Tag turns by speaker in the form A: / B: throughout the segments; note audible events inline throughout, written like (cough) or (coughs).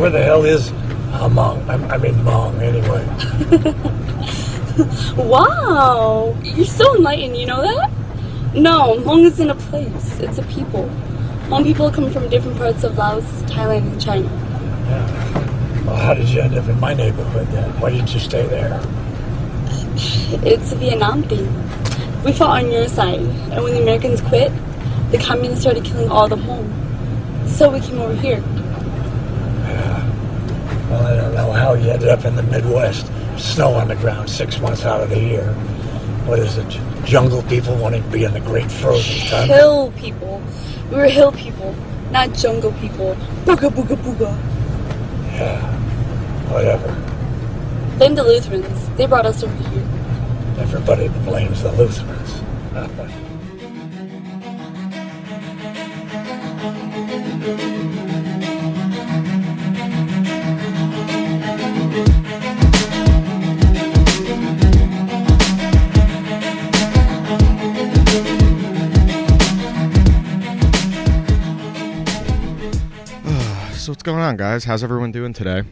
A: Where the hell is uh, Hmong? I, I mean Hmong, anyway.
B: Wow, you're so enlightened. You know that? No, Hmong isn't a place. It's a people. Hmong people come from different parts of Laos, Thailand, and China.
A: Well, how did you end up in my neighborhood then? Why did you stay there?
B: It's a Vietnam thing. We fought on your side, and when the Americans quit, the communists started killing all the Hmong. So we came over here.
A: Well, I don't know how you ended up in the Midwest. Snow on the ground six months out of the year. What is it? Jungle people wanting to be in the great frozen time.
B: Hill people. We were hill people, not jungle people. Booga booga booga.
A: Whatever.
B: Blame the Lutherans. They brought us over here.
A: Everybody blames the Lutherans. (laughs)
C: So what's going on, guys? How's everyone doing today?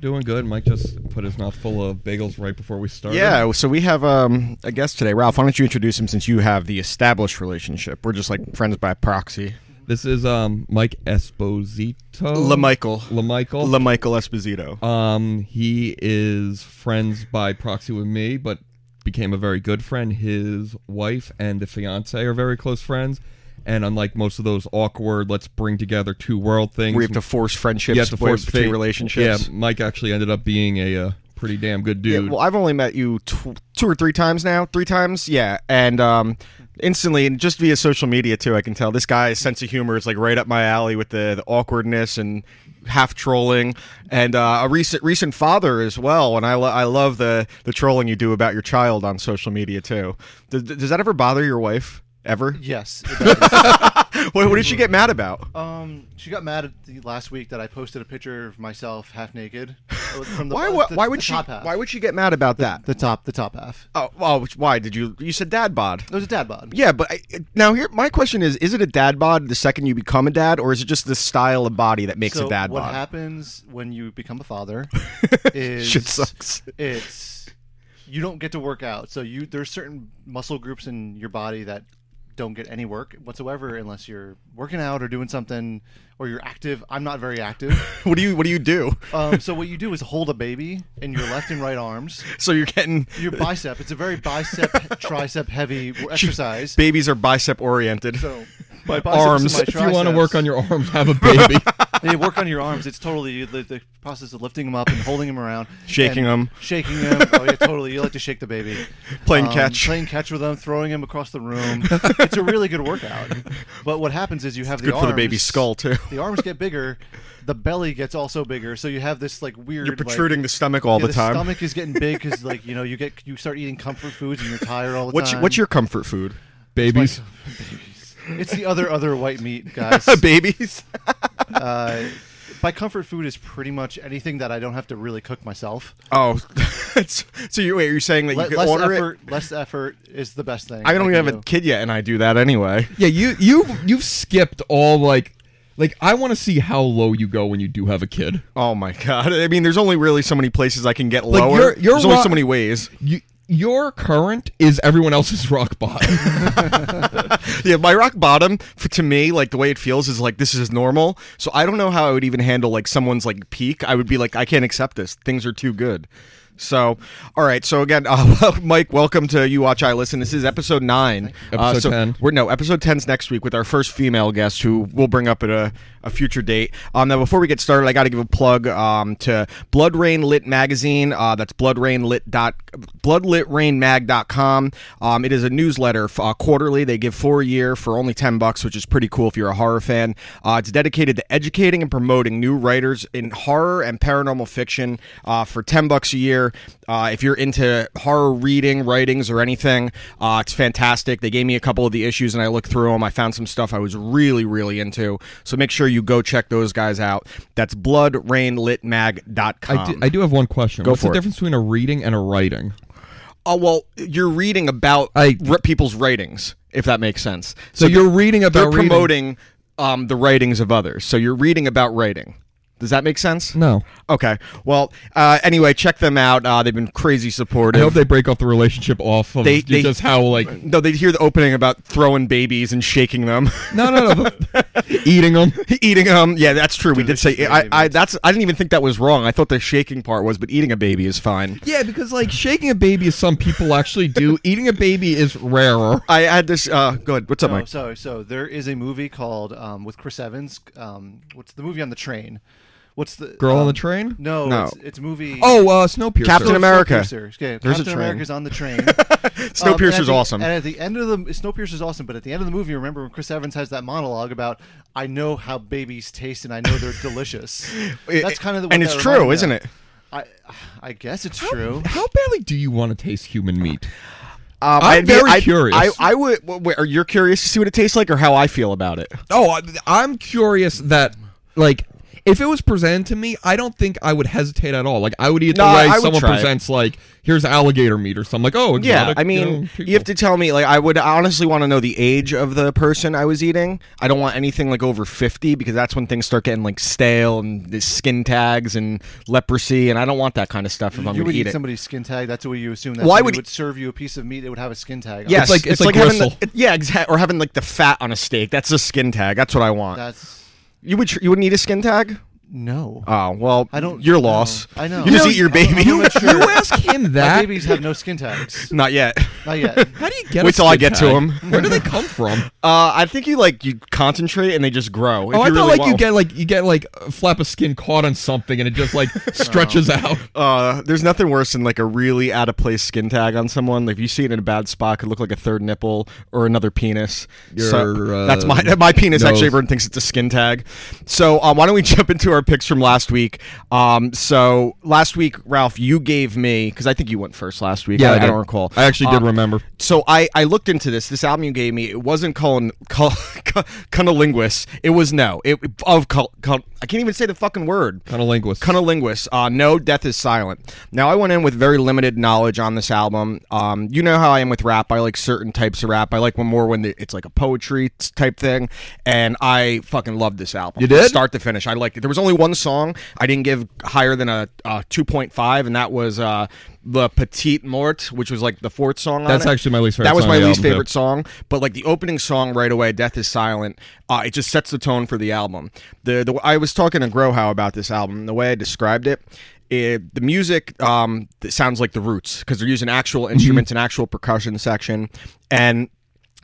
D: Doing good. Mike just put his mouth full of bagels right before we started.
C: Yeah, so we have um, a guest today. Ralph, why don't you introduce him since you have the established relationship? We're just like friends by proxy.
D: This is um Mike Esposito.
C: LaMichael.
D: LaMichael.
C: LaMichael Esposito.
D: um, he is friends by proxy with me, but became a very good friend. His wife and the fiance are very close friends. And unlike most of those awkward, let's bring together two world things,
C: we have to force friendships
D: you have to force
C: between
D: fate-
C: relationships.
D: Yeah, Mike actually ended up being a uh, pretty damn good dude.
C: Yeah, well, I've only met you tw- two or three times now. Three times, yeah. And um, instantly, and just via social media too, I can tell this guy's sense of humor is like right up my alley with the, the awkwardness and half trolling, and uh, a recent recent father as well. And I, lo- I love the the trolling you do about your child on social media too. Does, does that ever bother your wife? Ever?
E: Yes. it
C: (laughs)
E: does.
C: What, what did she get mad about?
E: um, she got mad at the last week that I posted a picture of myself half naked. From the,
C: Why,
E: uh,
C: why,
E: the-
C: why
E: the
C: would she?
E: top half.
C: Why would she get mad about that?
E: the top the top half?
C: Oh, oh, which- why did you? You said dad bod.
E: It was a dad bod.
C: Yeah, but I, now here, my question is: Is it a dad bod the second you become a dad, or is it just the style of body that makes
E: so
C: a dad
E: what
C: bod? (laughs)
E: happens when you become a father is
C: Shit sucks.
E: It's you don't get to work out. So you there's certain muscle groups in your body that don't get any work whatsoever unless you're working out or doing something or you're active. I'm not very active.
C: (laughs) What do you What do you do?
E: Um, so what you do is hold a baby in your left and right arms.
C: (laughs) So you're getting (laughs)
E: Your bicep. It's a
D: (laughs)
E: very bicep, tricep heavy exercise.
C: babies are bicep oriented.
D: (laughs)
E: So my
C: arms.
D: if you want to work
E: (laughs)
D: on your arms, have
C: (laughs)
D: a baby.
E: they work on your arms. It's totally the, the process of lifting them up and holding them around,
C: (laughs) Shaking
E: and
C: 'em.
E: shaking them. Oh yeah, totally. You like to shake the baby.
C: (laughs)
E: Um,
C: Playing catch.
E: playing catch with them, throwing him across the room.
C: (laughs)
E: it's a really good workout. But what happens is you have
C: (laughs)
E: the
C: Good for the
E: arms-
C: baby's skull too.
E: The arms get bigger, the belly gets also bigger. So you have this like weird.
C: You're
E: like-
C: protruding the stomach all
E: Yeah,
C: the time.
E: stomach is getting big because, like, you know, you get you start eating comfort foods and you're tired all the
C: what's
E: time.
C: your, What's your comfort food?
D: Babies.
E: It's the other other
C: (laughs)
E: white meat, guys. (laughs)
C: Babies.
E: uh, my comfort food is pretty much anything that I don't have to really cook myself.
C: Oh, it's, so you wait? You're saying that
E: Le-
C: you can
E: less
C: order
E: effort,
C: it?
E: less effort is the best thing.
C: I don't
E: can
C: even have
E: do.
C: a kid yet, and I do that anyway.
D: Yeah, you you you've skipped all like like I want to see how low you go when you do have a kid.
C: Oh my god! I mean, there's only really so many places I can get
D: Like,
C: lower.
D: you're- you're
C: there's only
D: wa-
C: so many ways.
D: You, your current is everyone else's (laughs) rock bottom.
C: Yeah, my rock bottom for, to me, like the way it feels is like this is normal. So I don't know how I would even handle like someone's like peak. I would be like, I can't accept this. Things are too good. So, all right. So again, (laughs) uh, Mike, welcome to You Watch I Listen. This is episode nine. Uh,
D: Episode
C: so
D: 10.
C: We're no episode 10's next week with our first female guest, who we'll bring up at a, a future date. Um, now before we get started, I got to give a plug um, to Blood Rain Lit magazine. Uh, that's bloodRainLit dot bloodlitrainmag.com. Um, it is a newsletter f- uh, quarterly. They give four a year for only ten bucks, which is pretty cool if you're a horror fan. Uh, it's dedicated to educating and promoting new writers in horror and paranormal fiction uh, for ten bucks a year. Uh, if you're into horror reading, writings, or anything, uh, it's fantastic. They gave me a couple of the issues and I looked through them. I found some stuff I was really, really into. So make sure you go check those guys out. That's bloodrainlitmag.com.
D: I, do, I do have one question. What's
C: for
D: the
C: it.
D: difference between a reading and a writing?
C: Oh, well, you're reading about
D: I-
C: r- people's writings, if that makes sense.
D: So you're reading
C: they're
D: about reading.
C: promoting um, the writings of others. So you're reading about writing. Does that make sense?
D: No.
C: Okay. Well, uh, anyway, check them out. Uh, they've been crazy
D: I
C: supportive.
D: hope they break off the relationship off of
C: They- they-
D: just how (laughs) like
C: no, they hear the opening about throwing babies and shaking them, (laughs)
D: no no no (laughs) eating them.
C: eating them. Yeah, that's true. We did say I,
E: Delicious
C: I.
E: babies.
C: That's I didn't even think that was wrong. I thought the shaking part was, but eating a baby is fine.
D: Yeah, because like shaking a baby is some people actually (laughs) do. eating a baby is rarer.
C: I had this. Uh, go ahead. What's up,
E: No,
C: Mike?
E: so so there is a movie called um, with Chris Evans. Um, what's the movie on the train? What's the
D: Girl on
E: um,
D: the train?
E: No,
C: No.
E: It's, it's a movie.
D: Oh, uh, Snowpiercer.
C: Captain America.
E: Snowpiercer. Okay,
C: There's a
E: Captain
C: train.
E: America's on the train.
C: (laughs)
E: Um, and at
C: Snowpiercer's
E: the-
C: awesome.
E: And at the end of the Snowpiercer's awesome, but at the end of the movie, remember when Chris Evans has that monologue about I know how babies taste and I know
C: (laughs)
E: they're delicious.
C: It-
E: That's kind of the
C: and
E: what
C: it's
E: that
C: true,
E: reminded me of.
C: isn't it?
E: I I guess it's true.
D: How badly do you want to taste human meat?
C: Um,
D: I'm
C: I'd be-
D: very
C: I'd-
D: curious.
C: I, I would. w- Wait, are you curious to see what it tastes like, or how I feel about it?
D: Oh, I- I'm curious that like if it was presented to me, I don't think I would hesitate at all. Like I would eat the
C: No,
D: way
C: I would
D: someone
C: try it.
D: presents like here's alligator meat or something. Like oh
C: Yeah,
D: exotic,
C: I mean,
D: know,
C: you have to tell me. Like, I would honestly want to know the age of the person I was eating. I don't want anything like over fifty because that's when things start getting like stale and the skin tags and leprosy, and I don't want that kind of stuff if I'm
E: you
C: going
E: would
C: to
E: eat
C: eat it.
E: somebody's skin tag. That's the way you assume that.
C: Well, I
E: somebody
C: would-
E: would serve you a piece of meat. It would have a skin tag.
C: Yes,
E: on
D: It's like- it's like
C: having the,
D: gristle.
C: it- yeah, exactly. Or having like the fat on a steak. That's a skin tag. That's what I
E: it.
C: want.
E: that's
C: you would tr- you wouldn't eat a skin tag?
E: no.
C: Oh well,
E: I don't.
C: Your
E: know.
C: loss.
E: I know.
C: You just eat your
E: I'm- I'm
C: baby.
E: not sure.
D: You ask him
E: My
D: that.
E: babies have no skin
C: (laughs)
E: tags.
C: Not
E: (laughs)
C: yet. (laughs)
E: Not yet.
D: How do you get?
C: Wait
D: a
C: till I
D: skin
C: get to
D: tag?
C: 'em.
D: (laughs) Where do they come
C: (laughs)
D: from?
C: Uh, I think you like you concentrate and they just grow. if
D: oh, I
C: you
D: thought
C: really
D: like
C: want
D: you
C: them.
D: get like you get like a flap of skin caught on something and it
C: (laughs)
D: just like stretches out.
C: Uh, there's nothing worse than like a really out of place skin tag on someone. Like if you see it in a bad spot, it could look like a third nipple or another penis.
D: Your, uh,
C: that's my (laughs) my penis.
D: nose.
C: Actually, everyone thinks it's a skin tag. So uh, why don't we (laughs) jump into our picks from last week? Um, so last week, Ralph, you gave me because I think you went first last week. I, I
D: did.
C: don't recall.
D: I actually did
C: Uh,
D: remember.
C: So I, I looked into this. This album you gave me, it wasn't called (laughs) call, Cunnilingus. It was no. It of cul- cul- I can't even say the fucking word.
D: Cunnilingus.
C: Cunnilingus. Uh, no, death is silent. Now I went in with very limited knowledge on this album. Um, you know how I am with rap. I like certain types of rap. I like when more when the, it's like a poetry t- type thing. And I fucking loved this album.
D: You did?
C: Start to finish. I liked it. There was only one song I didn't give higher than a, uh 2.5, and that was uh, the Petite Mort, which was like the fourth song. on
D: That's
C: it.
D: actually my least favorite
C: That was
D: song
C: my
D: on the
C: least
D: album, too.
C: favorite song, but like the opening song right away, "Death Is Silent," uh, it just sets the tone for the album. The, the I was talking to Grohow about this album. The way I described it, it the music um, th- sounds like the Roots because they're using
D: Mm-hmm.
C: actual instruments and actual percussion section, and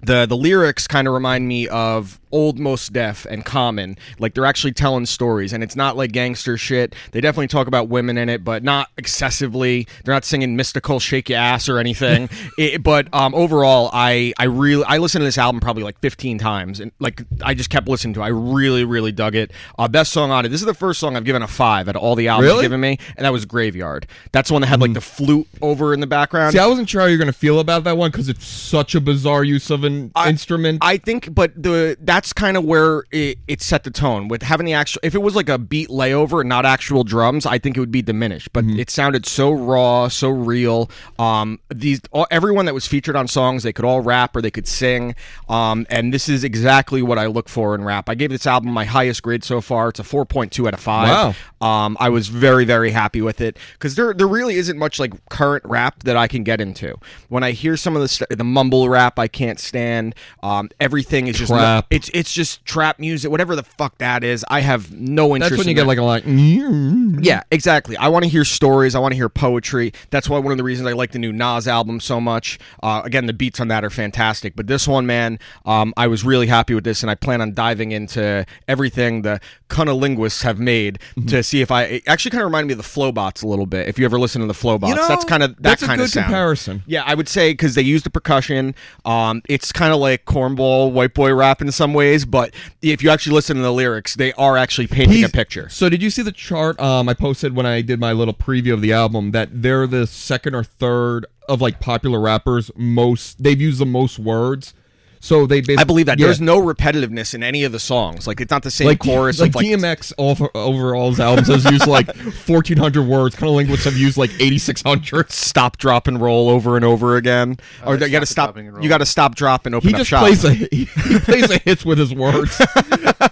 C: the the lyrics kind of remind me of old most def and common like they're actually telling stories and it's not like gangster shit they definitely talk about women in it but not excessively they're not singing mystical shake your ass or
D: (laughs)
C: anything It- but um overall i i really i listened to this album probably like 15 times and like i just kept listening to it i really really dug it uh best song on it this is the first song i've given a five out of all the albums
D: Really? Hmm.
C: given me and that was graveyard that's the one that had like the flute over in the background
D: See, I wasn't sure how you're gonna feel about that one because it's such a bizarre use of an instrument.
C: I think, but the that's kind of where it, it set the tone with having the actual. If it was like a beat layover and not actual drums, I think it would be diminished. But it sounded so raw, so real. Um, these all, everyone that was featured on songs, they could all rap or they could sing. Um, and this is exactly what I look for in rap. I gave this album my highest grade so far. It's a four point two out of five.
D: Wow.
C: Um, I was very, very happy with it because there, there really isn't much like current rap that I can get into. When I hear some of the st- the mumble rap, I can't stand. Um, everything is just
D: Trap.
C: it's it's just trap music, whatever the fuck that is. I have no interest.
D: That's when
C: in
D: you get
C: that.
D: like a like. "Mm."
C: Yeah, exactly. I want to hear stories. I want to hear poetry. That's why one of the reasons I like the new Nas album so much. Uh, again, the beats on that are fantastic. But this one, man, um, I was really happy with this, and I plan on diving into everything the cunnilinguists have made
D: Mm-hmm.
C: to see if I. It actually kind of reminded me of the Flowbots a little bit. If you ever listen to the Flowbots,
D: You know,
C: that's kind of that
D: that's a
C: kind of
D: good
C: sound.
D: comparison.
C: Yeah, I would say because they use the percussion. Um, it's kind of like cornball white boy rap in some ways, but if you actually listen to the lyrics, they are actually painting a
D: He's-
C: picture.
D: So did you see the chart um, I posted when I did my little preview of the album that they're the second or third of like popular rappers most they've used the most words. So they basically
C: I believe that
D: yeah.
C: there's no repetitiveness in any of the songs. Like it's not the same
D: like
C: chorus.
D: like
C: of, like
D: DMX over, overall his albums has used like 1400 words. Kind of linguists have used like 8600.
C: stop, drop, and roll over and over again. or
E: they
C: you got to
E: stop
C: stop.
E: the Oh, dropping and
C: You
E: roll.
C: got to stop, drop, and open
D: He
C: up
D: just
C: shop.
D: plays a he, he plays a hits with
C: (laughs)
D: his words.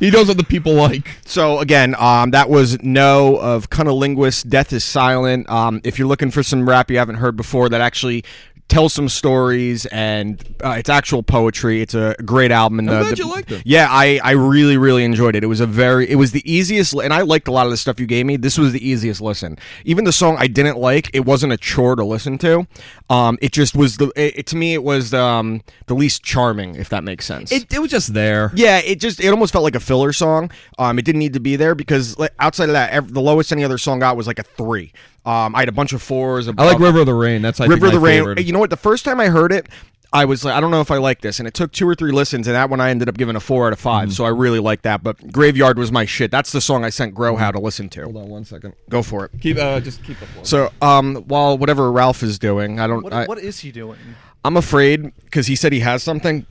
D: he knows what the people like.
C: So again, um, that was no of Cunnilingus. Death is silent. Um, if you're looking for some rap you haven't heard before, that actually tells some stories and uh, it's actual poetry. It's a great album. And
D: I'm
C: the-
D: glad
C: the-
D: you liked it.
C: Yeah, I I really really enjoyed it. It was a very it was the easiest, and I liked a lot of the stuff you gave me. This was the easiest listen. Even the song I didn't like, it wasn't a chore to listen to. Um, it just was the it, it- to me it was um, the least charming, if that makes sense.
D: It, it was just there.
C: Yeah, it just it almost felt like a filler song. Um, it didn't need to be there because like, outside of that, ev the lowest any other song got was like a three. Um, I had a bunch of fours. a-
D: I like
C: a-
D: River of the Rain. That's I
C: River of
D: think,
C: the
D: my
C: Rain.
D: favorite.
C: You know what? The first time I heard it, I was like, I don't know if I like this, and it took two or three listens, and that one I ended up giving a four out of 5
D: Mm-hmm.
C: So I really like that. But Graveyard was my shit. That's the song I sent Grow how to listen to.
D: Hold on one second.
C: Go for it.
D: Keep uh, just keep the floor.
C: So um, while whatever Ralph is doing, I don't.
E: What,
C: I,
E: what is he doing?
C: I'm afraid because he said he has something.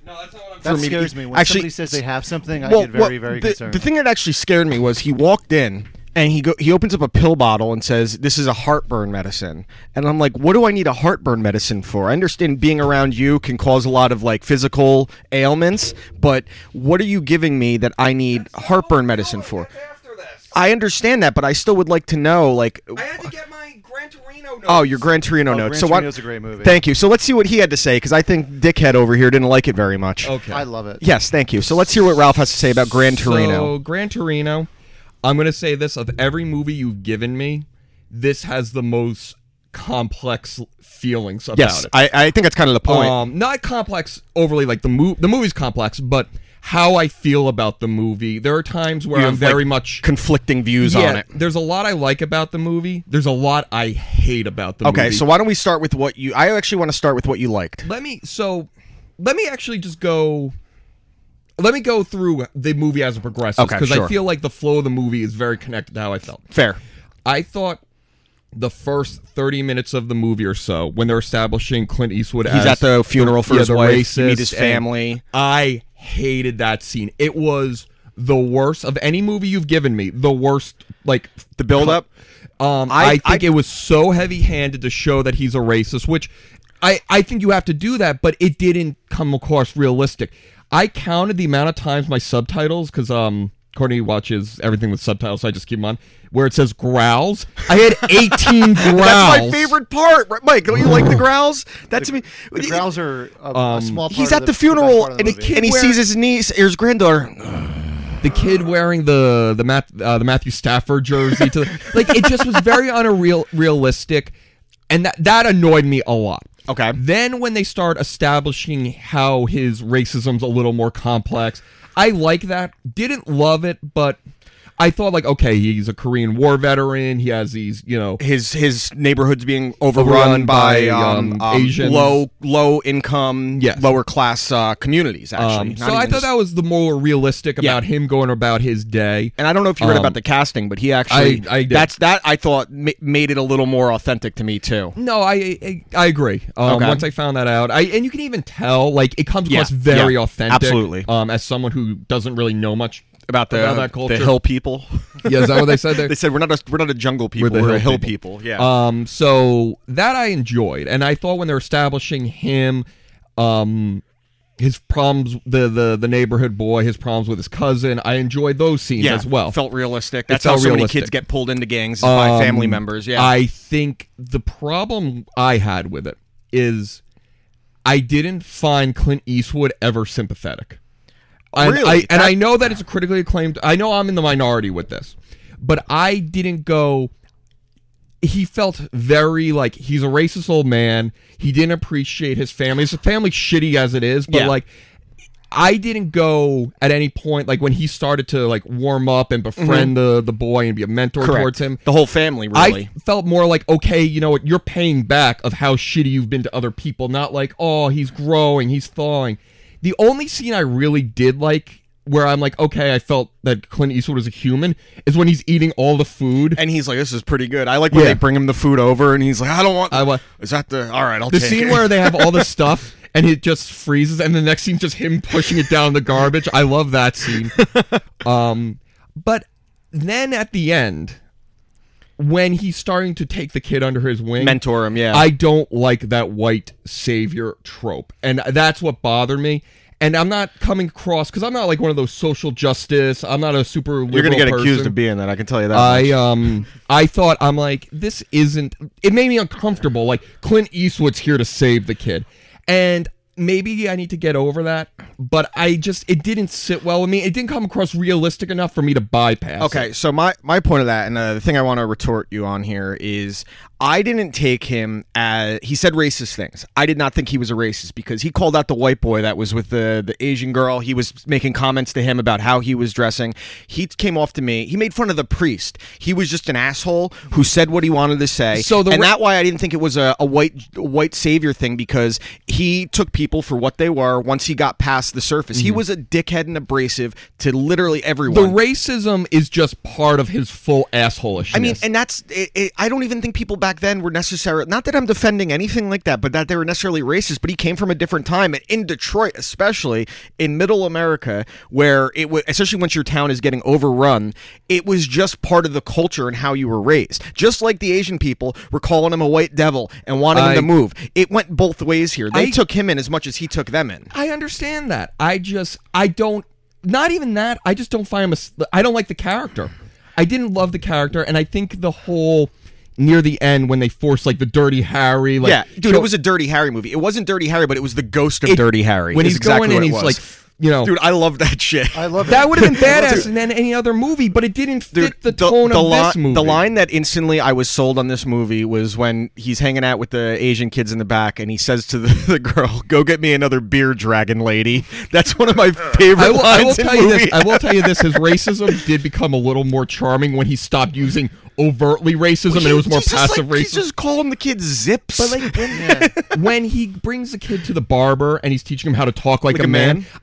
E: That
C: me to
E: scares
C: eat-
E: me. When
C: actually-
E: somebody says they have something, I
C: well,
E: get very,
C: well,
E: very
C: the,
E: concerned.
C: The thing that actually scared me was he walked in and he go, he opens up a pill bottle and says, "This is a heartburn medicine." And I'm like, "What do I need a heartburn medicine for?" I understand being around you can cause a lot of like physical ailments, but what are you giving me that I need heartburn medicine for? I understand that, but I still would like to know, like. Oh, your Gran Torino notes.
E: Gran
C: so what?
E: Torino's a great movie.
C: Thank you. So let's see what he had to say because I think Dickhead over here didn't like it very much.
D: Okay.
E: I love it.
C: Yes, thank you. So let's hear what Ralph has to say about Gran Torino.
D: So, Gran Torino, I'm going to say this of every movie you've given me, this has the most complex feelings about
C: yes,
D: it.
C: I, I think that's kind of the point.
D: Um, not complex overly like the mo- the movie's complex, but how I feel about the movie. There are times where
C: You
D: I'm
C: have, like,
D: very much
C: conflicting views
D: yeah,
C: on it.
D: There's a lot I like about the movie. There's a lot I hate about the movie.
C: Okay, so why don't we start with what you? I actually want to start with what you liked.
D: let me so let me actually just go let me go through the movie as it progresses
C: Okay,
D: because
C: sure.
D: I feel like the flow of the movie is very connected to how I felt.
C: Fair.
D: I thought the first 30 minutes of the movie or so when they're establishing Clint Eastwood
C: He's
D: as
C: at the funeral for
D: yeah,
C: his
D: the
C: wife. You meet
D: racist,
C: his
D: and
C: family.
D: I hated that scene. It was the worst of any movie you've given me. The worst like
C: The build-up?
D: Um
C: I-
D: I, think
C: I-
D: it was so heavy-handed to show that he's a racist, which I I think you have to do that, but it didn't come across realistic. I counted the amount of times my subtitles cuz um Courtney watches everything with subtitles, so I just keep them on. Where it says growls, I had 18 growls.
C: (laughs) That's my favorite part, right, Mike. Don't you like
D: (laughs)
C: the growls? That to me,
E: The growls are a, a small
C: um,
E: part
C: he's
E: of
C: at the
E: best
C: funeral
E: part of the
C: and he
E: movie.
C: and he
D: Where-
C: sees his niece, or his granddaughter.
D: the kid wearing the the Matt, uh, the Matthew Stafford jersey to like it just was very (laughs) unreal realistic and that that annoyed me a lot.
C: Okay.
D: Then when they start establishing how his racism's a little more complex, I like that. Didn't love it, but I thought like okay, he's a Korean War veteran, he has these, you know,
C: His his neighborhood's being overrun
D: Overrun
C: by,
D: by,
C: um,
D: um,
C: um,
D: Asians.
C: low low income,
D: Yes.
C: lower class uh, communities. Actually,
D: um,
C: Not
D: so
C: even
D: I thought
C: just-
D: that was the more realistic
C: Yeah.
D: about him going about his day.
C: And I don't know if you read
D: Um,
C: about the casting, but he actually
D: I- I did.
C: that's that I thought ma- made it a little more authentic to me too.
D: No, I I, I agree. Um,
C: Okay.
D: Once I found that out, I and you can even tell like it comes
C: Yeah,
D: across very
C: yeah,
D: authentic.
C: absolutely.
D: Um, as someone who doesn't really know much
C: (laughs) About the
D: about that culture.
C: the hill people.
D: yeah, is that what
C: (laughs)
D: they said there?
C: they said we're not a, we're not a jungle people,
D: the
C: we're, a
D: hill
C: hill people.
D: people."
C: Yeah.
D: Um, so that I enjoyed, and I thought when they're establishing him, um, his problems, the the the neighborhood boy, his problems with his cousin, I enjoyed those scenes
C: yeah,
D: as well.
C: Felt realistic. That's
D: felt
C: how so many
D: realistic.
C: kids get pulled into gangs is by
D: Um,
C: family members. Yeah.
D: I think the problem I had with it is I didn't find Clint Eastwood ever sympathetic. And
C: Really?
D: I,
C: That-
D: and I know that it's a critically acclaimed. I know I'm in the minority with this, but I didn't go. He felt very like he's a racist old man. He didn't appreciate his family. His family shitty as it is, but
C: Yeah.
D: like I didn't go at any point like when he started to like warm up and befriend the the boy and be a mentor
C: Mm-hmm. Correct.
D: towards him.
C: The whole family really.
D: I felt more like, okay, you know what, you're paying back of how shitty you've been to other people, not like, oh, he's growing, he's thawing. The only scene I really did like where I'm like, okay, I felt that Clint Eastwood is a human is when he's eating all the food.
C: and he's like, "This is pretty good." I like when
D: Yeah.
C: they bring him the food over, and he's like, "I don't want."
D: I wa-
C: is that the all right? I'll
D: the
C: take (laughs)
D: scene
C: it.
D: where they have all the stuff and it just freezes, and the next scene just him pushing it down the garbage. I love that
C: (laughs)
D: scene. Um, but then at the end, when he's starting to take the kid under his wing,
F: Mentor him, yeah.
D: I don't like that white savior trope, and that's what bothered me. And I'm not coming across because I'm not like one of those social justice. I'm not a super.
F: You're gonna
D: liberal
F: get accused
D: person.
F: of being that. I can tell you that. much.
D: I um I thought I'm like this isn't it made me uncomfortable like Clint Eastwood's here to save the kid and maybe I need to get over that but I just it didn't sit well with me it didn't come across realistic enough for me to bypass it.
C: Okay, so my my point of that, and uh, the thing I want to retort you on here is, I didn't take him as he said racist things. I did not think he was a racist because he called out the white boy that was with the the Asian girl. He was making comments to him about how he was dressing. He came off to me. He made fun of the priest. He was just an asshole who said what he wanted to say.
D: So the
C: and
D: ra-
C: that why I didn't think it was a, a white a white savior thing because he took people for what they were. Once he got past the surface, he was a dickhead and abrasive to literally everyone.
D: Mm-hmm. the racism is just part of his full assholishness
C: I mean, and that's it, it, I don't even think people back then were necessarily not that I'm defending anything like that, but that they were necessarily racist. But he came from a different time, and in Detroit, especially in Middle America, where it was especially once your town is getting overrun, it was just part of the culture and how you were raised. Just like the Asian people were calling him a white devil and wanting him
D: I-
C: to move, it went both ways here. They
D: I-
C: took him in as much as he took them in.
D: I understand that I just I don't not even that I just don't find him a s- I don't like the character I didn't love the character and I think the whole near the end when they force like the dirty Harry like
C: yeah, dude,
D: show-
C: it was a Dirty Harry movie. It wasn't Dirty Harry, but it was the ghost of
D: it-
C: Dirty Harry.
D: when
C: is
D: he's
C: exactly what
D: going and
C: it
D: he's
C: was.
D: like you know
C: Dude, I love that shit.
E: I love
D: that
E: it.
C: (laughs)
D: would have been badass in an- any other movie but it didn't fit the, tone of
C: li-
D: this movie
C: the line that instantly I was sold on this movie was when he's hanging out with the Asian kids in the back and he says to the, (laughs) the girl, "Go get me another beer, dragon lady." (laughs) That's one of my favorite
D: I will, I will
C: lines in
D: tell you this.
C: movies.
D: I will tell you this. His racism did become a little more charming when he stopped using overtly racism, and
C: (laughs)
D: it was more
C: He's just
D: passive
C: like-
D: racism.
C: He's just calling the kids zips.
D: But like when, when he brings the kid to the barber and he's teaching him how to talk like,
C: Like
D: a,
C: a
D: man.
C: man?
D: I-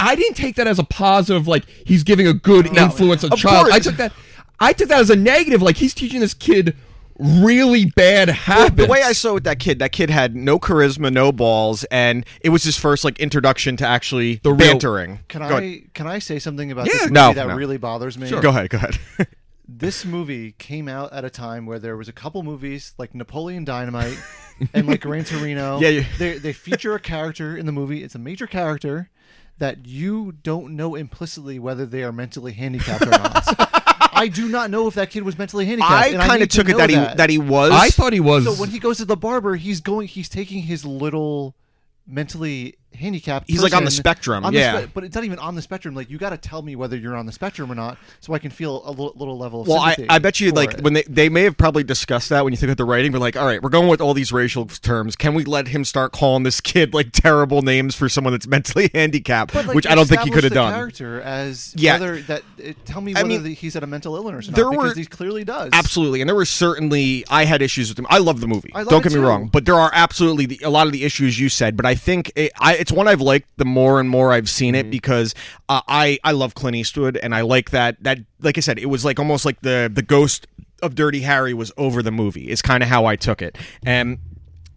D: I didn't take that as a positive, like he's giving a good influence on
C: Of
D: child. I
C: course.
D: took that, I took that as a negative, like he's teaching this kid really bad habits.
C: the way I saw it with that kid, that kid had no charisma, no balls, and it was his first like introduction to actually
D: The real-
C: bantering.
E: Can
C: go
E: I
C: Ahead.
E: can I say something about
C: Yeah.
E: this movie
C: No,
E: that
C: no.
E: really bothers me?
C: Go ahead. Go ahead.
E: This movie came out at a time where there was a couple movies like Napoleon Dynamite and like Gran
C: (laughs)
E: Torino.
C: Yeah, you-
E: they they feature a character in the movie. It's a major character that you don't know implicitly whether they are mentally handicapped or not.
C: (laughs)
E: I do not know if that kid was mentally handicapped.
C: I
E: and
C: kind
E: need
C: of
E: to
C: took it
E: know
C: that, he
E: that
C: that he was.
D: I thought he was.
E: So when he goes to the barber, he's going. He's taking his little mentally handicapped.
C: He's, like, on the
E: person
C: spectrum,
E: on the
C: yeah.
E: but it's not even on the spectrum. Like you got to tell me whether you're on the spectrum or not, so I can feel a little, little level of.
C: Well, I,
E: sympathy
C: I bet you
E: for
C: like
E: it.
C: when they they may have probably discussed that when you think about the writing, but like, all right, we're going with all these racial terms. Can we let him start calling this kid like terrible names for someone that's mentally (laughs) handicapped,
E: But, like,
C: which
E: you
C: I don't think he
E: establish
C: could have
E: the
C: done.
E: Character as
C: Yeah.
E: whether that it, tell me
C: I
E: whether
C: mean,
E: the, he's at a mental illness or not
C: there
E: because
C: were-
E: he clearly does.
C: Absolutely, and there were certainly I had issues with him. I love the movie.
E: I love
C: Don't
E: it
C: get me
E: too.
C: wrong, but there are absolutely the, a lot of the issues you said. But I think it, I, it's one I've liked the more and more I've seen
E: Mm-hmm.
C: it because uh, I I love Clint Eastwood and I like that that like I said it was like almost like the the ghost of Dirty Harry was over the movie is kind of how I took it and.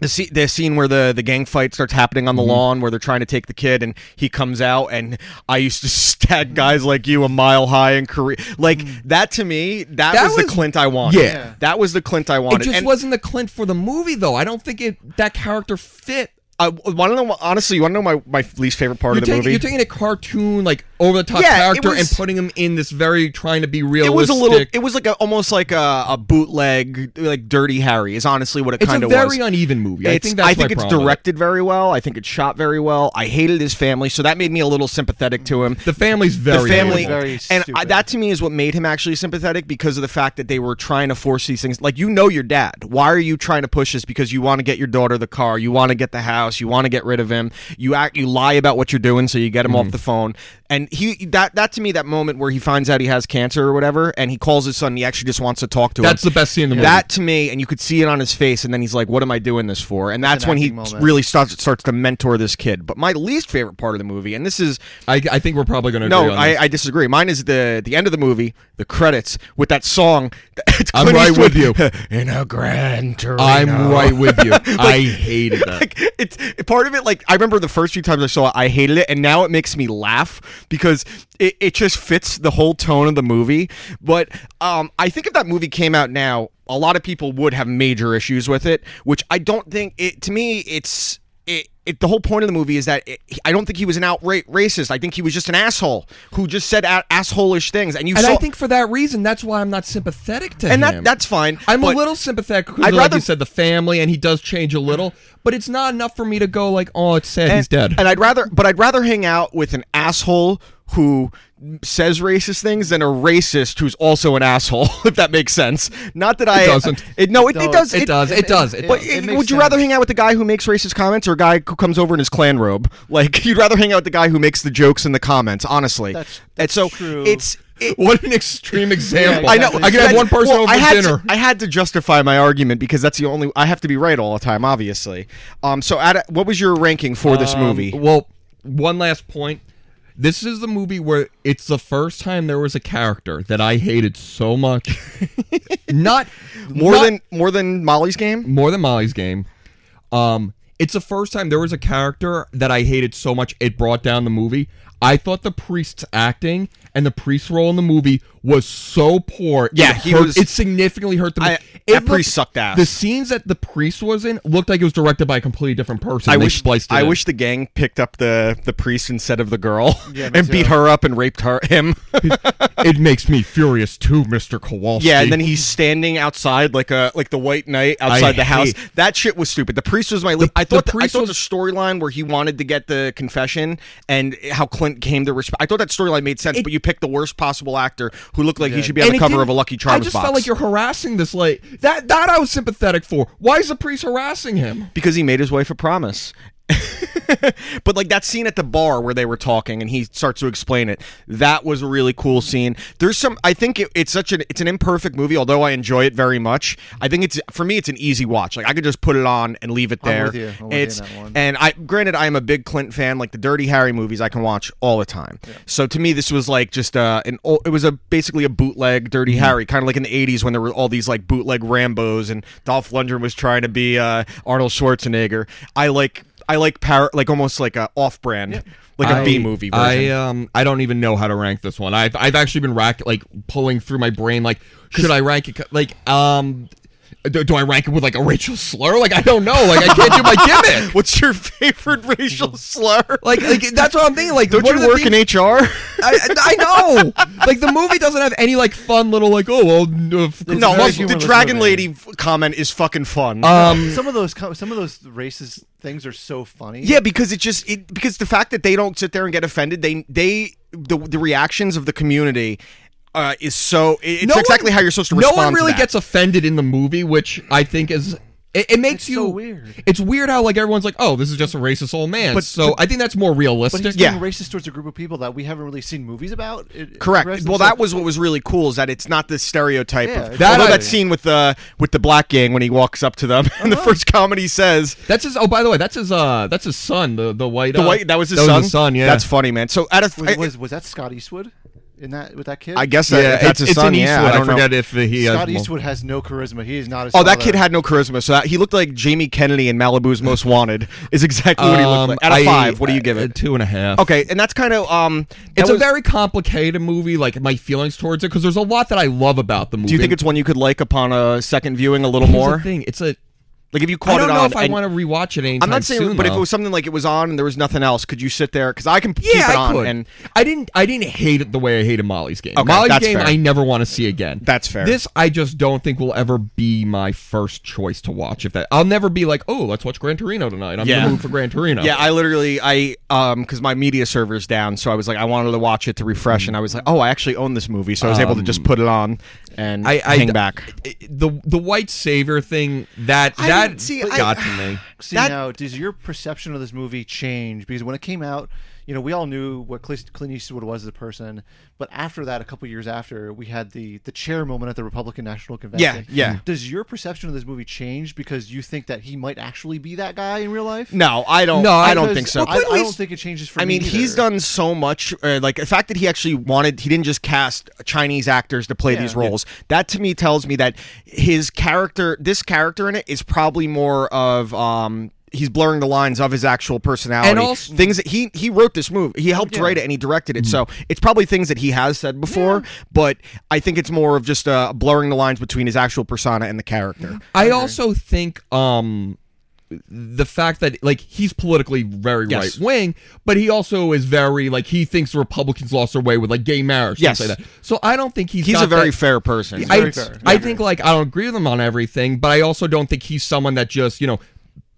C: The, sce- the scene where the, the gang fight starts happening on the
E: Mm-hmm.
C: lawn where they're trying to take the kid and he comes out and I used to (laughs)
E: Mm-hmm.
C: tag guys like you a mile high in Korea like that to me that,
D: That
C: was,
D: was-
C: the Clint I wanted
D: Yeah. Yeah.
C: that was the Clint I
D: it
C: wanted.
D: just
C: and
D: wasn't the Clint for the movie, though. I don't think it that character fit.
C: I want to know. Honestly, you want to know my, my least favorite part
D: You're
C: of the
D: taking,
C: movie?
D: you're taking a cartoon, like over the top
C: Yeah, it
D: character, and
C: was-
D: putting him in this very trying to be
C: it
D: realistic.
C: was a little. It was like a, almost like a, a bootleg, like Dirty Harry. Is honestly what it
D: it's a
C: kind of
D: very
C: was.
D: uneven movie. I
C: It's-
D: think that's my
C: it's
D: problem with it.
C: directed very well. I think it's shot very well. I hated his family, so that made me a little sympathetic to him.
D: The family's very
C: the family,
D: normal.
E: Very
C: and I,
E: stupid.
C: that to me is what made him actually sympathetic because of the fact that they were trying to force these things. Like you know your dad. Why are you trying to push this? Because you want to get your daughter the car,
D: Mm-hmm.
C: you want to get the house, you want to get rid of him. You act, you lie about what you're doing so you get him off the phone. And he that that to me that moment where he finds out he has cancer or whatever, and he calls his son. He actually just wants to talk to him.
D: That's the best scene in the movie.
C: That to me, and you could see it on his face, and then he's like, "What am I doing this for?" And that's
E: an
C: when he
E: acting moment.
C: really starts starts to mentor this kid. But my least favorite part of the movie, and this is
D: I, I think we're probably going to
C: no, I, I disagree. Mine is the the end of the movie, the credits with that song. (laughs) It's
D: I'm
C: Clint (laughs)
D: right with
C: Eastwood, In a grand Torino.
D: am right with
C: (laughs)
D: you. I hated that.
C: Like, it's part of it. Like I remember the first few times I saw it, I hated it, and now it makes me laugh because it, it just fits the whole tone of the movie. But um, I think if that movie came out now, a lot of people would have major issues with it, which I don't think it. To me, it's it. It, the whole point of the movie is that it, I don't think he was an outright racist. I think he was just an asshole who just said a- assholish things. And you
D: and
C: saw,
D: I think for that reason, that's why I'm not sympathetic to
C: and
D: him.
C: that that's fine.
D: I'm
C: but-
D: a little sympathetic because,
C: I'd
D: like
C: rather-
D: you said, the family, and he does change a little, but it's not enough for me to go like, "Oh, it's sad, he's dead."
C: And I'd rather, but I'd rather hang out with an asshole who says racist things than a racist who's also an asshole. (laughs) If that makes sense. Not that I Uh,
D: doesn't.
C: It, no, it, it,
E: It
C: does.
D: it does. It does. It
C: But
D: does.
E: it
C: it-
E: makes
C: would you rather
E: sense.
C: hang out with the guy who makes racist comments or a guy who comes over in his clan robe? Like (laughs) you'd rather hang out with the guy who makes the jokes in the comments. Honestly,
E: That's-
C: and
E: that's
C: so
E: true.
C: it's. It,
D: (laughs) What
C: (laughs)
D: an extreme example!
E: Yeah,
C: I know.
E: exactly.
D: I could have
C: That's-
D: one person
C: well,
D: over
C: I
D: for
C: had
D: dinner.
C: To, I had to justify my argument because that's the only. I have to be right all the time, obviously. Um. So, Ada, what was your ranking for this
D: Um,
C: movie?
D: Well, one last point. This is the movie where it's the first time there was a character that I hated
C: (laughs)
D: so much. not
C: More
D: not-
C: than more than Molly's game.
D: more than Molly's game. Um, it's the first time there was a character that I hated so much it brought down the movie. I thought the priest's acting and the priest's role in the movie was so poor.
C: Yeah,
D: it
C: he
D: hurt-
C: was-
D: It significantly hurt the
C: I-
D: movie.
C: that
D: It
C: priest sucked ass.
D: The scenes that the priest was in looked like it was directed by a completely different person.
C: I
D: They
C: wish
D: spliced. It
C: I
D: in.
C: wish the gang picked up the the priest instead of the girl
E: Yeah,
C: (laughs)
E: me
C: and beat
E: too.
C: her up and raped her him. (laughs)
D: it makes me furious too, Mister Kowalski.
C: yeah, and then he's standing outside like a like the white knight outside the house.
D: hate-
C: That shit was stupid. The priest was my. Le- I thought
D: the
C: the, I
D: priest
C: thought
D: was-
C: the storyline where he wanted to get the confession and how Clint came to respect. I thought that storyline made sense,
D: It-
C: but you picked the worst possible actor who looked like he should be on
D: And
C: the
D: it
C: cover of a
D: didn't-
C: Lucky Charms
D: I just
C: box.
D: felt like you're harassing this like that. That I was sympathetic for. Why is the priest harassing him?
C: because he made his wife a promise. (laughs) but like that scene at the bar where they were talking and he starts to explain it that was a really cool scene there's some i think it, it's such an it's an imperfect movie although i enjoy it very much i think it's for me it's an easy watch like i could just put it on and leave it
E: I'm
C: there
E: with you. I'm with you on
C: it's
E: that one.
C: and i granted i am a big clint fan like the dirty harry movies i can watch all the time so to me this was like just uh an old, it was a basically a bootleg dirty
D: Mm-hmm.
C: harry kind of like in the 80s when there were all these like bootleg rambos and dolph lundgren was trying to be uh arnold schwarzenegger i like I like par- like almost like a off-brand, like a
D: I-
C: B movie
D: I
C: version.
D: um I don't even know how to rank this one. I've I've actually been rack like pulling through my brain like should I rank it co- like um do, do I rank it with like a racial slur? Like I don't know. Like I can't do my
C: (laughs) (laughs)
D: gimmick.
C: What's your favorite
D: (laughs)
C: racial slur?
D: Like like that's what I'm thinking. Like
C: Don't
D: what are
C: you
D: the
C: work
D: things-
C: in
D: (laughs)
C: HR?
D: I, I know. Like the movie doesn't have any like fun little like oh well no, f-
C: no,
E: very
C: the
E: humorless
C: Dragon
E: movie.
C: Lady f- comment is fucking fun.
D: um
E: some of those co- some of those racist things are so funny.
C: yeah, because it just it, because the fact that they don't sit there and get offended, they they the, the reactions of the community uh, is so it- it's
D: no one-
C: exactly how you're supposed to
D: No
C: respond.
D: one really
C: to that.
D: gets offended in the movie, which I think is it, it makes
E: It's
D: you
E: so weird.
D: It's weird how like everyone's like, oh, this is just a racist old man.
C: But-
D: so I think that's more
E: but
D: realistic.
E: he's
C: Yeah.
E: being racist towards a group of people that we haven't really seen movies about. It-
C: Correct.
E: racist-
C: Well, that was what was really cool is that it's not this stereotype
E: Yeah,
C: of
E: That
C: although
D: I-
C: that scene with the with the black gang when he walks up to them (laughs) and the
D: Uh-huh.
C: first comment he says
D: That's his. Oh, by the way, that's his. Uh, that's his son. The the white.
C: the
D: uh,
C: white that was his son.
D: Yeah,
C: that's funny, man. So out of
E: was, was was that Scott Eastwood in that with that kid?
C: I guess that,
D: yeah.
C: if that's
D: it's,
C: his
D: it's
C: son.
D: in
C: yeah,
D: Eastwood.
C: I don't know.
D: forget if he uh, has.
E: Scott
D: more-
E: Eastwood has no charisma. He is not. His
C: Oh, that
E: father.
C: kid had no charisma. So that, he looked like Jamie Kennedy in Malibu's Most Wanted. (laughs) Is exactly what he
D: Um,
C: looked like. Out of
D: I-
C: five, what do you give
D: uh,
C: it?
D: Two and a half.
C: Okay, and that's kind of um. that
D: It's a
C: was-
D: very complicated movie. Like my feelings towards it, because there's a lot that I love about the movie.
C: Do you think it's one you could like upon a second viewing a little
D: Here's the
C: more?
D: thing? It's a.
C: Like if you
D: I
C: caught
D: don't
C: it
D: know
C: on.
D: if I
C: and-
D: want to rewatch it anytime
C: I'm not saying,
D: soon,
C: but if
D: though.
C: it was something like it was on and there was nothing else, could you sit there? Because I can p-
D: yeah,
C: keep it
D: I
C: on,
D: could.
C: and
D: I didn't. I didn't hate it the way I hated Molly's game.
C: Okay,
D: Molly's
C: that's
D: game,
C: fair.
D: I never want to see again.
C: That's fair.
D: This, I just don't think will ever be my first choice to watch. If that, I'll never be like, oh, let's watch Gran Torino tonight. I'm in
C: Yeah.
D: the mood for Gran Torino.
C: yeah, I literally I um because my media server's down, so I was like I wanted to watch it to refresh,
D: Mm.
C: and I was like, oh, I actually own this movie, so I was able to just put it on and
D: Um. I, I
C: hang back.
D: the the white savior thing that
C: I
D: that
C: didn't see- I-
D: got to me.
E: See
C: That-
E: now, does your perception of this movie change? Because when it came out, you know, we all knew what Clint Clint Eastwood was as a person, but after that, a couple years after, we had the the chair moment at the Republican National Convention.
C: Yeah, yeah.
E: Does your perception of this movie change because you think that he might actually be that guy in real life?
C: No, I don't.
F: No,
C: I don't
E: Because
C: think so.
E: I, I don't think it changes for
C: I
E: me.
C: mean, he's
E: either.
C: done so much. Uh, like the fact that he actually wanted, he didn't just cast Chinese actors to play these roles. That to me tells me that his character, this character in it, is probably more of. um He's blurring the lines of his actual personality.
F: And also-
C: things that he he wrote this movie, he helped write it, and he directed it. So it's probably things that he has said before. But I think it's more of just uh, blurring the lines between his actual persona and the character.
D: I also think um the fact that like he's politically very
C: Yes.
D: right wing, but he also is very like he thinks the Republicans lost their way with like gay marriage.
C: Yes.
D: things like that. So I don't think he's
C: He's
D: got
C: a very
D: that-
C: fair person.
D: I,
E: Very fair.
D: I think like I don't agree with him on everything, but I also don't think he's someone that just you know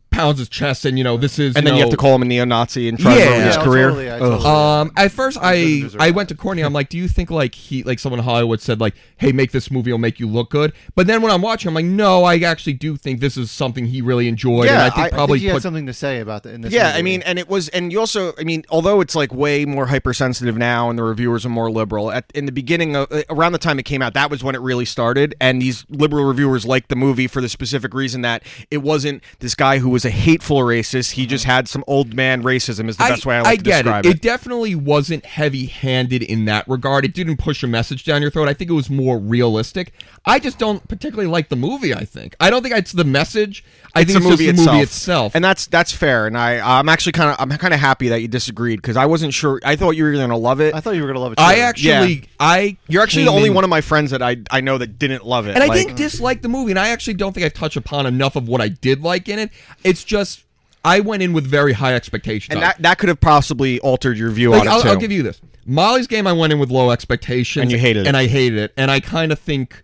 D: pounds his chest and you know this is
C: and then you
D: know-
C: have to call him a neo-Nazi and try
D: Yeah.
C: to ruin his
E: Yeah,
C: career.
E: totally, I totally-
C: Oh,
D: Um, at first,
E: doesn't
D: I
E: deserve
D: I
E: that.
D: went to Courtney.
C: (laughs)
D: I'm like, do you think like he like someone in Hollywood said like, hey, make this movie, it'll make you look good. But then when I'm watching, I'm like, no, I actually do think this is something he really enjoyed. and
C: Yeah,
D: I think
C: I- I think
D: probably
E: I think he had
D: put-
E: something to say about that in this.
C: Yeah,
E: movie.
C: I mean, and it was, and you also, I mean, although it's like way more hypersensitive now, and the reviewers are more liberal. At in the beginning, of, uh, around the time it came out, that was when it really started. And these liberal reviewers liked the movie for the specific reason that it wasn't this guy who was a hateful racist. He just had some old man racism. Is the best way I like to
D: Mm-hmm. get
C: describe
D: it.
C: it.
D: definitely wasn't heavy-handed in that regard. It didn't push a message down your throat. I think it was more realistic. I just don't particularly like the movie. I think I don't think it's the message. I think
C: it's a movie,
D: just the
C: itself.
D: movie itself.
C: and that's that's fair. And I, I'm actually kind of, I'm kind of happy that you disagreed because I wasn't sure. I thought you were going to love it.
E: I thought you were gonna love it. Too.
D: I actually,
C: Yeah.
D: I
C: You're actually
D: came
C: the only
D: in-
C: one of my friends that I, I know that didn't love it.
D: And I
C: Like-
D: didn't dislike the movie, and I actually don't think I touched upon enough of what I did like in it. It's just I went in with very high expectations.
C: and
D: on it.
C: that, that could have possibly altered your view
D: Like,
C: on it
D: I'll,
C: too.
D: I'll give you this. Molly's game, I went in with low expectations,
C: And you hated it.
D: and I hated it, and I kind of think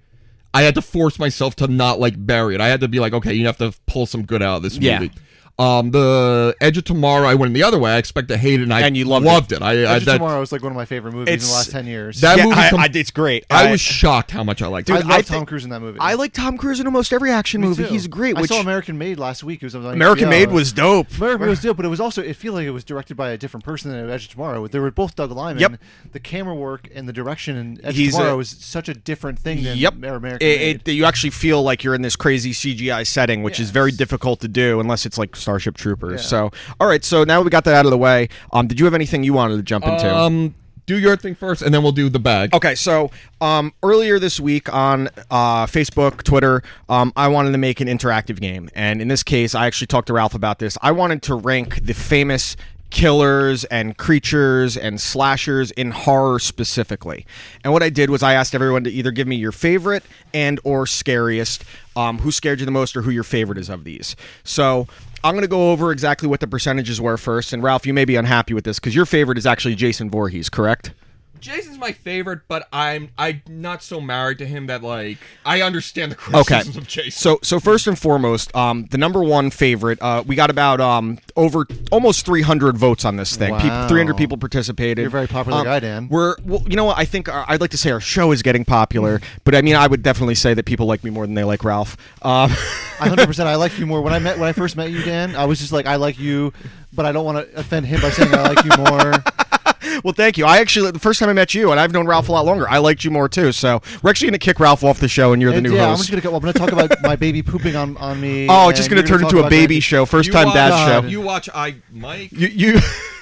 D: I had to force myself to not like bury it. I had to be like, okay, you have to pull some good out of this
C: Yeah.
D: movie. Um, the Edge of Tomorrow, I went the other way. I expect to hate it, and I
C: And you loved
D: it. I, I
E: Edge of
D: that,
E: Tomorrow is like one of my favorite movies in
C: It's-
E: the last ten years.
D: that
C: yeah,
D: movie.
C: I,
D: com-
C: I- it's great.
D: I was shocked how much I liked
E: I
D: it.
E: love
C: I
E: Tom
C: think-
E: Cruise in that movie.
C: I like Tom Cruise in almost every action
E: Me
C: movie.
E: too.
C: He's great.
E: I
C: Which
E: saw American Made last week. It was on
C: American
E: HBO.
C: Made was dope.
E: American Made was good, but it was also it feel like it was directed by a different person than Edge of Tomorrow. They were both Doug Liman.
C: Yep.
E: The camera work and the direction in Edge
C: He's
E: of Tomorrow
C: a-
E: is such a different thing than
C: Yep,
E: American Made.
C: it, it, you actually feel like you're in this crazy CGI setting, which is very difficult to do unless it's like Starship Troopers. So, all right, so now we got that out of the way. Um, did you have anything you wanted to jump into?
D: Um, do your thing first, and then we'll do the bag.
C: Okay, so um, earlier this week on uh, Facebook, Twitter, um, I wanted to make an interactive game, and in this case, I actually talked to Ralph about this. I wanted to rank the famous killers and creatures and slashers in horror specifically. And what I did was I asked everyone to either give me your favorite and or scariest, um, who scared you the most, or who your favorite is of these. So. I'm going to go over exactly what the percentages were first. And Ralph, you may be unhappy with this because your favorite is actually Jason Voorhees, correct?
D: Jason's my favorite, but I'm I'm not so married to him that like I understand the
E: (laughs)
C: Okay.
D: criticisms of Jason.
C: So so first and foremost, um, the number one favorite. Uh, we got about um over almost 300 votes on this thing. Peop-
E: Wow.
C: 300 people participated.
E: You're a very popular
C: Um,
E: guy, Dan.
C: We're well, you know what? I think our, I'd like to say our show is getting popular, but I mean I would definitely say that people like me more than they like Ralph. Um, (laughs)
E: I hundred percent. I like you more. When I met when I first met you, Dan, I was just like, I like you, but I don't want to offend him by saying I like you
C: (laughs)
E: more.
C: well, thank you. I actually the first time I met you, and I've known Ralph a lot longer. I liked you more too. So we're actually going to kick Ralph off the show, and you're the
E: And
C: new
E: yeah, I'm
C: host.
E: just gonna go. I'm gonna talk about my baby pooping on, on me.
C: Oh,
E: and
C: it's just going
E: you're
C: to turn
E: talk
C: into a
E: about
C: baby
E: that.
C: show, first time
D: watch-
C: dad show.
D: You watch I Mike.
C: You you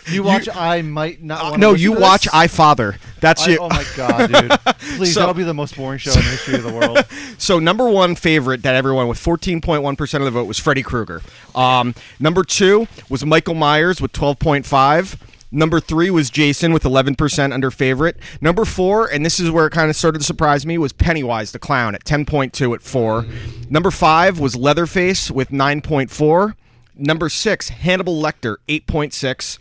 E: (laughs) You watch. I might not. wanna
C: no,
E: listen
C: you
E: to this.
C: watch I Father. That's
E: I-
C: you. (laughs)
E: oh my god, (laughs) dude! Please,
C: So-
E: that'll be the most boring show in the history of the (laughs) world.
C: So number one favorite that everyone with 14.1% of the vote was Freddy Krueger. Um, number two was Michael Myers with 12.5. Number three was Jason with 11% under favorite. Number four, and this is where it kind of started to surprise me, was Pennywise the Clown at 10.2 at four. Number five was Leatherface with 9.4. Number six, Hannibal Lecter, 8.6.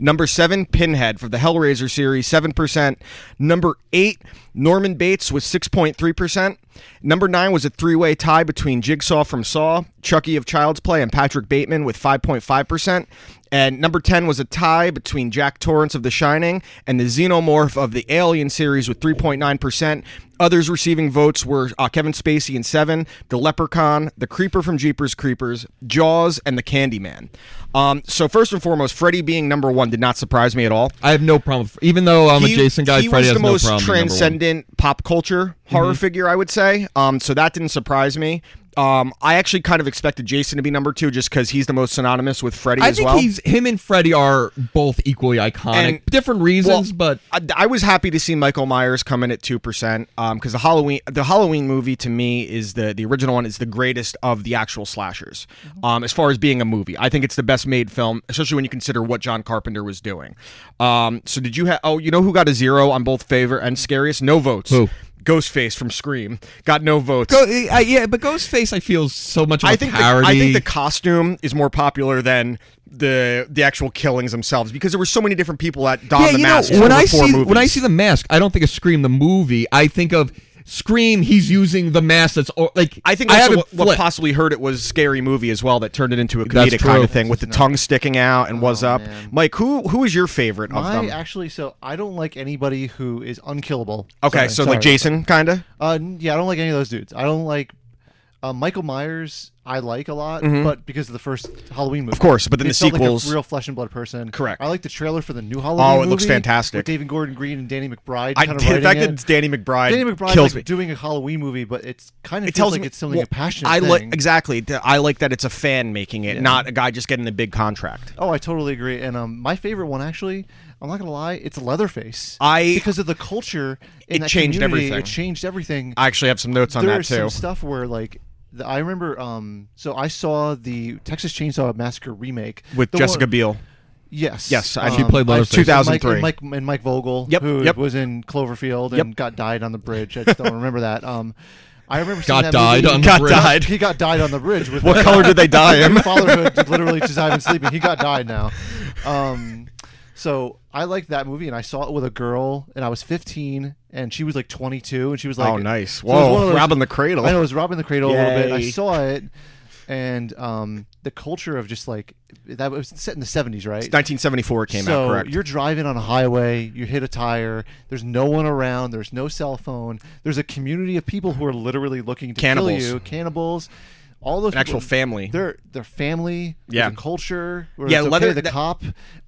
C: Number seven, Pinhead from the Hellraiser series, 7%. Number eight, Norman Bates with 6.3%. Number nine was a three way tie between Jigsaw from Saw, Chucky of Child's Play, and Patrick Bateman with 5.5%. And number 10 was a tie between Jack Torrance of The Shining and the Xenomorph of the Alien series with 3.9%. Others receiving votes were uh, Kevin Spacey in 7, The Leprechaun, The Creeper from Jeepers Creepers, Jaws, and The Candyman. Um, so, first and foremost, Freddy being number one did not surprise me at all.
D: I have no problem. with- Even though I'm a Jason guy,
C: he was
D: Freddy has
C: the
D: no
C: most
D: problem. with number one. Mm-hmm.
C: transcendent pop culture horror figure, I would say. Um, so that didn't surprise me. Um, I actually kind of expected Jason to be number two just because he's the most synonymous with Freddy
D: I
C: as
D: think
C: well.
D: he's him and Freddy are both equally iconic.
C: And-
D: Different reasons,
C: Well,
D: but
C: I, I was happy to see Michael Myers come in at two percent because the Halloween the Halloween movie to me is the the original one is the greatest of the actual slashers
D: Mm-hmm.
C: um, as far as being a movie. I think it's the best made film, especially when you consider what John Carpenter was doing. Um, so did you have? Oh, you know who got a zero on both favor and scariest? No votes.
D: Who?
C: Ghostface from Scream got no votes.
D: Go- uh, yeah, but Ghostface I feel is so much of a
C: I think the,
D: parody.
C: I think the costume is more popular than the the actual killings themselves because there were so many different people that donned
D: yeah,
C: the
D: you
C: masks.
D: know,
C: for
D: when I
C: the four
D: see
C: movies.
D: when I see the mask, I don't think of Scream the movie. I think of Scream. He's using the mask that's o- like
C: I think also
D: haven't
C: what, what
D: flipped.
C: possibly hurt it was scary movie as well that turned it into a
D: That's Oh,
C: comedic kind
D: true.
C: of thing with the tongue sticking out and was up.
E: man.
C: Mike, who who is your favorite of
E: I
C: them?
E: actually, so I don't like anybody who is unkillable.
C: okay,
E: Sorry,
C: so
E: sorry.
C: like Jason, kind of.
E: Uh, n- yeah, I don't like any of those dudes. I don't like uh, Michael Myers. I like a lot, but because of the first Halloween movie, of
C: Mm-hmm. course, but then the sequels-
E: like a real flesh and blood person.
C: Correct. Oh,
E: I like the trailer for the new Halloween.
C: it looks
E: movie
C: fantastic.
E: With David Gordon Green and Danny McBride.
C: I, (laughs)
E: kind
C: the
E: of writing
C: fact
E: it.
C: that it's Danny McBride,
E: Danny McBride
C: kills me.
E: like, doing a Halloween movie, but it's kind of
C: It
E: feels
C: tells
E: like
C: me
E: it's something
C: well,
E: a passionate
C: I
E: thing.
C: like exactly. th- I like that it's a fan making it, not a guy just getting a big contract.
E: Oh, I totally agree. And um, my favorite one actually, I'm not gonna lie, it's Leatherface.
C: I-
E: because of the culture, in
C: It
E: that
C: changed
E: community,
C: everything.
E: It changed everything.
C: I actually have some notes on that
E: There's
C: too.
E: some stuff where like the, I remember. Um, so I saw the Texas Chainsaw Massacre remake
C: With
E: the
C: Jessica
E: one-
C: Biel,
E: Yes,
C: Yes, I-
E: um,
C: She
D: played
E: I-
D: Leatherface.
E: and Mike-
C: 2003.
E: And Mike, and Mike Vogel,
C: Yep,
E: who
C: yep.
E: was in Cloverfield and
C: Yep.
E: got died on the bridge. I just don't remember that. Um, I remember seeing
D: Got
E: that
D: died
E: movie-
D: on the Got
C: (laughs)
D: bridge. died.
E: He got died on the bridge. With
C: what color did they
E: (laughs)
C: dye him?
E: fatherhood literally just I've been sleeping. He got died now. Um, so I liked that movie, and I saw it with a girl, and I was 15, and she was like 22, and she was like,
C: Oh, nice.
E: it was
C: Whoa,
E: one of
C: robbing the cradle.
E: I know it was robbing the cradle a little bit. I
C: Yay.
E: saw it, and um, the culture of just like that was set in the 70s, right?
C: 1974 it came
E: so
C: out, correct?
E: you're driving on a highway, you hit a tire, there's no one around, there's no cell phone, there's a community of people who are literally looking to
C: Cannibals.
E: kill you, cannibals. All those
C: An actual
E: people-
C: family.
E: Their their family,
C: Yeah.
E: the culture, where
C: Yeah,
E: it's okay,
C: leather-
E: the
C: that-
E: cop,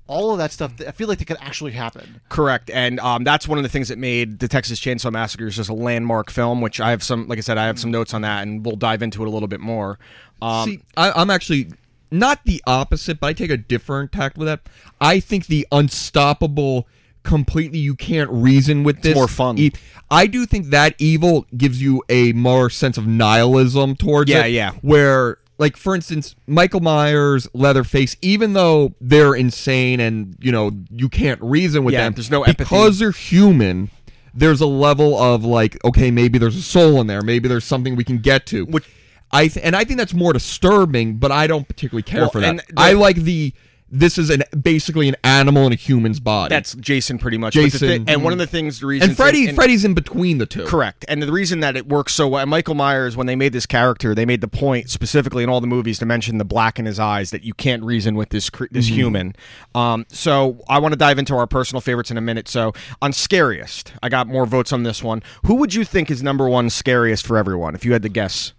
E: all of that stuff. I feel like that could actually happen.
C: Correct, and um, that's one of the things that made the Texas Chainsaw Massacre is just a landmark film. Which I have some, like I said, I have some notes on that, and we'll dive into it a little bit more. Um,
D: See, I, I'm actually not the opposite, but I take a different tact with that. I think the unstoppable, completely you can't reason with this.
C: more fun.
D: e- I do think that evil gives you a more sense of nihilism towards
C: Yeah,
D: it.
C: yeah.
D: Where, like, for instance, Michael Myers, Leatherface, even though they're insane and you know you can't reason with
C: Yeah,
D: them,
C: there's no empathy.
D: because they're human. There's a level of like, okay, maybe there's a soul in there. Maybe there's something we can get to. Which I th- and I think that's more disturbing, but I don't particularly care
C: Well,
D: for that.
C: and the-
D: I like the this is an basically an animal in a human's body.
C: that's Jason, pretty much. But the
D: Jason.
C: thi- and one of the things, the reason,
D: and Freddy Freddy's in between the two.
C: Correct. And the reason that it works so well, and Michael Myers, when they made this character, they made the point specifically in all the movies to mention the black in his eyes that you can't reason with this cre-
D: Mm-hmm.
C: this human. Um, so I want to dive into our personal favorites in a minute. So on scariest, I got more votes on this one. Who would you think is number one scariest for everyone if you had to guess?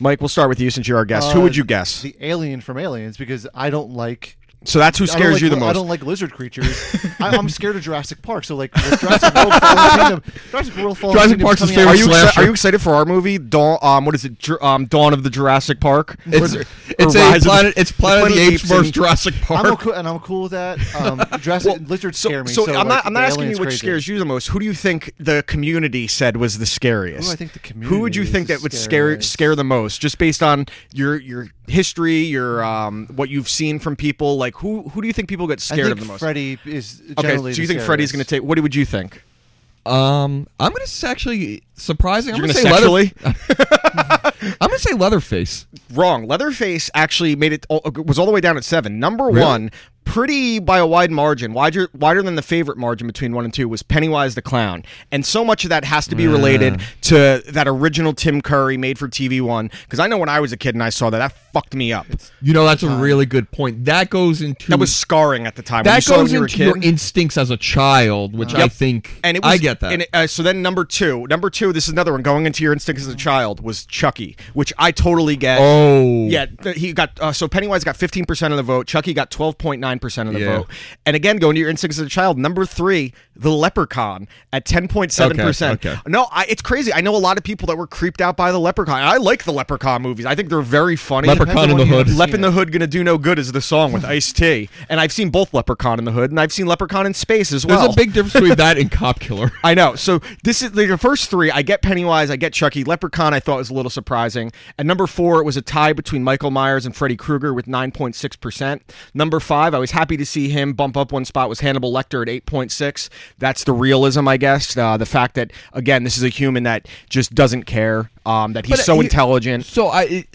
C: Mike, we'll start with you since you're our guest. Who
E: Uh,
C: would you guess?
E: The alien from Aliens, because I don't like.
C: so that's who
E: I don't
C: scares
E: like-
C: you the most.
E: I don't like lizard creatures.
C: (laughs)
E: I, I'm scared of Jurassic Park. So like with Jurassic World, Fallen Kingdom, Jurassic World, Fallen
D: Jurassic
E: Kingdom
D: Park's his
E: coming out-
C: are
D: favorite
C: you exci-
D: Slasher.
C: are you excited for our movie Dawn? Um, what is it? Ju- Um, Dawn of the Jurassic Park.
D: It's,
C: Or- or
D: it's
C: Rise
D: a
C: of the-
D: planet. It's Planet of the Apes versus
C: and-
D: Jurassic Park.
E: I'm okay, and I'm cool with that.
C: (laughs)
E: Um, Jurassic, lizards
C: so,
E: scare me.
C: So,
E: So,
C: I'm
E: like,
C: not. I'm not
E: the
C: asking you
E: alien's
C: which
E: crazy.
C: scares you the most. Who do you think the community said was the scariest?
E: Ooh, Oh, I think the
C: Who would you
E: community
C: think
E: is
C: that would
E: the
C: scare
E: scariest.
C: scare the most, just based on your your history, your um, what you've seen from people? Like who who do you think people get
E: I
C: scared
E: think
C: of the most?
E: Freddy is
C: okay, so
E: generally.
C: you
E: the
C: think Freddy's going to
E: scariest.
C: take? What would you think?
D: Um, I'm gonna s- actually surprising. I'm
C: You're
D: gonna,
C: gonna
D: say
C: sexually?
E: (laughs)
D: Leather- I'm gonna say Leatherface.
C: Wrong. Leatherface actually made it all, was all the way down at seven. Number one, pretty by a wide margin, wider wider than the favorite margin between one and two was Pennywise the Clown, and so much of that has to be related to that original Tim Curry made for TV one. Because I know when I was a kid and I saw that, that fucked me up.
D: You know, that's a really good point. That goes into
C: That was scarring at the time. when you
D: that
C: saw it when
D: goes
C: you were a
D: into your
C: kid.
D: instincts as a child, which I
C: Yep.
D: think
C: and it was,
D: I get that.
C: And it- uh, so then number two, number two, this is another one going into your instincts as a child was Chucky, which I totally get.
D: oh,
C: Yeah, th- he got uh, so Pennywise got 15% of the vote. Chucky got 12.9% of the
D: Yeah.
C: vote. And again, going to your instincts as a child, number three, the Leprechaun at 10.7%.
D: Okay, okay.
C: No, I, it's crazy. I know a lot of people that were creeped out by the Leprechaun. I like the Leprechaun movies. I think they're very funny.
D: Leprechaun in the Hood.
C: Lep in the Hood gonna do no good is the song with Ice T. And I've seen both Leprechaun in the Hood, and I've seen Leprechaun in space as well.
D: There's a big difference between that and Cop
C: (laughs)
D: Killer.
C: I know. So this is the first three. I get Pennywise. I get Chucky. Leprechaun. I thought was a little surprising. At number four, it was a tie between Michael Myers and Freddy Krueger with nine point six percent. Number five, I was happy to see him bump up one spot. Was Hannibal Lecter at eight point six? That's the realism, I guess. Uh, the fact that again, this is a human that just doesn't care. Um, that he's
D: But uh,
C: so
D: he-
C: intelligent.
D: So I, it-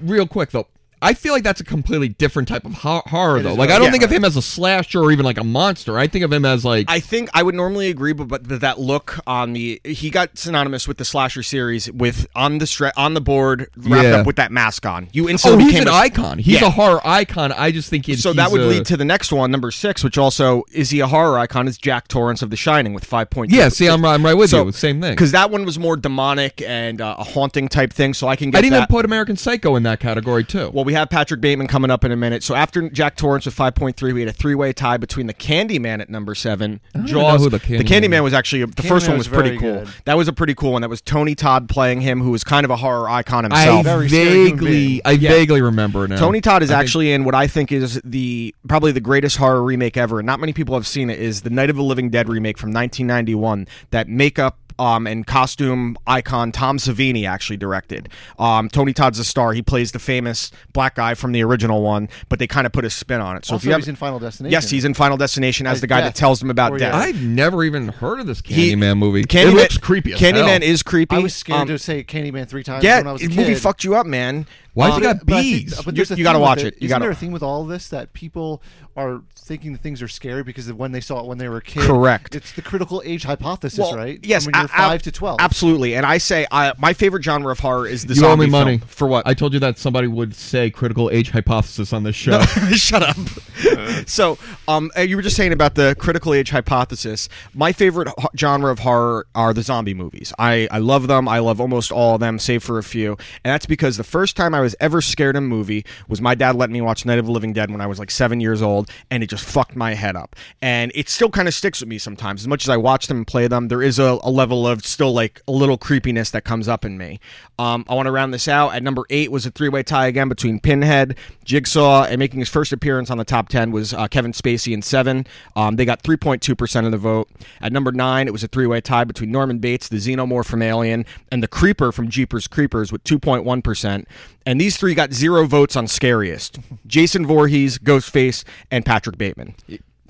D: real quick though, I feel like that's a completely different type of ho- horror though. Like I don't
C: Yeah.
D: think of him as a slasher or even like a monster. I think of him as like oh,
C: I think I would normally agree, but, but that look on the he got synonymous with the slasher series with on the stre- on the board wrapped
D: Yeah.
C: up with that mask on. You
D: oh
C: instantly
D: he's
C: became
D: an
C: a-
D: icon. He's
C: Yeah.
D: a horror icon. I just think it,
C: So
D: he's
C: that would
D: a-
C: lead to the next one, number six, which also is he a horror icon? Is Jack Torrance of The Shining with five point?
D: yeah. See, I'm, I'm right with
C: So-
D: you. Same thing.
C: because that one was more demonic and uh, a haunting type thing. So I can get
D: I'd even
C: that.
D: put American Psycho in that category too.
C: well, we have Patrick Bateman coming up in a minute. So after Jack Torrance with 5.3, we had a three-way tie between the Candyman at number seven.
D: don't even know who the Candyman
C: Candyman was actually the first
E: Candyman
C: one was,
E: was
C: pretty
E: very
C: cool.
E: good.
C: That was a pretty cool one. That was Tony Todd playing him, who was kind of a horror icon
D: I
C: himself.
E: Very scary human
D: vaguely,
E: being.
D: I vaguely remember now.
C: Tony Todd is actually in what I think is the probably the greatest horror remake ever, and not many people have seen it. Is the Night of the Living Dead remake from 1991 that makeup um, and costume icon Tom Savini actually directed. Um, Tony Todd's a star; he plays the famous black guy from the original one, but they kind of put a spin on it. So if
E: Also,
C: you have,
E: he's in Final Destination.
C: yes, he's in Final Destination as
E: As
C: the guy that
E: Death.
C: tells them about
E: Or,
C: death.
E: yeah.
D: I've never even heard of this
C: He-
D: Candyman movie.
C: Candyman,
D: it looks creepy. As
C: Candyman
D: hell.
C: is creepy.
E: I was scared
C: Um,
E: to say Candyman three times
C: yeah,
E: when I was a
C: the
E: kid.
C: movie fucked you up, man.
D: Why
C: Um,
D: you got
E: But I think-
D: bees?
E: but
C: You-
E: there's a
C: you gotta
E: theme with
C: watch it. You
E: Isn't
C: gotta-
E: there a thing with all of this that people are thinking that things are scary because of when they saw it when they were a kid?
C: Correct.
E: It's the critical age hypothesis,
C: Well,
E: right?
C: Yes,
E: When you're
C: a- a-
E: five to twelve.
C: Absolutely, and I say I, my favorite genre of horror is the
D: You owe
C: zombie
D: me money
C: film. (laughs) for what?
D: I told you that somebody would say critical age hypothesis on this show.
C: Shut up. (laughs) so, um, uh, you were just saying about the critical age hypothesis. My favorite ho- genre of horror are the zombie movies. I, I love them. I love almost all of them, save for a few. And that's because the first time I was ever scared in a movie was my dad letting me watch Night of the Living Dead when I was like seven years old, and it just fucked my head up. And it still kind of sticks with me sometimes. As much as I watch them and play them, there is a, a level of still like a little creepiness that comes up in me. Um, I want to round this out. At number eight was a three way tie again between Pinhead, Jigsaw, and making his first appearance on the top 10 was uh, Kevin Spacey in seven. Um, they got 3.2% of the vote. At number nine, it was a three way tie between Norman Bates, the Xenomorph from Alien, and the Creeper from Jeepers Creepers with 2.1%. And these three got zero votes on Scariest Jason Voorhees, Ghostface, and Patrick Bateman.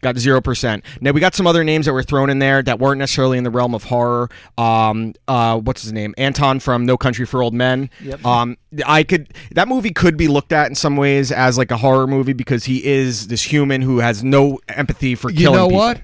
C: Got zero percent. Now we got some other names that were thrown in there that weren't necessarily in the realm of horror. Um, uh, what's his name? Anton from No Country for Old Men.
E: Yep.
C: Um, I could that movie could be looked at in some ways as like a horror movie because he is this human who has no empathy for
D: (laughs) you
C: killing.
D: know
C: people.
D: what?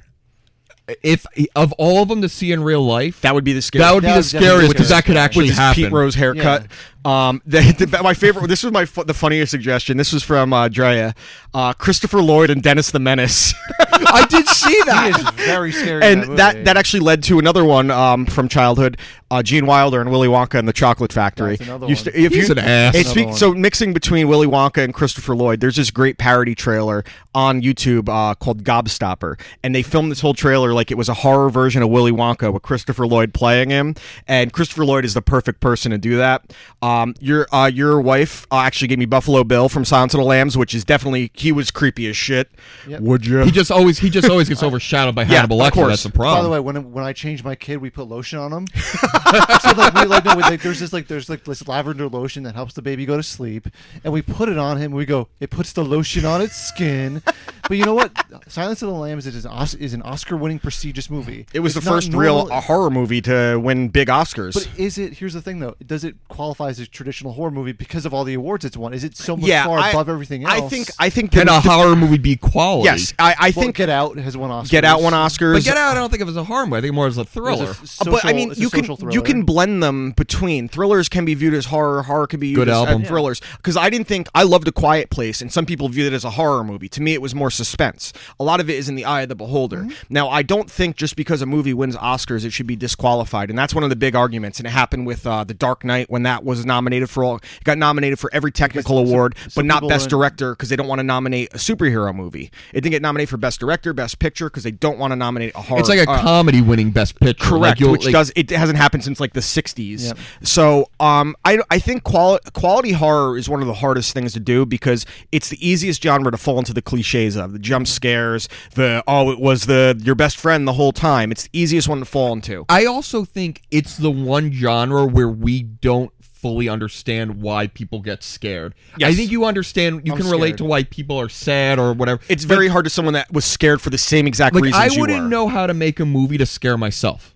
D: If of all of them to see in real life,
C: That would be the scary.
D: that would be
E: That
D: the
E: would definitely
D: scariest
E: be
D: because that could actually
C: with his
D: happen.
C: Pete Rose haircut. Um, (laughs) the, the- my favorite. This was my fu- the funniest suggestion. This was from uh, Drea, uh, Christopher Lloyd and Dennis the
D: (laughs)
C: Menace. I did (laughs) see
E: He is very scary. in
C: and
E: that,
C: that,
E: movie.
C: that actually led to another one um, from childhood uh, gene wilder and willy wonka and the chocolate factory
E: That's another
C: Used
E: one.
C: if
D: He's
C: you-
D: an ass.
C: it's
E: Another
C: be-
E: one.
C: so mixing between willy wonka and christopher lloyd there's this great parody trailer on youtube uh, called gobstopper and they filmed this whole trailer like it was a horror version of willy wonka with christopher lloyd playing him and christopher lloyd is the perfect person to do that um, your uh, your wife uh, actually gave me buffalo bill from silence of the lambs which is definitely he was creepy as shit would you
D: He just always he
C: (laughs)
D: just always gets overshadowed by Hannibal
C: of
D: Lecter.
C: course.
D: That's the
E: By the
C: Oh.
D: problem.
E: way, when when I changed my kid, we put lotion on him. (laughs) so like we like, no, we, like there's this like there's like this lavender lotion that helps the baby go to sleep, and we put it on him. and We go, it puts the lotion on its skin. But you know what? Silence of the Lambs is an Os- is an Oscar-winning prestigious movie.
C: It was
E: It's
C: the
E: not
C: first
E: normal-
C: real uh, horror movie to win big Oscars.
E: But is it? Here's the thing, though. Does it qualify as a a traditional horror movie because of all the awards it's won? Is it so much
C: yeah,
E: far
C: I,
E: above everything else?
C: I think I think
D: Can
C: the-
D: a
C: the-
D: horror movie be quality?
C: yes, I, I
E: Well,
C: think
E: Get Out has won Oscars.
C: Get Out won Oscars.
D: But Get Out, I don't think of it as a horror movie. I think more as a
E: It's a
D: thriller.
E: s- social,
C: but I mean,
E: it's a
C: you can
E: social
C: you
E: thriller.
C: can blend them between thrillers can be viewed as horror, horror can be viewed
D: Good
C: as uh,
D: album.
C: thrillers. Because I didn't think I loved A Quiet Place, and some people viewed it as a horror movie. To me, it was more suspense. A lot of it is in the eye of the beholder.
E: Mm-hmm.
C: Now, I don't think just because a movie wins Oscars, it should be disqualified, and that's one of the big arguments. And it happened with uh, The Dark Knight when that was nominated for all, it got nominated for every technical award, but not
E: people
C: best
E: in-
C: director because they don't want to nominate a superhero movie. It didn't get nominated for best director, best picture because they don't want to nominate a horror.
D: It's like a
C: uh,
D: comedy winning Best Picture. Like,
C: correct
D: you'll-
C: which
D: like-
C: does it hasn't happened since like the 60s so um i i think quali- quality horror is one of the hardest things to do because it's the easiest genre to fall into the cliches of the jump scares the oh it was the your best friend the whole time it's the easiest one to fall into
D: I also think it's the one genre where we don't fully understand why people get scared. I
C: Yes.
D: think you understand. You can relate
E: scared.
D: to why people are sad or whatever.
C: it's very hard to someone that was scared for the same exact
D: like
C: reasons
D: I
C: you
D: wouldn't
C: were.
D: know how to make a movie to scare myself.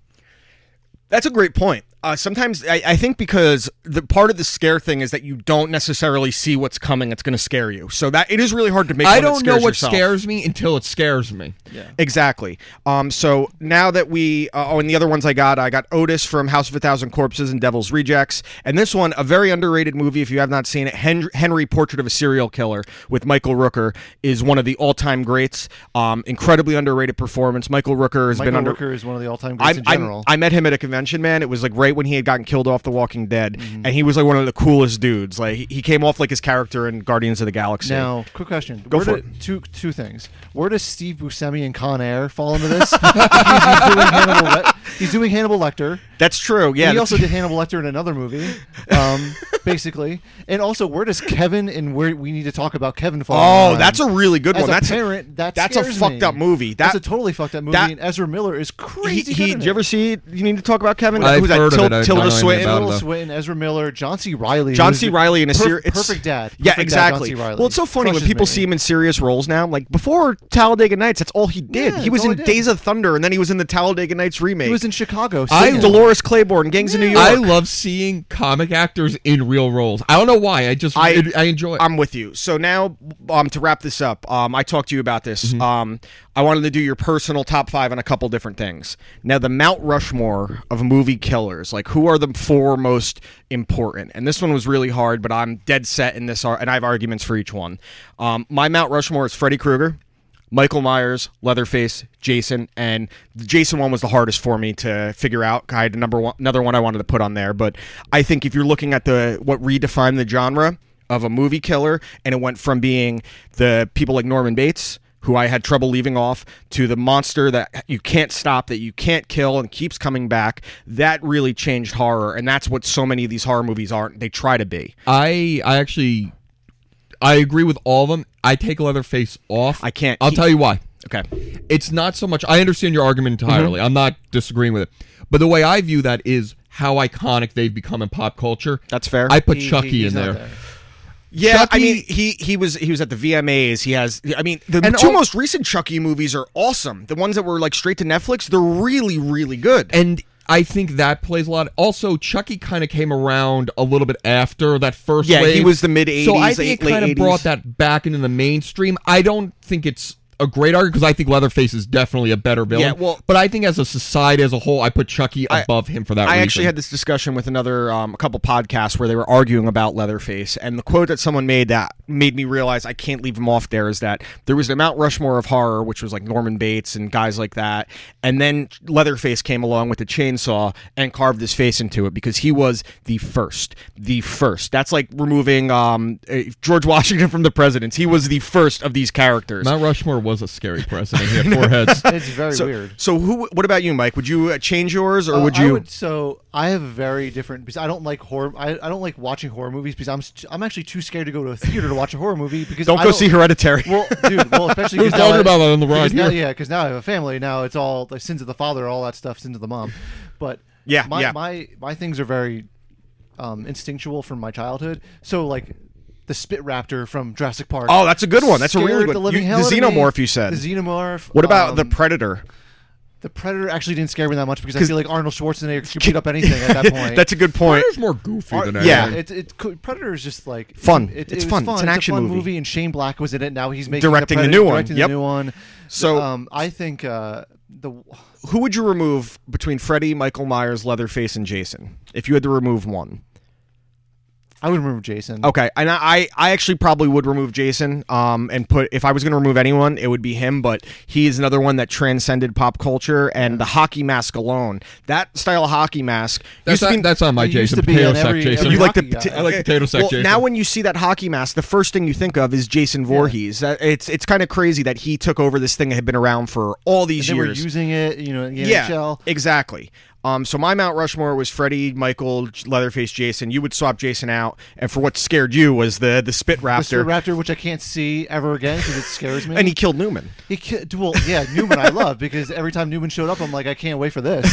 C: That's a great point. Uh, sometimes I, I think because the part of the scare thing is that you don't necessarily see what's coming. It's going to scare you. So that it is really hard to make. one
D: I
C: that
D: don't know
C: scares
D: what
C: yourself.
D: scares me until it scares me.
C: Exactly. Um, so now that we, uh, oh, and the other ones I got, I got Otis from House of a Thousand Corpses and Devil's Rejects, and this one, a very underrated movie if you have not seen it, Hen- Henry Portrait of a Serial Killer with Michael Rooker is one of the all-time greats. Um, incredibly underrated performance. Michael Rooker has
E: Michael
C: been under.
E: Rooker is one of the all-time
C: I,
E: greats in
C: I,
E: general.
C: I met him at a convention, man. It was like right when he had gotten killed off The Walking Dead,
E: Mm-hmm.
C: and he was like one of the coolest dudes. Like he- he came off like his character in Guardians of the Galaxy.
E: now, quick question.
C: Go
E: Where
C: for
E: do- Two, two things. Where does Steve Buscemi and Con Air fall
C: (laughs)
E: into this? he's, doing Hannibal, Le- he's doing Hannibal Lecter.
C: that's true. Yeah,
E: he
C: that's
E: also did Hannibal Lecter in another movie,
C: (laughs)
E: um, basically. And also, where does Kevin and where we need to talk about Kevin fall? in
C: Oh,
E: line?
C: that's a really good
E: As
C: one.
E: a
C: that's
E: parent, that
C: that's a
E: scares
C: fucked
E: me.
C: up movie. That,
E: that's a totally fucked up movie.
C: that-
E: and Ezra Miller is crazy.
C: He, he,
E: good in
C: did you
E: it.
C: ever see? You need to talk about Kevin.
D: I've
C: Who's that?
D: heard of
C: Til-
D: it. I don't know
C: Tilda
D: anything
C: Swinton.
D: about it,
E: Tilda
D: though.
E: Swinton, Ezra Miller, John C. Riley.
C: John
E: who's
C: C.
E: the
C: Riley in a
E: perf-
C: series.
E: perfect dad.
C: Yeah,
E: Perfect dad, John
C: exactly.
E: C. Riley.
C: Well, it's so funny when
E: Crushes
C: people
E: me.
C: see him in serious roles now. Like before Talladega Nights, that's all he did.
E: Yeah,
C: he was
E: that's all
C: in
E: he did.
C: Days of Thunder, and then he was in the Talladega Nights remake.
E: He was in Chicago.
C: I
E: singing.
C: Dolores Claiborne, Gangs of New York.
D: I love seeing comic actors in real roles. I don't know why. I just I,
C: I-
D: I enjoy it.
C: I'm with you. So now, um, to wrap this up, um, I talked to you about this.
D: Mm-hmm.
C: Um, I wanted to do your personal top five on a couple different things. Now, the Mount Rushmore of movie killers, like who are the four most important? And this one was really hard, but I'm dead set in this, ar- and I have arguments for each one. Um, my Mount Rushmore is Freddy Krueger. Michael Myers, Leatherface, Jason, and the Jason one was the hardest for me to figure out. I had a number one, another one I wanted to put on there, but I think if you're looking at the what redefined the genre of a movie killer, and it went from being the people like Norman Bates, who I had trouble leaving off, to the monster that you can't stop, that you can't kill, and keeps coming back. That really changed horror, and that's what so many of these horror movies aren't. They try to be.
D: I I actually I agree with all of them. I take Leatherface off.
C: I can't-
D: I'll
C: he-
D: tell you why.
C: Okay.
D: It's not so much. I understand your argument
C: Mm-hmm.
D: entirely. I'm not disagreeing with it. But the way I view that is how iconic they've become in pop culture.
C: That's fair.
D: I put
E: He- he-
D: Chucky
E: he's
D: in
E: not
D: there.
C: Yeah, I
D: Chucky-
C: mean, he he was he was at the VMAs. He has, I mean, the
D: And
C: two
D: al-
C: most recent Chucky movies are awesome. The ones that were like straight to Netflix, they're really really good.
D: And I think that plays a lot. Also, Chucky kind of came around a little bit after that first
C: Yeah, he
D: wave.
C: was the mid-eighties,
D: So I
C: late-
D: think it
C: late
D: kind of
C: 80s.
D: brought that back into the mainstream. I don't think it's a great argument because I think Leatherface is definitely a better villain.
C: Yeah, well-
D: but I think as a society as a whole, I put Chucky above him for that
C: I
D: reason.
C: actually had this discussion with another um, a couple podcasts where they were arguing about Leatherface, and the quote that someone made that made me realize I can't leave him off there is that there was the Mount Rushmore of horror, which was like Norman Bates and guys like that, and then Leatherface came along with the chainsaw and carved his face into it because he was the first, the first. That's like removing um, eh, George Washington from the presidents. He was the first of these characters.
D: Mount Rushmore was
C: (laughs)
D: a scary president. He had four heads.
E: It's very
C: so,
E: weird.
C: so who? What about you, Mike? Would you uh, change yours, or
E: Uh,
C: would
E: I
C: you?
E: so I have a very different because I don't like horror. I, I don't like watching horror movies because I'm st- I'm actually too scared to go to a theater to watch a horror movie because
C: don't
E: I
C: go see Hereditary.
E: Well, dude, well, especially because
D: We're talking about that on the ride
E: Now,
D: here.
E: yeah, because now I have a family. Now it's all the sins of the father, all that stuff, sins of the mom. But
C: Yeah,
E: my
C: yeah.
E: my my things are very um, instinctual from my childhood. So like the spit raptor from Jurassic Park.
C: Oh, that's a good one. That's a really
E: scared
C: good-
E: the living
C: you-
E: hell
C: the
E: out of me.
C: xenomorph you said.
E: The xenomorph.
C: What about the
E: um,
C: Predator?
E: The Predator actually didn't scare me that much because I feel like Arnold Schwarzenegger
C: (laughs)
E: could beat up anything at that point.
C: That's a good point.
D: Predator's more goofy than anything.
C: yeah.
E: It's it, could- Predator is just like
C: Fun.
E: It, it
C: It's
E: was
C: fun. It's an
E: a
C: action
E: fun
C: movie.
E: and Shane Black was in it. Now he's making
C: Directing the
E: Predator-
C: new one.
E: Directing
C: Yep.
E: the new one.
C: So-
E: um, I think uh, the
C: Who would you remove between Freddy, Michael Myers, Leatherface, and Jason if you had to remove one?
E: I would remove Jason.
C: Okay, and I, I actually probably would remove Jason. Um, and put if I was going to remove anyone, it would be him. But he is another one that transcended pop culture and the hockey mask alone. That style of hockey mask
D: That's,
C: used to
D: not,
C: be-
D: that's not my
E: It used
D: Jason.
E: to be
D: Potato
E: on
D: sack
E: every-
D: Jason.
E: every
C: You like the
E: hockey
C: pota-
E: guy.
D: I like potato sack
C: well,
D: Jason.
C: now when you see that hockey mask, the first thing you think of is Jason Voorhees. That- It's it's kind of crazy that he took over this thing that had been around for all these
E: they were
C: years.
E: using it, you know, in the NHL.
C: exactly. Um, so my Mount Rushmore was Freddy, Michael, J- Leatherface, Jason. You would swap Jason out, and for what scared you was the the Spit
E: The Spit
C: Raptor,
E: Raptor, which I can't see ever again because it scares me.
C: (laughs) and he killed Newman.
E: He ki- well, yeah, Newman I love because every time Newman showed up, I'm like, I can't wait for this.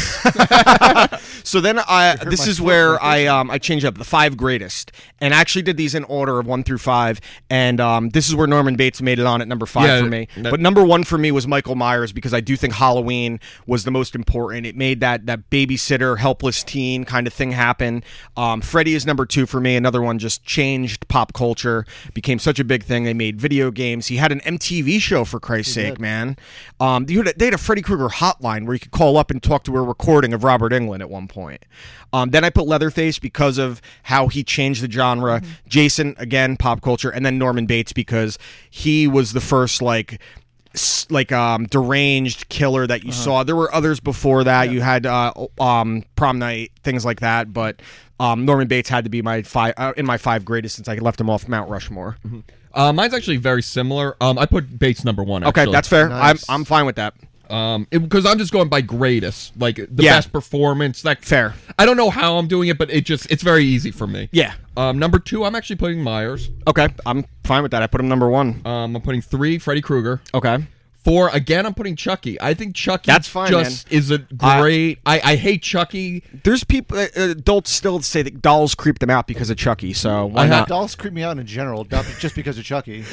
C: So then I this
E: my
C: is
E: foot
C: where
E: right
C: I um I changed up the five greatest and I actually did these in order of one through five and um this is where Norman Bates made it on at number five
D: Yeah,
C: for me.
D: that-
C: but number one for me was Michael Myers because I do think Halloween was the most important. It made that that babysitter helpless teen kind of thing happen. Um, Freddy is number two for me. Another one just changed pop culture, became such a big thing. They made video games. He had an MTV show for Christ's sake, man. Um, you had a- they had a Freddy Krueger hotline where you could call up and talk to a recording of Robert Englund at one point. Um, then I put Leatherface because of how he changed the genre. Jason again, pop culture, and then Norman Bates because he was the first like s- like um deranged killer that you saw there were others before that you had uh um prom night things like that but um norman bates had to be my five uh, in my five greatest since i left him off mount rushmore
D: uh, mine's actually very similar. Um, I put Bates number one.
C: okay
D: Actually.
C: that's fair
E: Nice.
C: i'm i'm fine with that
D: Um, because I'm just going by greatest, like the
C: Yeah.
D: best performance. That
C: Fair.
D: I don't know how I'm doing it, but it just it's very easy for me.
C: Yeah.
D: Um, number two, I'm actually putting Myers.
C: okay i'm fine with that i put him number one
D: Um, I'm putting three, Freddy Krueger.
C: okay
D: Four again, I'm putting Chucky. I think Chucky.
C: Oh. That's fine,
D: Just
C: man.
D: is a
C: I-
D: great. I, I hate Chucky.
C: there's people uh, adults still say that dolls creep them out because of chucky so why
D: I
C: not
D: have-
E: Dolls creep me out in general, not just because of Chucky.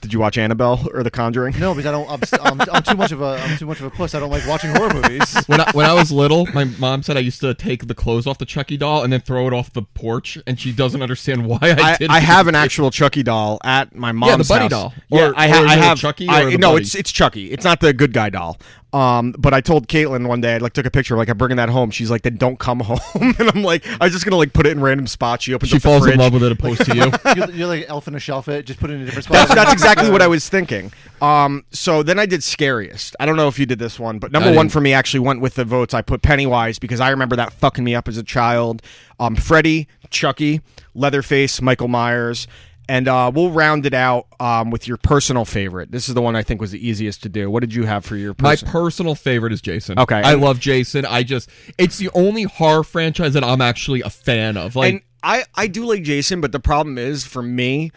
C: did you watch annabelle or the conjuring
E: No, because I don't. I'm, I'm, I'm too much of a. I'm too much of a puss. I don't like watching
C: (laughs)
E: horror movies.
D: When I, when I was little, my mom said I used to take the clothes off the Chucky doll and then throw it off the porch, and she doesn't understand why I,
C: I,
D: did.
C: I
D: it.
C: have an actual Chucky doll at my mom's
D: buddy
C: house.
D: doll.
C: Yeah,
D: Or-
C: I,
D: or
C: ha-
D: is
C: I
D: it a
C: have
D: Chucky
C: I-
D: or the
C: no,
D: buddy?
C: it's it's Chucky. It's not the good guy doll. Um, but I told Caitlin one day, I like took a picture, like I'm bringing that home. She's like, then don't come (laughs) home. and I'm like, I was just gonna like put it in random spots. She opens.
D: (laughs) She
C: up the
D: falls in
C: fridge.
D: love with it opposed to
C: (laughs)
D: you.
E: You're, you're like elf in a shelf. It just put it in a different spot.
C: That's, that's exactly what I was thinking. Um, so then I did scariest. I don't know if you did this one, but number
D: I
C: one
D: didn't.
C: for me actually went with the votes. I put Pennywise because I remember that fucking me up as a child. Um, Freddy, Chucky, Leatherface, Michael Myers, and uh, we'll round it out um, with your personal favorite. This is the one I think was the easiest to do. What did you have for your
D: My
C: person?
D: personal favorite is Jason.
C: Okay.
D: I love Jason. I just it's the only horror franchise that I'm actually a fan of. Like
C: and I I do like Jason, but the problem is for me.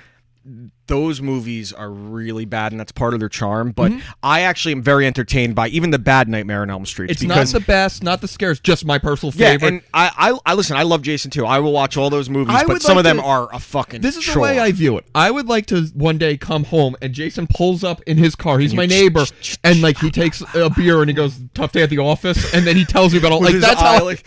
C: Those movies are really bad, and that's part of their charm. But
D: Mm-hmm.
C: I actually am very entertained by even the bad Nightmare on Elm Street.
D: it's not
C: because
D: the best, not the scares, just my personal
C: Yeah,
D: favorite.
C: and I, I, I listen. I love Jason too. I will watch all those movies,
D: I
C: but
D: would
C: some
D: like
C: of them
D: to-
C: are a fucking.
D: this is
C: chore.
D: the way I view it. I would like to one day come home and Jason pulls up in his car. He's my neighbor, and like he takes a beer and he goes, "Tough day at the office," and then he tells me about all
C: With
D: like
C: his
D: that's
C: eye,
D: how
C: like,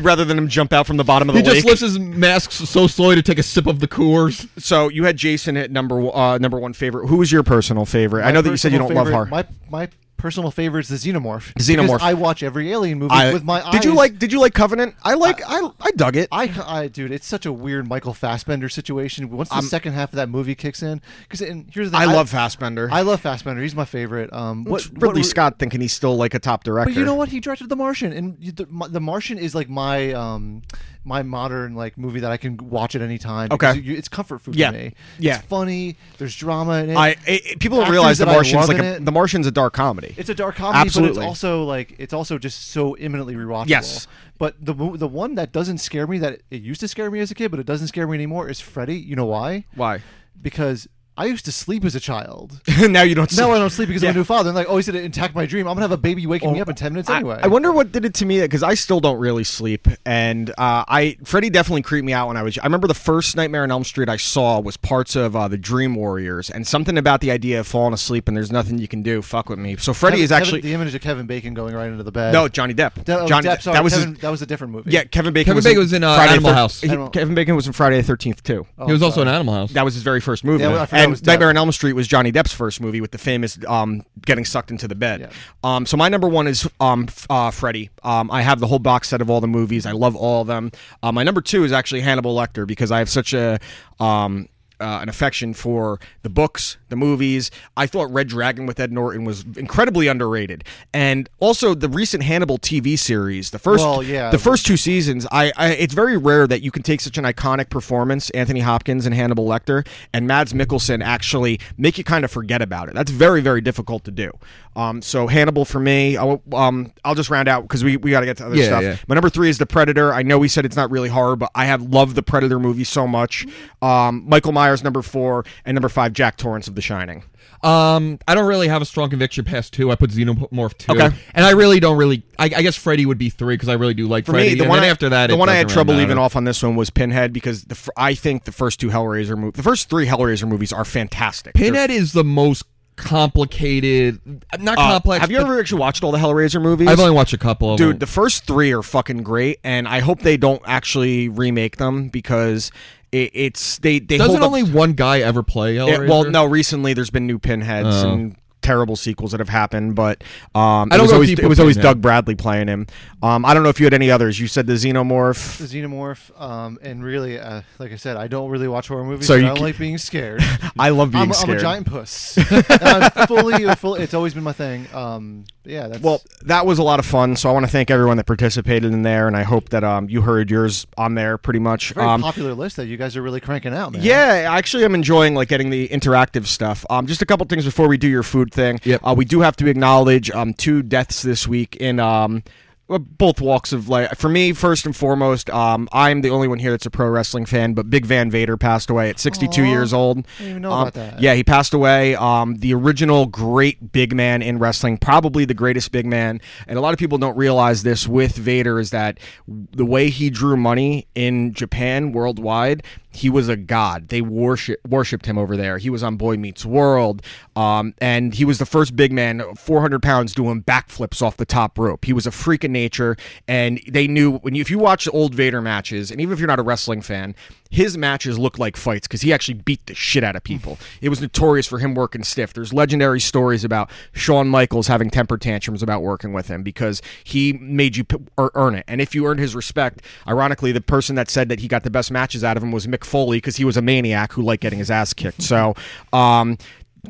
C: (laughs) rather than him jump out from the bottom of the
D: he just
C: lake.
D: lifts his mask so slowly to take a sip of the Coors.
C: so you had Jason at number uh, number one favorite. Who was your personal favorite? I know that you said you don't
E: personal
C: love
E: favorite-
C: horror.
E: My my personal favorite is the Xenomorph.
C: Xenomorph.
E: Because I watch every alien movie
C: I-
E: with my eyes.
C: Did you like Did you like Covenant? I like I I, dug it.
E: I, I, dude, it's such a weird Michael Fassbender situation. Once the second half of that movie kicks in, because and here's the
C: I
E: thing,
C: love Fassbender.
E: I love Fassbender. He's my favorite. Um, what
C: What's Ridley
E: what-
C: Scott thinking he's still like a top director?
E: But you know what? He directed The Martian, and you- the, my- the Martian is like my um my modern like movie that I can watch at any time. because
C: Okay.
E: you- it's comfort food
C: Yeah.
E: to me.
C: Yeah.
E: it's funny. There's drama in it.
C: I it, it- people don't
E: Actors
C: realize the
E: that I
C: Martian's
E: love
C: like
E: in
C: a,
E: it.
C: the Martian's a dark comedy.
E: It's a dark comedy, but
C: Absolutely.
E: it's also like it's also just so imminently rewatchable.
C: Yes.
E: But the mo- the one that doesn't scare me that it used to scare me as a kid, but it doesn't scare me anymore is Freddy. You know why?
C: Why?
E: Because I used to sleep as
C: (laughs)
E: a child.
C: (laughs) now you don't.
E: now
C: sleep.
E: I don't sleep because I'm a new father. And like, oh, he's gonna attack my dream. I'm gonna have a baby waking me up in ten minutes
C: Oh, I-
E: anyway.
C: I, wonder what did it to me because I still don't really sleep, and uh, I Freddie definitely creeped me out when I was. I remember the first Nightmare on Elm Street I saw was parts of uh, the Dream Warriors, and something about the idea of falling asleep and there's nothing you can do. Fuck with me. So Freddie
E: Kevin-
C: is actually
E: Kevin, the image of Kevin Bacon going right into the bed.
C: no Johnny Depp.
E: De- oh,
C: Johnny
E: Depp, sorry,
C: that was
E: Kevin,
C: his,
E: that was a different movie.
C: yeah. Kevin Bacon.
D: Kevin
C: was
D: Bacon
C: in
D: was in, uh,
C: Friday
D: Animal
C: thir-
D: House.
C: he-
E: Animal-
C: Kevin Bacon was in Friday the Thirteenth too.
D: he was
E: I'm
D: also in
E: sorry.
D: Animal House.
C: That was his very first movie.
E: Yeah, well, I forgot it
C: and
E: was Depp.
C: Nightmare on Elm Street was Johnny Depp's first movie with the famous um, getting sucked into the bed.
E: Yeah.
C: Um, so my number one is um, f- uh, Freddy. Um, I have the whole box set of all the movies. I love all of them. Uh, my number two is actually Hannibal Lecter because I have such a um, uh, an affection for the books, the movies. I thought Red Dragon with Ed Norton was incredibly underrated, and also the recent Hannibal TV series. The first,
E: Well, yeah.
C: the first two seasons, I, I it's very rare that you can take such an iconic performance, Anthony Hopkins and Hannibal Lecter, and Mads Mikkelsen actually make you kind of forget about it. That's very very difficult to do. Um, so Hannibal for me, I'll, um, I'll just round out because we, we got to get to other
D: Yeah,
C: stuff.
D: yeah.
C: My number three is The Predator. I know we said it's not really horror, but I have loved the Predator movie so much. Um, Michael Myers number four and number five Jack Torrance of The Shining.
D: Um, I don't really have a strong conviction past two. I put Xenomorph two,
C: Okay.
D: and I really don't really. I, I guess Freddy would be three because I really do like
C: For
D: Freddy.
C: me, the
D: and
C: one
D: then
C: I-
D: after that,
C: the
D: it
C: one I had
D: doesn't
C: trouble
D: really
C: leaving
D: matter.
C: off on this one was Pinhead because the fir- I think the first two Hellraiser movies, the first three Hellraiser movies are fantastic. They're-
D: Pinhead is the most complicated, not
C: uh,
D: complex.
C: Have you
D: but-
C: ever actually watched all the Hellraiser movies?
D: I've only watched a couple of
C: Dude,
D: them.
C: the first three are fucking great, and I hope they don't actually remake them because it, it's they they
D: Doesn't
C: hold up-
D: only one guy ever play
C: Yeah,
D: Hellraiser? Oh.
C: well, no. Recently, there's been new pinheads and terrible sequels that have happened, but um,
D: I don't
C: it was
D: go
C: always,
D: deep
C: it
D: with
C: was always
D: Pinhead.
C: Doug Bradley playing him. Um, I don't know if you had any others. You said the
E: The
C: Xenomorph.
E: Xenomorph, um, and really, uh, like I said, I don't really watch horror movies.
C: So
E: So
C: you
E: I don't
C: ca-
E: like being scared.
C: I love (laughs) being
E: I'm,
C: scared.
E: I'm a
C: (laughs)
E: giant puss. And I'm fully, fully, it's always been my thing. Um, but yeah, that's
C: Well, that was a lot of fun. So I want to thank everyone that participated in there, and I hope that um, you heard yours on there pretty much.
E: a very
C: um,
E: popular list that you guys are really cranking out, man.
C: Yeah, actually, I'm enjoying like getting the interactive stuff. Um, just a couple things before we do your food thing.
D: Yep.
C: Uh, we do have to acknowledge um two deaths this week in um. well, Both walks of life. For me, first and foremost, um, I'm the only one here that's a pro wrestling fan. But Big Van Vader passed away at 62
E: Aw,
C: years old. I
E: didn't even know about that.
C: Um, Yeah, he passed away. Um, the original great big man in wrestling, probably the greatest big man. And a lot of people don't realize this with Vader is that the way he drew money in Japan worldwide, he was a god. They worship, worshipped him over there. He was on Boy Meets World. Um, and he was the first big man, 400 pounds, doing backflips off the top rope. He was a freak of nature. And they knew when you, if you watch the old Vader matches, and even if you're not a wrestling fan, his matches looked like fights because he actually beat the shit out of people. it was notorious for him working stiff. There's legendary stories about Shawn Michaels having temper tantrums about working with him because he made you p- ear- earn it. And if you earned his respect, ironically, the person that said that he got the best matches out of him was Mick Foley because he was a maniac who liked getting his ass kicked. So, um,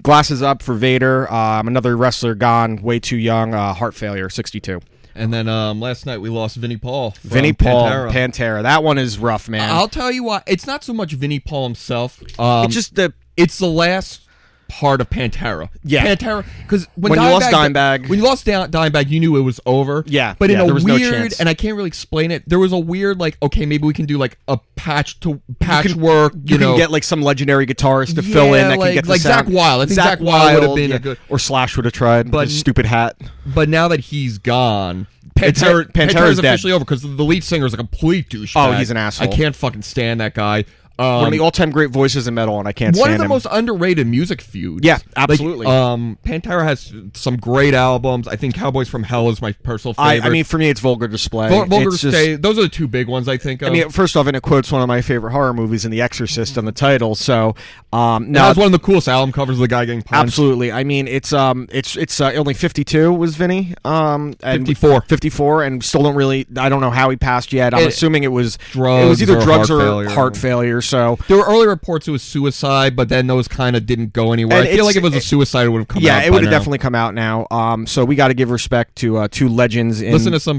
C: glasses up for Vader. Um, another wrestler gone way too young. Uh, heart failure, 62.
D: and then um, last night we lost Vinnie Paul. from
C: Vinnie Paul,
D: Pantera.
C: Pantera. That one is rough, man.
D: I'll tell you why. It's not so much Vinnie Paul himself. Um,
C: it's just the
D: it's the last part of Pantera.
C: Yeah.
D: Pantera. Because when,
C: When you lost
D: Dimebag,
C: Dimebag-
D: when you lost Down, Dimebag, you knew it was over.
C: Yeah,
D: but in
C: yeah,
D: a
C: there was no
D: weird,
C: chance.
D: and I can't really explain it. There was a weird, like, okay, maybe we can do like a patch to patchwork. You,
C: you,
D: know,
C: can get like some legendary guitarist to fill
D: Yeah,
C: in that
D: like-
C: can get the
D: like Zakk
C: sound.
D: Wylde. I think Zakk Wylde would've been a good-
C: or Slash would have tried,
D: But-
C: but stupid hat.
D: but now that he's gone.
C: It's-
D: Pantera,
C: Pantera's
D: Pantera's
C: dead.
D: officially over because the lead singer is a complete douchebag.
C: Oh, he's an asshole.
D: I can't fucking stand that guy.
C: One
D: Um,
C: of the all-time great voices in metal, and I can't.
D: one
C: stand
D: of the
C: him.
D: most underrated music feuds.
C: Yeah,
D: Like,
C: absolutely.
D: um, Pantera has some great albums. I think Cowboys from Hell is my personal
C: I,
D: favorite.
C: I mean, for me, it's Vulgar Display.
D: Vul- Vulgar
C: It's just-
D: Stay. Those are the two big ones I think. Of.
C: I mean, first off, and it quotes one of my favorite horror movies, in The Exorcist, on the title. So, um,
D: that
C: no,
D: was one of the coolest album covers. of The guy getting punched.
C: Absolutely. I mean, it's um, it's it's uh, only fifty two was Vinny. Um, and
D: 54.
C: fifty four, and still don't really. I don't know how he passed yet. I'm
D: It-
C: assuming it was It
D: Drugs
C: was either
D: or
C: drugs
D: heart
C: or
D: failure.
C: heart failure. So
D: There were early reports it was suicide, but then those kind of didn't go anywhere.
C: And
D: I feel
C: it's-
D: like if it was a suicide, it would have come.
C: yeah,
D: out
C: it
D: by
C: would have
D: now.
C: definitely come out now. Um, so we got to give respect to uh, two legends. In,
D: listen to some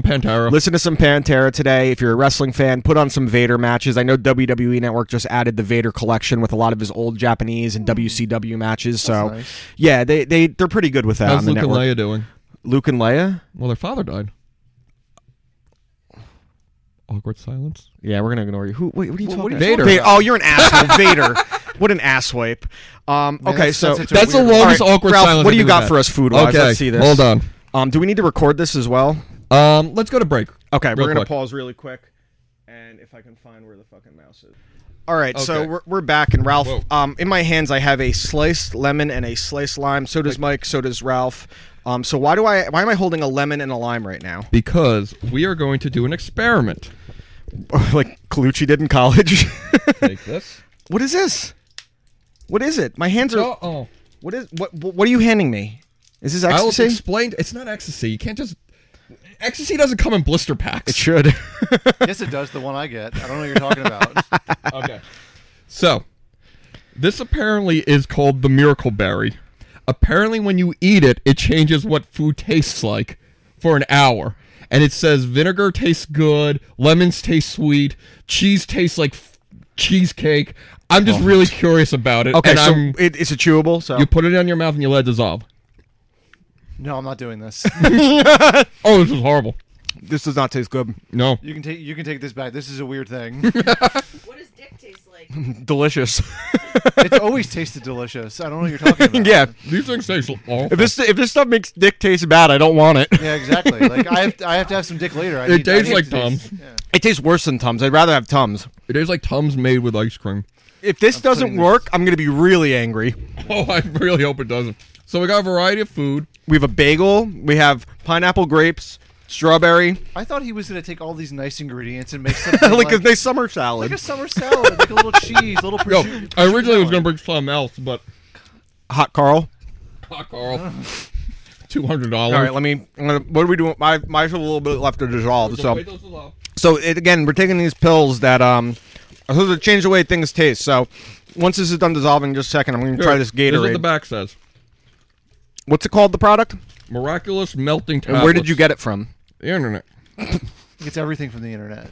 C: (laughs)
D: Pantera.
C: Listen to some Pantera today. If you're a wrestling fan, put on some Vader matches. I know WWE Network just added the Vader collection with a lot of his old Japanese and WCW matches. so,
E: Mm. nice.
C: yeah, they they they're pretty good with that
D: How's
C: on the
D: Luke and
C: network.
D: Leia doing?
C: Luke and Leia.
D: Well, their father died. Awkward silence.
C: Yeah, we're gonna ignore you. Who? Wait, what are you
D: Well,
C: talking
D: what are
C: about?
D: you talking
C: Vader. Oh, you're an asshole, (laughs) Vader. what an asswipe. Um,
E: Man,
C: okay,
E: that's-
C: so
E: that's such
D: That's the
E: Weird.
D: longest
C: All right,
D: awkward
C: Ralph,
D: silence.
C: What
D: I
C: do you
D: think
C: got
D: we've
C: for
D: had.
C: us food wise?
D: Okay,
C: Let's see this.
D: Hold on.
C: Um, do we need to record this as well?
D: Um, let's go to break.
C: Okay,
D: Real
C: we're gonna
D: quick.
C: pause really quick, and if I can find where the fucking mouse is. All right, so
D: Okay.
C: we're, we're back, and Ralph.
D: Whoa.
C: Um, in my hands, I have a sliced lemon and a sliced lime. So does Mike. So does Ralph. Um, so why do I? Why am I holding a lemon and a lime right now?
D: Because we are going to do an experiment.
C: (laughs) like Colucci did in college. (laughs)
D: Take this.
C: what is this? What is it? My hands are.
D: Oh, oh.
C: What is what? What are you handing me? Is this
D: I will
C: ecstasy?
D: explain. It's not ecstasy. You can't just. Ecstasy doesn't come in blister packs.
C: it should.
E: yes, it does. The one I get. I don't know what you're talking about.
C: (laughs)
D: okay. So, this apparently is called the miracle berry. Apparently, when you eat it, it changes what food tastes like for an hour. And it says vinegar tastes good, lemons taste sweet, cheese tastes like f- cheesecake. I'm just really curious
C: (laughs)
D: about it.
C: Oh. okay,
D: and
C: so
D: I'm-
C: it, it's a chewable. So
D: you put it on your mouth and you let it dissolve.
E: No, I'm not
C: (laughs)
E: doing this.
D: Oh, this is horrible.
C: this does not taste good.
D: No.
E: You can take you can take this back. This is a weird thing.
G: What does dick taste like?
C: Delicious.
E: It's always tasted delicious. I don't know what you're talking
C: (laughs)
E: about.
C: yeah.
D: These things taste awful.
C: If this if this stuff makes dick taste bad, I don't want it.
E: Yeah, exactly. Like I have to, I have to have some dick later. I
D: It
E: need- I
D: tastes
E: need
D: like
E: to taste-
D: Tums.
E: yeah.
C: (laughs) It tastes worse than Tums. I'd rather have Tums.
D: It tastes like Tums made with ice cream.
C: If this doesn't
E: putting this-
C: work, I'm gonna be really angry.
D: (laughs) Oh, I really hope it doesn't. So we got a variety of food.
C: We have a bagel. We have pineapple grapes, strawberry, (laughs)
E: I thought he was gonna take all these nice ingredients
D: (laughs)
E: and make something
C: like, a
E: like,
C: nice summer
E: like
C: salad.
E: a summer salad, like a little cheese, a little
D: Yo,
E: prosciutto.
D: I originally was gonna bring something else, but
C: Hot Carl. (laughs)
D: fuck Carl. Two hundred
C: All right,
D: dollars.
C: let me. I'm gonna, what are we doing? I, I have a little bit left to dissolve. So, so it, again, we're taking these pills that um are supposed to change the way things taste. So, once this is done dissolving, in just a second, I'm gonna try this
D: Here's what the
C: Gatorade.
D: back says:
C: What's it called? The product?
D: miraculous melting
C: And
D: tablets.
C: where did you get it from?
D: The internet.
E: It's everything from the internet.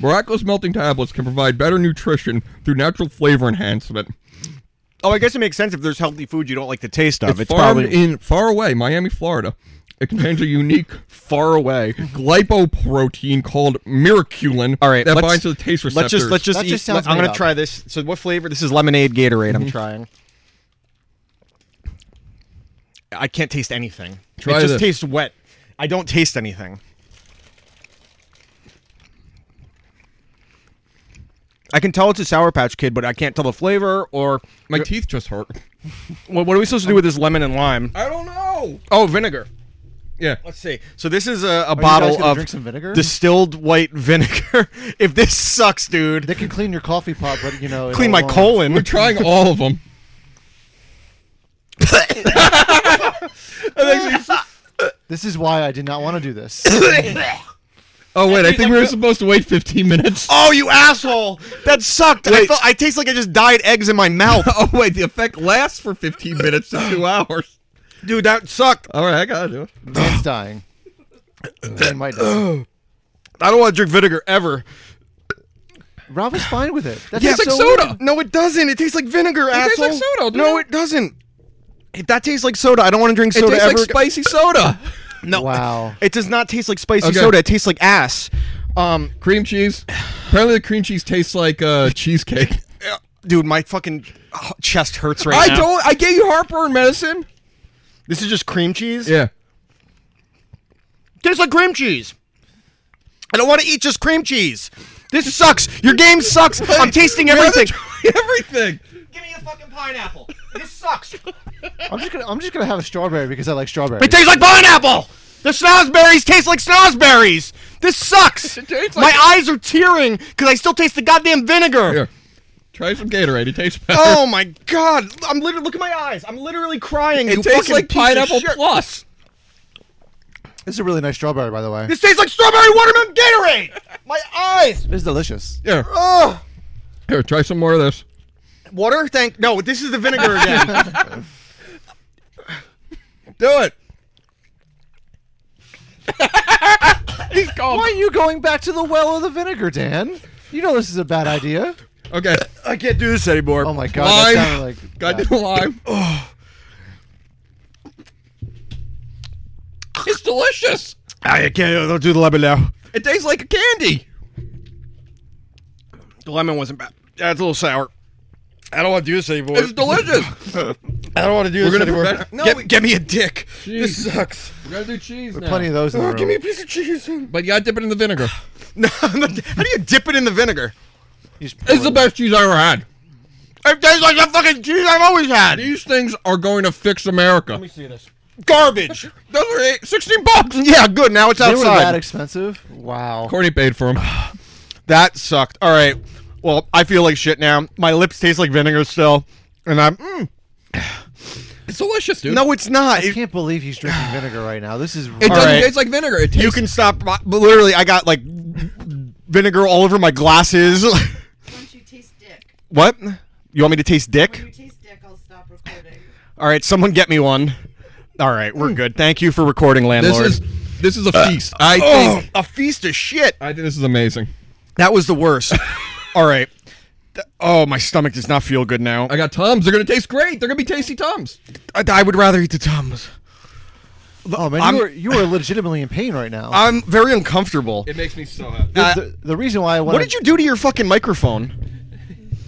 D: Miraculous melting tablets can provide better nutrition through natural flavor enhancement.
C: Oh, I guess it makes sense if there's healthy food you don't like the taste of. Um, It's,
D: Farmed
C: probably
D: in far away Miami, Florida. It contains a unique
C: (laughs) far away.
D: glypoprotein called miraculin.
C: All right,
D: that
C: let's-
D: binds to the taste receptors.
C: Let's just let's just
E: That
C: eat.
E: just
C: let-
E: sounds
C: I'm
E: made
C: gonna
E: up.
C: try this. So what flavor? This is lemonade Gatorade.
D: Mm-hmm.
C: I'm trying. I can't taste anything.
D: Try
C: it just
D: this.
C: tastes wet. I don't taste anything. I can tell it's a Sour Patch Kid, but I can't tell the flavor or
D: My teeth just hurt.
C: what, what are we supposed to do with this lemon and lime?
D: I don't know.
C: Oh, vinegar.
D: Yeah.
C: Let's see. So this is a, a bottle
E: gonna
C: of
E: drink some vinegar?
C: distilled white vinegar. (laughs) if this sucks, dude,
E: They can clean your coffee pot, but you know, it
C: clean my
E: all won't.
D: We're
C: colon.
D: trying all
C: (laughs)
D: of them.
E: This is why I did not want to
D: (coughs)
E: do this.
D: Oh wait, I think we were supposed to wait 15 minutes.
C: Oh, you asshole! That sucked. I, felt, I taste like I just dyed eggs in my mouth,
D: (laughs) Oh wait, the effect lasts for 15 minutes to two hours.
C: (laughs) dude. That sucked.
D: All right, I gotta do it.
E: Man's dying. Man might die.
C: I don't want to drink vinegar ever.
E: Ralph is fine with it. That
D: Yeah,
E: tastes
D: it's like
E: so
D: soda.
E: weird.
C: No, it doesn't. It tastes like vinegar,
D: tastes
C: asshole.
D: like soda,
C: No,
D: dude.
C: it doesn't. If that tastes like soda, I don't want to drink
D: It
C: soda
D: tastes
C: ever.
D: like spicy soda.
C: no,
E: Wow.
C: It does not taste like spicy
D: Okay.
C: soda. It tastes like ass. Um,
D: Cream cheese. Apparently, the cream cheese tastes like uh, cheesecake.
C: Uh, dude, my fucking uh, chest hurts right
D: (laughs) I
C: now.
D: don't. I gave you heartburn medicine.
C: This is just cream cheese.
D: Yeah.
C: Tastes like cream cheese. I don't want to eat just cream cheese. This sucks. Your game sucks. I'm tasting everything.
D: (laughs) Everything.
C: Give me a fucking pineapple. This sucks.
E: I'm just gonna I'm just gonna have a strawberry because I like strawberry.
C: It tastes like pineapple. The snozberries taste like snozberries. This sucks.
D: It tastes
C: My
D: like-
C: eyes are tearing because I still taste the goddamn vinegar.
D: Here, try some Gatorade. It tastes better.
C: Oh my god! I'm literally look at my eyes. I'm literally crying.
D: it
C: you
D: tastes
C: fucking
D: like
C: piece of
D: pineapple
C: shit.
D: plus.
E: This is a really nice strawberry, by the way.
C: This tastes like strawberry watermelon Gatorade. My eyes.
E: is delicious.
D: Here,
C: Ugh.
D: here, try some more of this.
C: Water? Thank. No, this is the vinegar again.
E: (laughs)
D: Do it. He's calm.
E: (laughs) Why are you going back to the well of the vinegar, Dan? You know this is a bad idea.
D: Okay.
C: I can't do this anymore.
E: Oh my god,
D: Lime.
E: that sounded like
D: Got
E: yeah.
D: the lime. It's delicious.
C: I can't. Don't do the lemon now.
D: It tastes like a candy.
C: The lemon wasn't bad. That's a little sour.
H: I don't want to do this anymore.
I: It's delicious.
H: I don't want to do this
D: gonna
H: anymore.
D: perfect-
C: get, get me a dick.
H: This sucks.
D: We gotta do cheese now.
E: Plenty of those in the
H: Oh,
E: room.
H: give me a piece of cheese. You
D: But you gotta dip it in the vinegar.
C: (laughs) No, I'm not- how do you dip it in the vinegar?
E: You just pour
D: It's the
E: it.
D: best cheese I ever had.
C: It tastes like the fucking cheese I've always had.
D: These things are going to fix America.
H: see this.
C: Garbage.
D: Those are eight, 16 bucks.
C: yeah, good. Now it's
E: They were that
C: outside.
E: expensive? Wow.
D: Courtney paid for them.
C: That sucked. All right. Well, I feel like shit now. My lips taste like vinegar still, and I'm. Mm.
D: It's delicious, dude.
C: No, it's not.
E: I
C: It-
E: can't believe he's drinking vinegar right now. This is
D: it
E: rough.
D: doesn't
C: right.
D: taste like vinegar. It tastes
C: you can stop. my- But literally, I got like vinegar all over my glasses. (laughs)
G: Once you taste dick,
C: what? You want me to taste
G: when
C: dick?
G: you taste dick, I'll stop recording.
C: All right, someone get me one. All right, we're good. Thank you for recording,
D: This
C: landlord.
D: is this is a feast. I
C: oh,
D: think
C: a feast of shit.
D: I think this is amazing.
C: That was the (laughs) worst. All right. Th- Oh, my stomach does not feel good now.
D: I got tums. They're gonna taste great. They're gonna be tasty tums.
C: I, I would rather eat the tums.
E: Oh man,
C: I'm-
E: you are, you are legitimately in pain right now.
C: I'm very uncomfortable.
D: It makes me so happy.
E: the, the- the reason why I wanted,
C: What did you do to your fucking
E: (laughs)
C: microphone?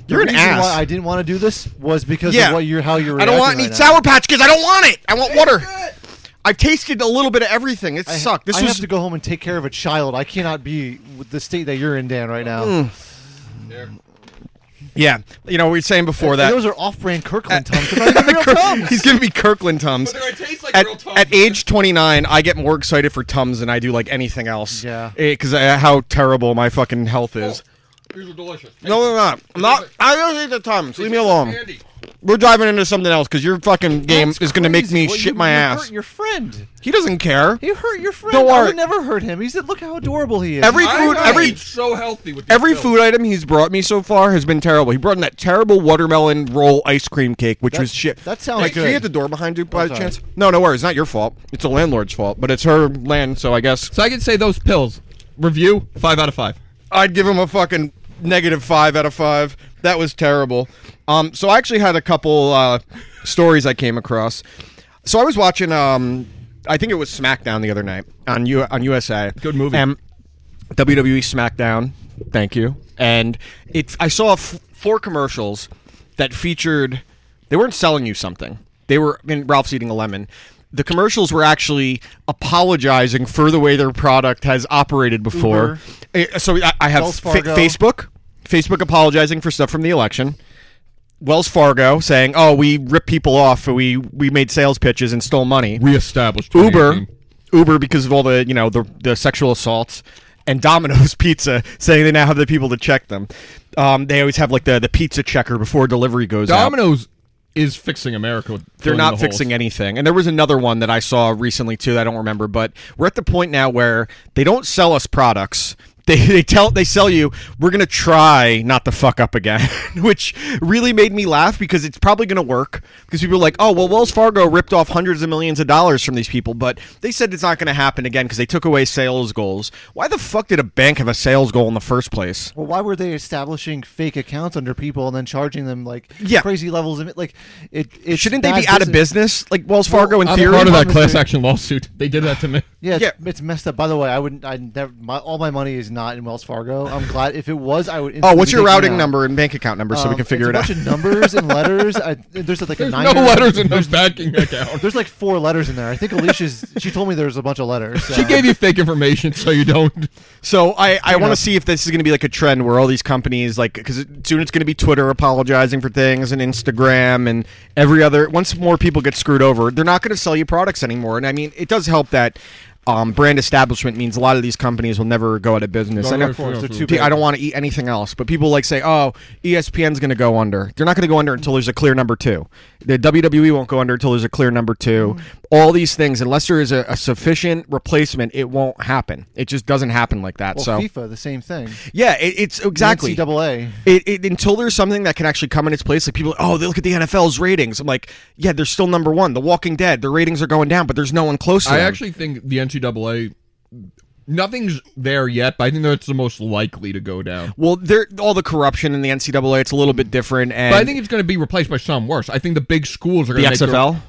C: You're
E: the
C: an
E: reason
C: ass.
E: Why I didn't want to do this was because
C: Yeah.
E: of what you're how you're.
C: I don't want
E: reacting
C: any
E: right now.
C: sour patch because I don't want it. I want water. I've tasted a little bit of everything. It
E: I,
C: sucked. This
E: I
C: was
E: have to go home and take care of a child. I cannot be with the state that you're in, Dan, right now.
C: Hmm. yeah. You know we were saying before that Uh,
E: those are off-brand
C: (laughs)
E: Kirkland tums. They're not even real tums.
C: he's giving me Kirkland tums.
D: But they're gonna taste like
C: at,
D: real Tums.
C: at age 29, I get more excited for tums than I do like anything else.
E: Yeah.
C: because how terrible my fucking health is.
D: These are delicious.
C: No, no, no, I'm not. I don't eat the tums. Leave me alone.
D: Andy.
C: We're diving into something else because your fucking game
E: That's
C: is going to make
E: crazy.
C: me
E: Well,
C: shit
E: you-
C: my
E: you
C: ass.
E: Hurt your friend.
C: He doesn't care.
E: You hurt your friend.
C: Don't
E: I
C: worry.
E: would never hurt him. He said, "Look how adorable he is."
C: Every
E: I-
C: food,
D: I
C: every
D: eat so healthy with these
C: every
D: pills.
C: food item he's brought me so far has been terrible. He brought in that terrible watermelon roll ice cream cake, which was shit.
E: that sounds
C: Hey, Can
E: good.
C: you get the door behind you by
E: sorry.
C: chance? No, no worries. It's not your fault. It's the landlord's fault, but it's her land, so I guess
D: So I can say those pills. Review five out of five.
C: I'd give him a fucking negative five out of five. That was terrible. Um, so I actually had a couple uh, stories I came across. So I was watching, um, I think it was SmackDown the other night on U- on USA.
D: Good movie.
C: Um, WWE E SmackDown. Thank you. And it, I saw f- four commercials that featured. They weren't selling you something. They were. And Ralph's eating a lemon. The commercials were actually apologizing for the way their product has operated before. Eh, So I, I have
E: Wells
C: fa-
E: Fargo.
C: Facebook. Facebook apologizing for stuff from the election. Wells Fargo saying, "Oh, we rip people off. We we made sales pitches and stole money."
D: Reestablished.
C: Uber, Uber because of all the you know the the sexual assaults, and Domino's (laughs) Pizza saying they now have the people to check them. Um, they always have like the the pizza checker before delivery goes out.
D: Domino's is fixing America. with
C: They're
D: filling
C: not
D: the
C: fixing
D: holes.
C: anything. And there was another one that I saw recently too that I don't remember, but we're at the point now where they don't sell us products. (laughs) They, they tell they sell you we're gonna try not to fuck up again, (laughs) which really made me laugh because it's probably gonna work because people are like oh well Wells Fargo ripped off hundreds of millions of dollars from these people but they said it's not gonna happen again because they took away sales goals. Why the fuck did a bank have a sales goal in the first place?
E: Well, why were they establishing fake accounts under people and then charging them like
C: Yeah.
E: crazy levels of it? Like, it, it
C: Shouldn't they be out of business like Wells Fargo in
D: I'm
C: theory?
D: part of that
E: Obviously-
D: class action lawsuit. (laughs) They did that to me.
E: Yeah, it's,
C: Yeah.
E: it's messed up. By the way, I wouldn't. I never. My, all my money is not in Wells Fargo. I'm glad if it was, I would.
C: Oh,
E: instantly
C: what's your
E: take it
C: routing
E: out.
C: number and bank account number so we
E: Um,
C: can figure it
E: it's
C: out?
E: a bunch of
C: (laughs)
E: numbers and letters. I, there's like a
D: There's
E: nine.
D: no letters in those banking account.
E: There's like four letters in there. I think Alicia's. she told me there's a bunch of letters.
D: She
E: so-
D: gave you fake information so
C: (laughs)
D: you don't.
C: So I, I want to see if this is going to be like a trend where all these companies like because soon it's going to be Twitter apologizing for things and Instagram and every other. Once more people get screwed over, they're not going to sell you products anymore. And I mean, it does help that um, brand establishment means a lot of these companies will never go out of business. I, know,
D: of course, they're too
C: Dude, I don't want to eat anything else, but people like say, "Oh, ESPN's going to go under." They're not going to go under until there's a clear number two. The WWE won't go under until there's a clear number 2
E: Mm.
C: All these things, unless there is a, a sufficient replacement, it won't happen. It just doesn't happen like that.
E: Well,
C: so
E: FIFA, the same thing.
C: yeah, it, it's exactly.
E: NCAA.
C: It, it, until there's something that can actually come in its place, like people, oh, they look at the NFL's ratings. I'm like, yeah, they're still number one. The Walking Dead, their ratings are going down, but there's no one close. To
D: I
C: them.
D: actually think the NCAA. Nothing's there yet, but I think that's the most likely to go down.
C: well, there all the corruption in the NCAA, it's a little bit different. And
D: But I think it's going to be replaced by something worse. I think the big schools are
C: the
D: going to make their-
C: XFL,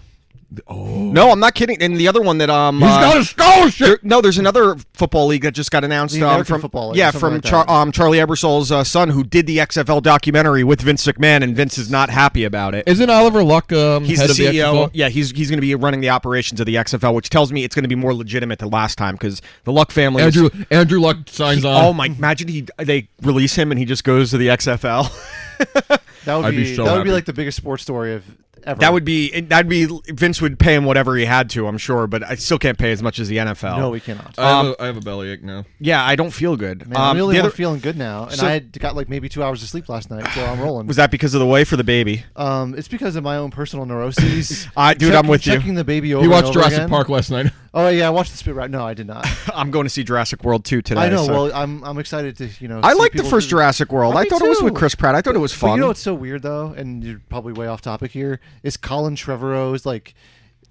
D: Oh,
C: No, I'm not kidding. And the other one that um,
D: he's
C: uh,
D: got a scholarship.
C: there- no, there's another football league that just got announced.
E: The
C: um,
E: American
C: from
E: Football League or
C: yeah,
E: something
C: from
E: like
C: Char-
E: that.
C: um, Charlie Ebersole's uh, son, who did the XFL documentary with Vince McMahon, and Vince is not happy about it.
I: Isn't Oliver Luck um,
C: He's
I: head
C: the
I: of the
C: CEO.
I: XFL?
C: yeah, he's he's going to be running the operations of the XFL, which tells me it's going to be more legitimate than last time because the Luck family. is-
I: Andrew Andrew Luck signs
C: he-
I: on.
D: uh,
C: oh my! Imagine he they release him and he just goes to the XFL.
E: That would
D: I'd
E: be,
D: be so
E: that would be
D: happy.
E: like the biggest sports story of ever.
C: (laughs) that would be that'd be Vince would pay him whatever he had to. I'm sure, but I still can't pay as much as the NFL.
E: no, we cannot.
D: I, have a, I have a bellyache now.
C: yeah, I don't feel good.
E: Man, I'm
C: Uh, Um,
E: really
C: the
E: not
C: other-
E: feeling good now, and
C: so-
E: I had got like maybe two hours of sleep last night, so I'm rolling.
C: was that because of the way for the baby? (laughs)
E: um, it's because of my own personal neuroses.
C: I- dude, I'm with you.
E: checking the baby over.
I: He
E: and
I: watched
E: over
I: Jurassic
E: again.
I: Park last night.
E: Oh yeah, I watched the spit rat. No, I
C: (laughs)
E: did not.
C: I'm going to see Jurassic World 2 today.
E: I know.
C: so-
E: Well, I'm I'm excited to you know.
C: I
E: see
C: liked the
E: people
C: first
E: do-
C: Jurassic World.
E: Oh,
C: I
E: me
C: thought it was
E: too.
C: with Chris Pratt. I thought it was
E: But
C: fun.
E: you know what's so weird though, and you're probably way off topic here, is Colin Trevorrow's like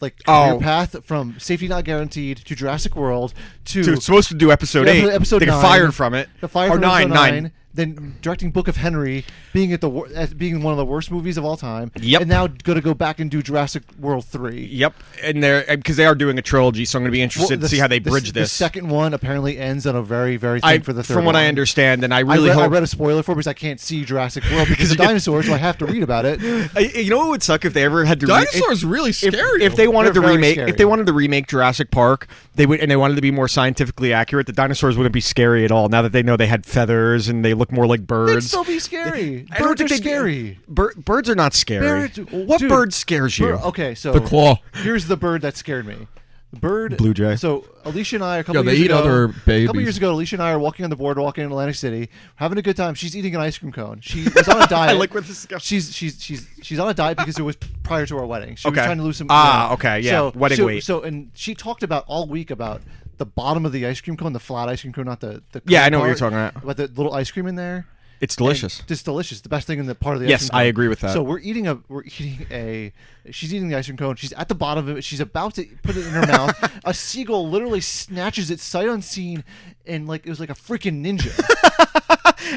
E: like career
C: Oh.
E: path from Safety Not Guaranteed to Jurassic World to
C: Dude, it's supposed to do episode
E: Yeah,
C: eight.
E: episode
C: they got
E: nine.
C: fired from it.
E: The fire
C: or
E: from
C: nine,
E: episode
C: nine.
E: nine, Then directing Book of Henry, being at the wor- at being one of the worst movies of all time.
C: Yep.
E: And now going to go back and do Jurassic World three.
C: Yep, and they're because they are doing a trilogy, so I'm going to be interested
E: Well,
C: to
E: the
C: see how they
E: s- the s-
C: bridge
E: The
C: this.
E: second one apparently ends on a very very thing
C: I,
E: for the third.
C: from what I
E: one.
C: understand, and I
E: I
C: really
E: read, I
C: hope.
E: read a spoiler for it because I can't see Jurassic
C: (laughs)
E: World because of
C: you-
E: dinosaurs, so I have to read
C: (laughs)
E: about it.
C: I- you know what would suck if they ever had to re-
I: Dinosaurs really
C: if,
I: scary.
C: if they wanted
E: They're
C: to
E: very
C: remake
E: scary.
C: if they wanted to remake Jurassic Park they would and they wanted to be more scientifically accurate the dinosaurs wouldn't be scary at all now that they know they had feathers and they look more like
E: It'd
C: birds
E: still be scary.
C: I don't
E: Birds
C: think
E: are
C: they'd be-
E: scary.
C: Bir- birds are not scary.
E: Birds-
C: what
E: dude,
C: bird scares you?
E: Bir- okay, so
I: The claw.
E: Here's the bird that scared me. The bird
C: Blue jay.
E: So Alicia and I a couple
I: they
E: years
I: eat
E: ago,
I: other
E: A couple
I: babies.
E: years ago, Alicia and I are walking on the boardwalk in Atlantic City, having a good time. She's eating an ice cream cone. She
C: (laughs)
E: was on a diet.
C: like where this is going.
E: She's she's she's she's on a diet because it was prior to our wedding. She
C: Okay.
E: was trying to lose some.
C: Ah, okay, yeah,
E: So,
C: wedding
E: so,
C: weight.
E: So and she talked about all week about the bottom of the ice cream cone, the flat ice cream cone, not the the.
C: Yeah, I
E: cone
C: know what you're
E: part,
C: talking about.
E: About the little ice cream in there.
C: It's
E: And
C: delicious.
E: Just delicious. The best thing in the part of the
C: Yes,
E: ice cream
C: I
E: cone.
C: agree with that.
E: So we're eating a we're (laughs) eating a she's eating the ice cream cone. She's at the bottom of it. She's about to put it in
C: (laughs)
E: her mouth. A seagull literally snatches it sight unseen, and like it was like a freaking ninja.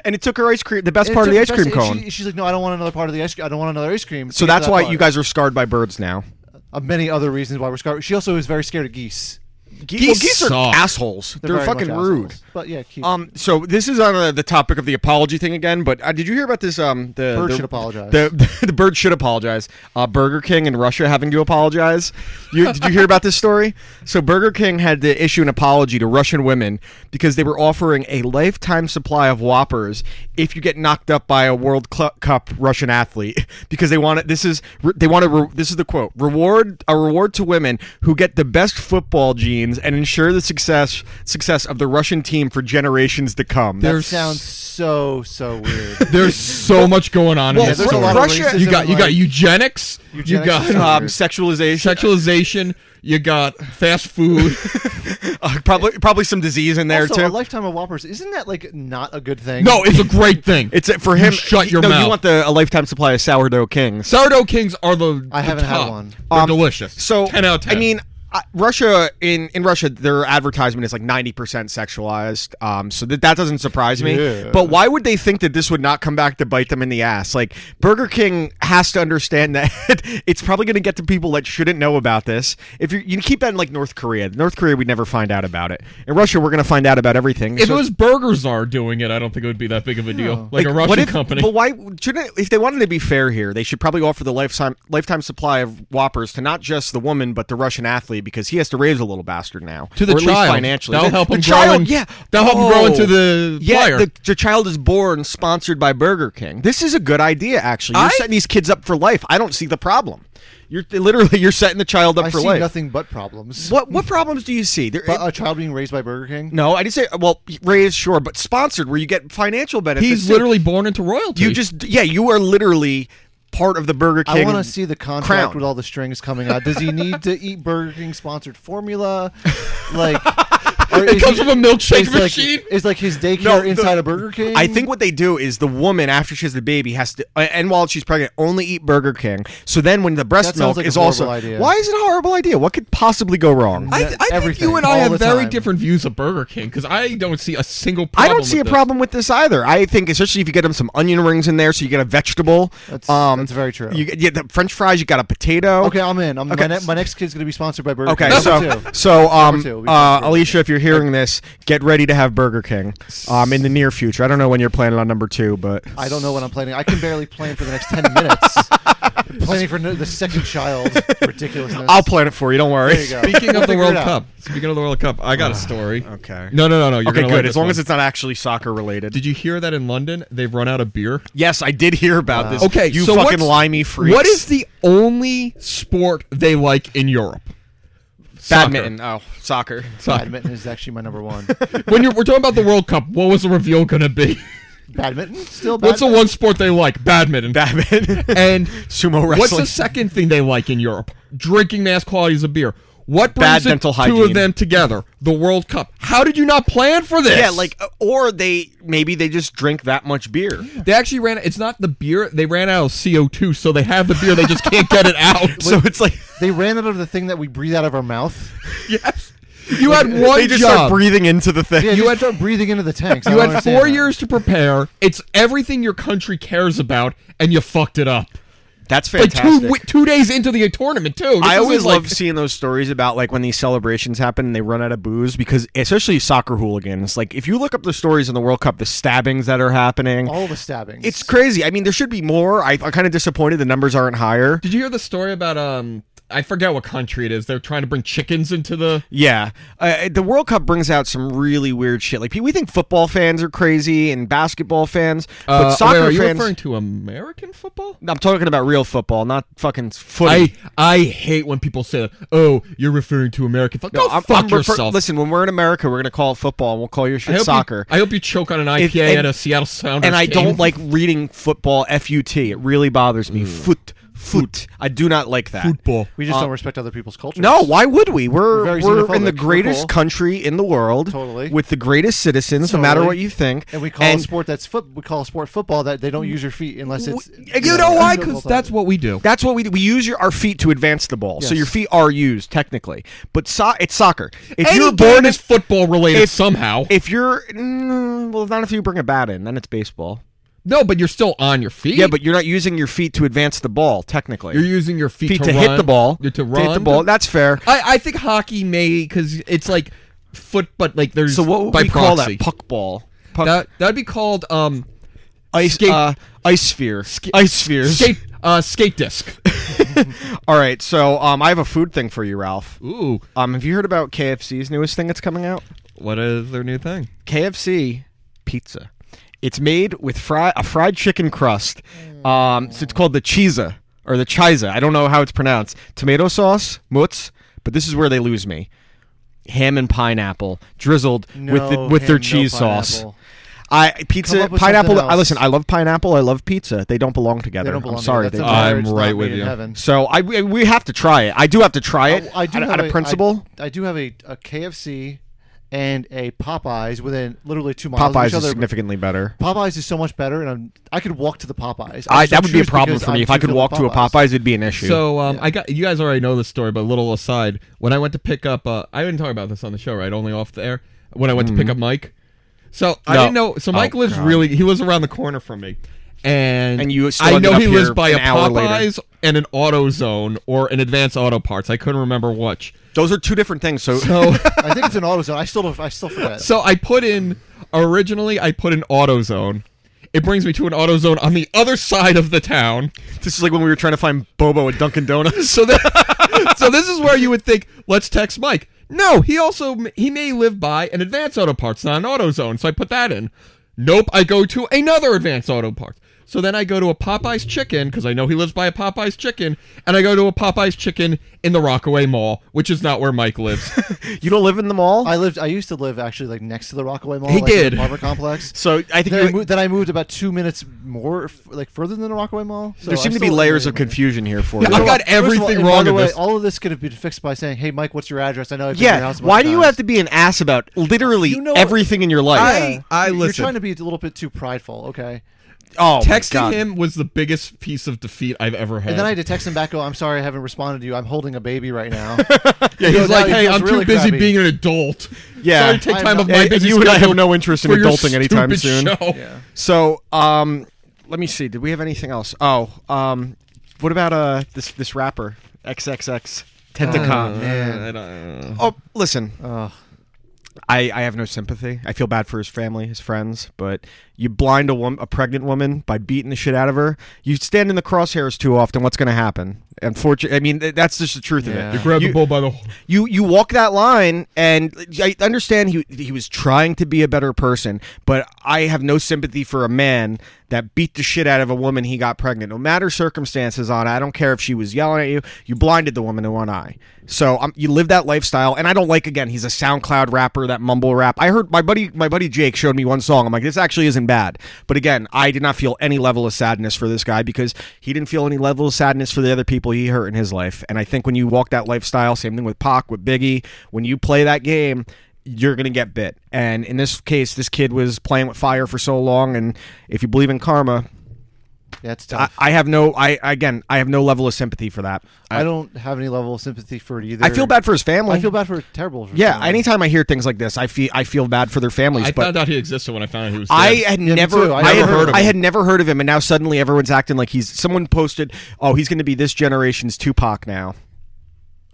C: And it took her ice cream, the best
E: And
C: part
E: it
C: of the ice
E: took-
C: cream
E: and she-
C: cone.
E: she's like, no, I don't want another part of the ice. cream. I don't want another ice
C: so
E: cream. to get to
C: that's
E: that
C: why
E: part."
C: you guys are scarred by birds now.
E: Uh, many other reasons why we're scared. She also is very scared of geese.
C: Geese,
I: Geese
C: geese are
I: suck.
C: assholes. They're,
E: very
C: fucking
E: much
C: rude.
E: assholes. But yeah, keep.
C: Um, so this is on uh, the topic of the apology thing again. But uh, did you hear about this? Um, the
E: Bird
C: the-
E: should
C: (laughs)
E: apologize.
C: The, the bird should apologize. Uh, Burger King in Russia having to apologize. You, did you hear about this story? So Burger King had to issue an apology to Russian women because they were offering a lifetime supply of Whoppers if you get knocked up by a World Clu- Cup Russian athlete (laughs) because they want it. This is re- they want to. Re- this is the quote: reward a reward to women who get the best football genes and ensure the success success of the Russian team for generations to come.
E: that
I: there's-
E: sounds so
C: (laughs)
E: so weird.
I: There's so much going on
C: Well,
I: in this
E: there's a
I: story.
E: lot of
C: Russia-
E: racism,
I: you got you got
E: like-
I: eugenics.
E: Eugenics
I: you (laughs) got
E: is
C: (laughs)
E: not
C: um,
E: weird.
C: sexualization.
I: sexualization. You got fast food.
C: (laughs) Uh, probably probably some disease in there
E: also,
C: too.
E: a lifetime of whoppers isn't that like not a good thing?
I: no, it's a great thing.
C: it's uh, for him.
I: You shut
C: he-
I: your
C: no,
I: mouth.
C: You want the a lifetime supply of sourdough kings.
I: Sourdough kings are the.
E: I
I: the
E: haven't had
I: top.
E: one.
I: They're delicious.
C: So
I: ten out of ten.
C: I mean, uh, Russia in in Russia, their advertisement is like ninety percent sexualized. Um, so that that doesn't surprise me. But why would they think that this would not come back to bite them in the ass? Like Burger King has to understand (laughs) that it's probably going to get to people that shouldn't know about this. If you you keep that in like North Korea, North Korea would never find out about it. In Russia, we're going to find out about everything.
I: if
C: So-
I: it was Burger Czar doing it, I don't think it would be that big of a deal. Like, a Russian
C: what if,
I: company.
C: But why shouldn't if they wanted to be fair here, they should probably offer the lifetime lifetime supply of whoppers to not just the woman but the Russian athlete because he has to raise a little bastard now
I: to the
C: or at
I: child
C: least financially.
I: That'll
C: The-
I: help
C: the
I: him grow.
C: child,
I: in-
C: yeah,
I: That'll help him grow
C: Oh.
I: into the
C: Yeah,
I: player.
C: the, the child is born sponsored by Burger King. This is a good idea, actually. You're
I: I-
C: setting these kids up for life. I don't see the problem. You're literally you're setting the child up
E: I
C: for
E: see
C: life.
E: nothing but problems.
C: What what problems do you see? There,
I: uh,
E: But a child being raised by Burger King?
C: no, I didn't say. Well, raised sure, but sponsored where you get financial benefits.
I: He's
C: too.
I: literally born into royalty.
C: You just yeah, you are literally part of the Burger King.
E: I want to see the contract
C: crown.
E: with all the strings coming out. Does he need to eat Burger King sponsored formula? Like, Or
I: It
E: is
I: comes
E: he-
I: with a milkshake
E: is like-
I: machine?
E: is like his daycare
C: No, the-
E: inside a Burger King.
C: I think what they do is the woman after she has the baby has to, uh, and while she's pregnant, only eat Burger King. So then, when the breast
E: That sounds
C: milk
E: like a
C: is also,
E: horrible idea. Mm.
C: why is it a horrible idea? What could possibly go wrong? I,
I: I, I think
E: everything,
I: you and I
E: all
I: have
E: the
I: very
E: time.
I: different views of Burger King because I don't see a single
C: I
I: problem.
C: don't see a
I: with this.
C: problem with this either. I think especially if you get them some onion rings in there, so you get a vegetable. um,
E: That's- that's very true.
C: You get yeah, the French fries. You got a potato.
E: Okay, I'm in. I'm,
C: Okay.
E: My, ne- my next kid's gonna be sponsored by Burger
C: Okay,
E: King.
C: so so um,
E: two, we
C: uh,
E: talked about
C: Alicia, if you're hearing this, get ready to have Burger King um, in the near future. I don't know when you're planning on number two, but
E: I don't know what I'm planning. I can barely plan for the next ten minutes. planning for no- the second child. Ridiculousness.
C: I'll plan it for you. Don't worry. (laughs)
E: There you go.
D: Speaking of the
E: figure it
D: World
E: out.
D: Cup, speaking of the World Cup, I got a story.
C: okay.
D: No, no, no, no. You're
C: okay,
D: gonna like
C: good.
D: this
C: As long
D: one.
C: as it's not actually soccer related.
D: Did you hear that in London they've run out of beer?
C: yes, I did hear about this.
D: Okay,
C: you
D: so
C: fucking
D: what's-
C: limey freaks.
D: What is the only sport they like in Europe? Soccer.
C: badminton? Oh, soccer. (laughs)
D: Soccer.
E: Badminton is actually my number one.
D: when you're, we're talking about the World Cup, what was the reveal going to be?
E: Badminton still.
D: What's the
E: badminton?
D: one sport they like? Badminton.
C: Badminton.
D: and
C: (laughs) Sumo
D: What's
C: wrestling.
D: the second thing they like in Europe? Drinking mass quantities of beer. What brings
C: Bad
D: the
C: dental
D: two
C: hygiene.
D: of them together? The World Cup. How did you not plan for this?
C: Yeah, like, uh, or they maybe they just drink that much beer.
D: they actually ran. It's not the beer. They ran out of CO2, so they have the beer. They just can't get it out.
C: (laughs) So it's like
E: They ran out of the thing that we breathe out of our mouth.
D: (laughs) yes, you had one
C: they just
D: job.
C: start breathing into the thing.
E: Yeah,
D: You
E: you
D: had-
E: had start breathing into the tanks. I
D: you
E: don't
D: had
E: understand
D: four
E: that.
D: years to prepare. It's everything your country cares about, and you fucked it up.
C: That's
D: Like
C: fantastic.
D: two wi- two days into the tournament too. This
C: I
D: isn't
C: always
D: like,
C: love seeing those stories about like when these celebrations happen and they run out of booze because especially soccer hooligans. Like if you look up the stories in the World Cup, the stabbings that are happening,
D: Oh,
E: All the stabbings.
C: it's crazy. I mean, there should be more. I, I'm kind of disappointed the numbers aren't higher.
D: Did you hear the story about um? I forget what country it is. They're trying to bring chickens into the.
C: Yeah, uh, the World Cup brings out some really weird shit. Like pe- we think football fans are crazy and basketball fans, but
D: Uh,
C: soccer
D: wait, are you
C: fans.
D: referring to American football?
C: I'm talking about real football, not fucking footy.
D: I I hate when people say that. Oh, you're referring to American football. Go
C: I'm-
D: fuck
C: I'm refer-
D: yourself.
C: listen, when we're in America, we're gonna call it football and we'll call your
D: I
C: shit
D: hope
C: soccer.
D: You, I hope you choke on an IPA
C: If- and-
D: at a Seattle Sounders.
C: and I
D: game.
C: don't like reading football FUT. It really bothers me. Foot, foot. I do not like that.
D: football.
E: we just don't respect other people's culture.
C: Um, No, why would we? We're
E: Very
C: we're, in
E: xenophobic.
C: the
E: We're
C: greatest
E: cool.
C: country in the world,
E: Totally.
C: with the greatest citizens, no matter
E: Totally.
C: what you think.
E: And we call a sport that's foot. We call a sport football that they don't use your feet unless it's.
C: You know why?
D: Because that's what we do.
C: That's what we do. We use your, our feet to advance the ball, so
E: Yes.
C: your feet are used technically. But so- it's soccer. If
D: Any
C: you're
D: game
C: born
D: is
C: as
D: football related
C: if-
D: somehow.
C: (laughs) if you're mm, well, not if you bring a bat in, then it's baseball.
D: no, but you're still on your feet.
C: Yeah, but you're not using your feet to advance the ball technically.
D: you're using your feet,
C: feet to,
D: run,
C: hit the ball,
D: To, to
C: hit the
D: run,
C: ball. That's fair.
D: I I think hockey may because it's like foot, but like there's
C: So what would
D: by
C: we
D: proxy.
C: call that? Puck ball. Puck
D: that that'd be called um
C: ice
D: skate-
C: uh, ice sphere. ice spheres.
D: skate uh skate disc.
C: All right, so um, I have a food thing for you, Ralph.
D: Ooh,
C: Um, have you heard about KFC's newest thing that's coming out?
D: what is their new thing?
C: KFC pizza. It's made with fry a fried chicken crust. Um, so it's called the chiza or the chiza. I don't know how it's pronounced. Tomato sauce, mutz, but this is where they lose me. Ham and pineapple drizzled with the,
E: No
C: with their
E: ham, no
C: cheese sauce.
E: pineapple.
C: I
E: Come
C: pizza
E: up with
C: pineapple.
E: something
C: I listen.
E: else.
C: I love pineapple. I love pizza. They don't belong together.
E: They don't belong
C: I'm sorry.
E: together.
C: they
E: That's a
C: don't.
D: I'm
E: marriage not
D: right with
E: made in
D: you.
E: Heaven.
C: so I we we have to try it. I do have to try it.
E: I do
C: out,
E: have
C: out
E: a-
C: of
E: I-
C: principle.
E: I, do have a, a KFC and a Popeyes within literally two miles of
C: Popeyes
E: each
C: is
E: other.
C: significantly better.
E: Popeyes is so much better, and I'm, I could walk to the Popeyes.
C: I,
E: just
C: that would be a
E: choose
C: problem
E: because
C: for me
E: I'm
C: if I
E: too
C: could
E: good at
C: walk to a Popeyes. It'd be an issue.
D: So um, I got you guys already know this story, but a little aside. When I went to pick up, uh, I didn't talk about this on the show, right? Only off the air. When I went to pick up Mike, so
C: Mm-hmm. No.
D: I
C: Oh,
D: didn't know. So Mike lives really. He lives around the corner from me, and
C: And you still
D: I
C: ended
D: know
C: up
D: he
C: here
D: lives by a
C: an hour later.
D: Popeyes and an AutoZone or an Advanced Auto Parts. I couldn't remember which.
C: those are two different things. So,
D: So
E: (laughs) I think it's an AutoZone. I still don't, I still forget.
D: so I put in originally I put in AutoZone. It brings me to an AutoZone on the other side of the town.
C: (laughs) this is like when we were trying to find Bobo at Dunkin' Donuts.
D: So that, (laughs) so this is where you would think, let's text Mike. No, he also he may live by an Advanced Auto Parts, not an AutoZone. So I put that in. Nope, I go to another Advanced Auto Parts. So then I go to a Popeyes chicken because I know he lives by a Popeyes chicken, and I go to a Popeyes chicken in the Rockaway Mall, which is not where Mike
E: (laughs)
D: lives.
C: (laughs) You don't live in the mall?
E: I lived. I used to live actually like next to the Rockaway Mall.
C: He
E: like, in
C: did.
E: the Barber complex.
C: (laughs) So I think
E: then, I
C: you-
E: moved, then I moved about two minutes more, f- like further than the Rockaway Mall. So
C: there seem
E: I'm
C: to be
E: still-
C: layers
E: yeah,
C: of
E: yeah.
C: confusion here for
D: Yeah,
C: you.
D: I got
E: First of all-
D: everything
E: and
D: wrong
E: By the
D: in
E: way,
D: this.
E: all of this could have been fixed by saying, "Hey, Mike, what's your address? I know I've been to your
C: Yeah.
E: house." a bunch
C: Why
E: of
C: do you
E: times."
C: have to be an ass about literally
E: You know-
C: everything in your life?
D: I- I
E: You're- You're
D: listen.
E: trying to be a little bit too prideful, okay?
C: oh, my
D: Texting
C: God.
D: him was the biggest piece of defeat I've ever had.
E: And then I had to text him back. Go, I'm sorry, I haven't responded to you. I'm holding a baby
C: (laughs)
E: right now.
D: yeah,
E: Yo,
D: he's
E: now
D: like,
E: he
D: "Hey,
E: feels
D: I'm
E: really
D: too busy
E: crappy."
D: being an adult.
C: Yeah.
D: sorry to take
E: I'm
D: time
E: not-
D: of my
C: And, and
D: busy
C: you and I have
D: schedule
C: no interest in
D: for your
C: adulting anytime soon.
D: stupid show."
E: yeah.
C: So, um, let me see. Did we have anything else? Oh, um, what about uh this this rapper XXX Tentacon?
E: man.
D: I don't-
C: oh, listen,
E: Ugh.
C: I I have no sympathy. I feel bad for his family, his friends, but you blind a woman, a pregnant woman, by beating the shit out of her. You stand in the crosshairs too often. What's going to happen? Unfortunately, I mean th- that's just the truth
E: Yeah.
C: of it.
E: You
D: Grab
C: You-
D: the bull by the.
C: you you walk that line and I understand he he was trying to be a better person, but I have no sympathy for a man that beat the shit out of a woman he got pregnant. No matter circumstances on, it, I don't care if she was yelling at you. You blinded the woman in one eye. So um, you live that lifestyle and I don't like again, he's a SoundCloud rapper that mumble rap. I heard my buddy my buddy Jake showed me one song. I'm like this actually isn't bad. But again, I did not feel any level of sadness for this guy because he didn't feel any level of sadness for the other people he hurt in his life. And I think when you walk that lifestyle, same thing with Pac, with Biggie, when you play that game, you're going to get bit. And in this case, this kid was playing with fire for so long. And if you believe in karma,
E: Yeah, it's
C: I,
E: tough. I,
C: I have no, I again, I have no level of sympathy for that. I,
E: don't have any level of sympathy for it either.
C: I feel bad for his family.
E: I feel bad for terrible. for
C: Yeah,
E: someone.
C: anytime I hear things like this, I feel I feel bad for their families.
D: I
C: but
D: found out he existed when I found out he was.
C: I
D: dead.
C: had
E: me
C: never,
E: too.
C: I,
E: I
C: had,
E: never heard of
C: I
E: him.
C: had never heard of him, and now suddenly everyone's acting like he's. Someone posted, "Oh, he's going to be this generation's Tupac now."
E: I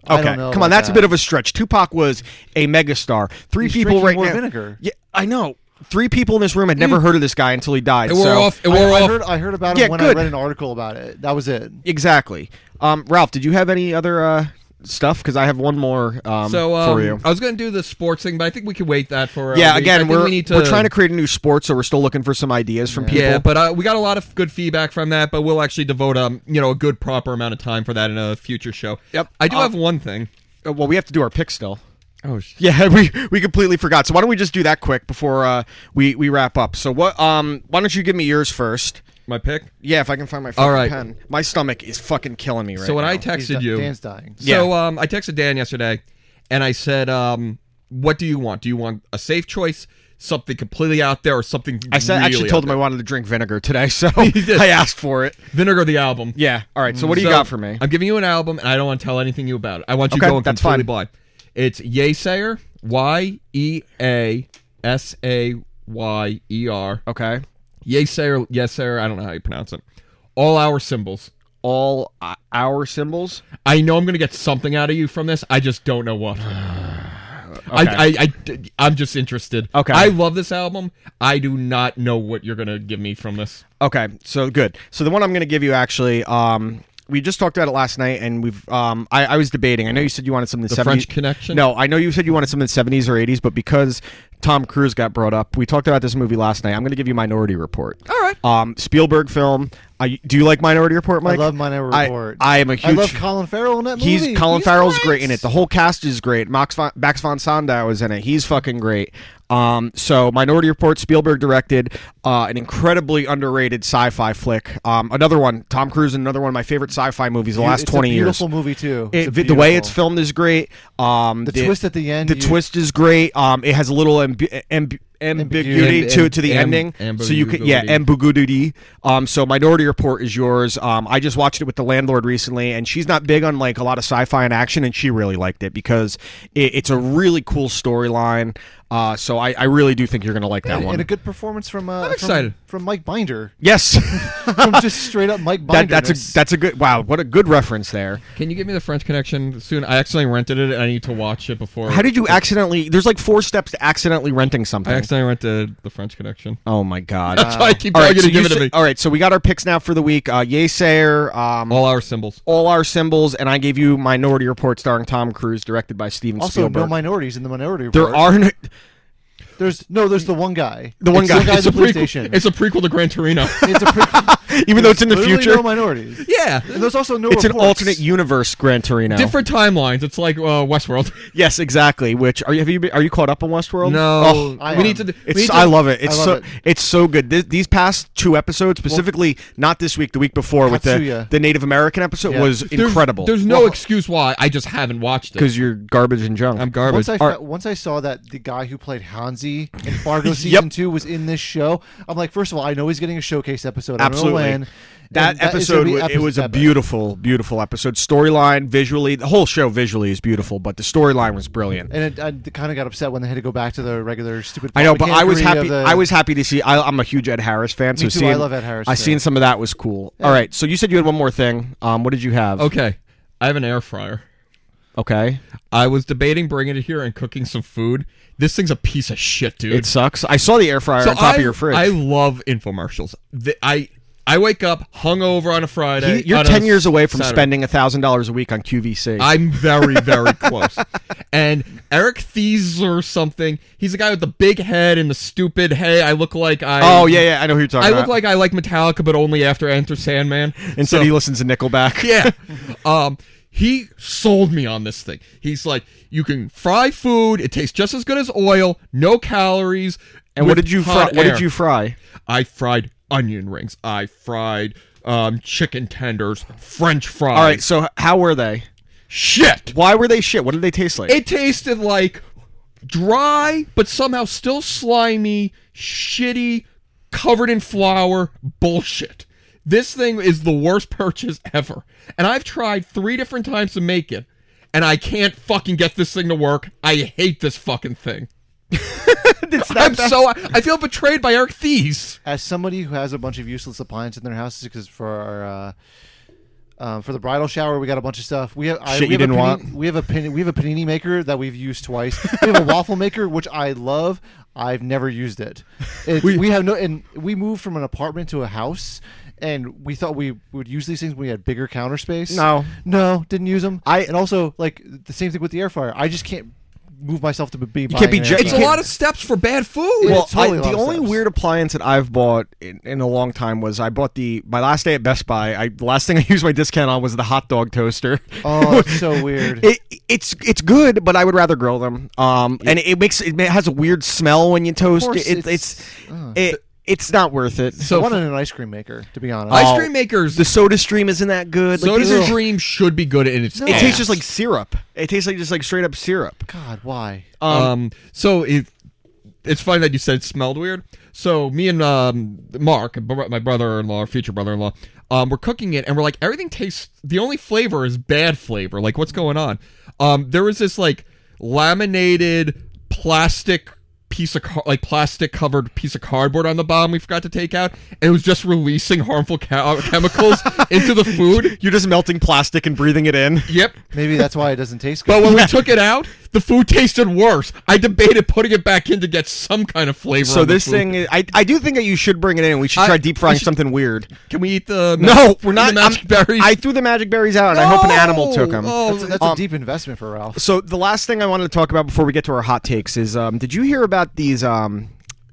C: Okay,
E: don't know
C: come on,
E: about
C: that's a
E: that.
C: bit of a stretch. Tupac was a megastar. Three
E: He's
C: people
E: drinking
C: right
E: more
C: now.
E: vinegar.
C: Yeah, I know. Three people in this room had never heard of this guy until he died.
D: Mm. It wore
C: so-
D: off. It
E: I,
D: wore
E: I
D: off.
E: heard. I heard about it
C: Yeah,
E: when
C: good.
E: I read an article about it. That was it.
C: (laughs) Exactly. Um, Ralph, did you have any other uh, stuff? Because I have one more um,
D: so um,
C: for you.
D: I was going to do the sports thing, but I think we can wait that for. a
C: yeah,
D: week. I
C: again,
D: think
C: we're
D: we need to,
C: we're trying to create a new sport, so we're still looking for some ideas from people.
D: Yeah, but uh, we got a lot of good feedback from that. But we'll actually devote um you know a good proper amount of time for that in a future show.
C: Yep.
D: I do
C: Uh,
D: have one thing.
C: Uh, well, we have to do our pick still.
D: Oh shit.
C: Yeah, (laughs) we we completely forgot. So why don't we just do that quick before uh, we we wrap up? So what? Um, why don't you give me yours first?
D: my pick.
C: Yeah, if I can find my fucking
D: All right.
C: pen. My stomach is fucking killing me right
D: so when
C: now.
D: I
E: He's
D: texted
E: di-
D: you,
E: Dan's dying.
D: So um, I texted Dan yesterday, and I said, um, "What do you want? Do you want a safe choice, something completely out there, or something?"
C: I said I actually told him I wanted to drink vinegar today, (laughs)
D: (laughs)
C: so I asked for it.
D: Vinegar the album.
C: Yeah. All right. So what do you
D: So,
C: got for me?
D: I'm giving you an album, and I don't want to tell anything you about it. I want you
C: Okay,
D: going
C: that's
D: completely
C: fine.
D: blind. It's Yeasayer, Y E A S A Y E R.
C: Okay.
D: Yesayer, Yesayer. I don't know how you pronounce it. All our symbols.
C: All uh, our symbols.
D: I know I'm going to get something out of you from this. I just don't know (sighs) what. I, I, I, I'm just interested.
C: Okay.
D: I love this album. I do not know what you're going to give me from this.
C: Okay, so good. So the one I'm going to give you actually, um, we just talked about it last night, and we've. Um, I, I was debating. I know you said you wanted something. The
D: French Connection?
C: No, I know you said you wanted something seventies or eighties, but because Tom Cruise got brought up, we talked about this movie last night. I'm going to give you Minority Report. All
D: right.
C: Um, Spielberg film. I, do you like Minority Report, Mike?
E: I love Minority
C: I-
E: Report.
C: I am a
E: I love
C: huge-
E: Colin Farrell in that movie.
C: He's Colin Farrell's great in it. The whole cast is great. Max von, Max von Sandow is in it. He's fucking great. Um, so Minority Report, Spielberg directed uh, an incredibly underrated sci-fi flick. Um, another one, Tom Cruise, in another one of my favorite sci-fi movies of the last
E: it's
C: twenty
E: a beautiful
C: years.
E: movie too.
C: It-
E: a
C: the way it's
E: beautiful-
C: filmed is great. Um,
E: The twist at the end,
C: the
E: you-
C: twist is great. Um, it has a little ambi- amb- ambiguity
D: Amb-
C: to
D: amb-
C: to the
D: amb-
C: ending, so you could yeah,
D: ambiguity.
C: ambiguity. Um, so Minority Report is yours. Um, I just watched it with the landlord recently, and she's not big on like a lot of sci-fi and action, and she really liked it because it, it's a really cool storyline. Uh, so I, I really do think you're gonna like that
E: and,
C: one.
E: and a good performance from. Uh,
D: I'm
E: from-
D: excited.
E: from,
C: (laughs)
E: Mike Binder.
C: yes,
E: from just straight up Mike Binder.
C: that, that's a that's a good wow. What a good reference there.
D: Can you give me the French Connection soon? I accidentally rented it, and I need to watch it before.
C: How did you accidentally? There's like four steps to accidentally renting something.
D: I accidentally rented the French Connection.
C: oh my god.
D: That's why (laughs) I keep
C: All
D: telling
C: right,
D: you
C: so
D: to give
C: you
D: it to
C: sa-
D: me.
C: all right, so we got our picks now for the week. Uh, Yesayer, um,
D: All our symbols.
C: all our symbols, and I gave you Minority Report starring Tom Cruise, directed by Steven
E: also
C: Spielberg.
E: no minorities in the Minority
C: there
E: Report.
C: are no,
E: There's no, there's the one guy.
C: The one
E: It's
C: guy.
E: The guy at
I: It's a
E: the police
I: prequel.
E: station.
I: It's a prequel to Gran
D: (laughs)
I: Torino.
C: (laughs)
E: It's a pre-
C: (laughs) even though it's in the
E: Literally
C: future.
E: No minorities.
C: yeah,
E: And there's also no.
C: it's an
E: reports.
C: alternate universe, Gran Torino.
I: Different timelines. It's like uh, Westworld.
C: Yes, exactly. Which are you? Have you? Been, are you caught up on Westworld?
D: (laughs)
C: Oh,
D: No, Oh,
E: I
D: we
E: am.
D: need to. do- we need
C: It's,
D: to-
C: I love it. It's
E: I love
C: so
E: it.
C: it's so good. Th- these past two episodes, specifically, not this week, the week before, with the,
E: Katsuya.
C: the Native American episode,
E: Yeah.
C: was
I: There's-
C: incredible.
I: There's no excuse why I just haven't watched it.
C: because you're garbage and junk.
D: I'm garbage.
E: Once I,
C: Are-
E: fa- once I saw that the guy who played Hansi in
C: (laughs)
E: Fargo
C: Yep.
E: season two was in this show, I'm like, first of all, I know he's getting a showcase episode. I don't know
C: Absolutely.
E: when.
C: that,
E: And is gonna
C: episode,
E: be
C: wa- it was a
E: epic.
C: beautiful, beautiful episode. Storyline, visually, the whole show visually is beautiful, but the storyline was brilliant.
E: And it, I kind of got upset when they had to go back to the regular stupid.
C: I know, but I was
E: mechanicry
C: happy.
E: of the-
C: I was happy to see. I, I'm a huge Ed Harris fan, so
E: too, I
C: seeing
E: love Ed Harris,
C: I
E: too.
C: seen some of that was cool. All right, so you said you had one more thing. Um, what did you have?
D: okay, I have an air fryer.
C: okay,
D: I was debating bringing it here and cooking some food. This thing's a piece of shit, dude.
C: it sucks. I saw the air fryer on top
D: I,
C: of your fridge.
D: I love infomercials. The- I I wake up hungover on a Friday.
C: You- you're
D: on a
C: ten years away from
D: Saturday.
C: spending thousand dollars a week on QVC.
D: I'm very, very close. (laughs) And Eric Thies or something. He's the guy with the big head and the stupid. Hey, I look like I.
C: oh yeah, yeah, I know who you're talking
D: I
C: about.
D: look like I like Metallica, but only after Enter Sandman.
C: instead
D: So-
C: he listens to Nickelback.
D: (laughs) yeah. Um, he sold me on this thing. He's like, you can fry food. It tastes just as good as oil. No calories.
C: And what
D: with
C: did you fry?
D: hot
C: What
D: air."
C: did you fry?
D: I fried onion rings. I fried um, chicken tenders, French fries.
C: All right, so h- how were they?
D: shit.
C: Why were they shit? What did they taste like?
D: It tasted like dry, but somehow still slimy, shitty, covered in flour bullshit. This thing is the worst purchase ever. And I've tried three different times to make it, and I can't fucking get this thing to work. I hate this
C: (laughs)
D: fucking thing. I'm so I feel betrayed by Eric Thies.
E: as somebody who has a bunch of useless appliances in their houses because for our uh, um, for the bridal shower we got a bunch of stuff we have I,
C: Shit
E: we
C: you
E: have a
C: didn't
E: panini,
C: want.
E: we have a panini, we have a panini maker that we've used twice we have a waffle maker which I love I've never used it, It- we, have no and we moved from an apartment to a house and we thought we would use these things when we had bigger counter space
C: No.
E: no didn't use them
C: I-
E: and also like the same thing with the air fryer I just can't move myself to be you
C: can't be ju-
D: It's a lot of steps for bad food.
E: Yeah,
C: well,
E: it's totally
C: I-
E: a lot
C: the
E: of
C: only
E: steps.
C: weird appliance that I've bought in, in a long time was I bought the my last day at Best Buy. I the last thing (laughs) I used my discount on was the hot dog toaster.
E: oh it's so
C: (laughs)
E: weird
C: It, it's it's good, but I would rather grill them. Um, and it makes it has a weird smell when you toast
E: course,
C: it. It's
E: it's- uh.
C: it's it, it's not worth it.
E: I
D: so
E: wanted an ice cream maker to be honest
D: ice cream makers,
C: The Soda Stream isn't that good. Like,
D: soda
C: these are-
D: stream should be good in its.
C: it
D: ass.
C: tastes just like syrup. It tastes like just like straight up syrup.
E: God why
D: Um, so it, it's funny that you said it smelled weird. So me and um, Mark, br- my brother-in-law, or future brother-in-law, um, we're cooking it, and we're like, everything tastes. The only flavor is bad flavor. Like, what's going on? Um, there was this like laminated plastic piece of car- like plastic covered piece of cardboard on the bottom we forgot to take out and it was just releasing harmful ca- (laughs) chemicals into the
C: (laughs)
D: food
C: You're just melting plastic and breathing it in.
D: yep
E: Maybe that's why it doesn't taste
D: But
E: good.
D: when we took it out, the food tasted worse. I debated putting it back in to get some kind of flavor.
C: So
D: on the
C: this
D: food.
C: thing, is- I I do think that you should bring it in. We should
D: I-
C: try deep
D: we
C: frying
D: should-
C: something
D: (laughs)
C: weird.
D: Can we eat the?
C: No, we're
D: The
C: not.
D: mashed
C: I'm-
D: berries.
C: I threw the magic berries out, and I hope an animal took them.
D: Oh,
E: that's, that's
C: um,
E: a deep investment for Ralph.
C: So the last thing I wanted to talk about before we get to our hot takes is, um, did you hear about these um,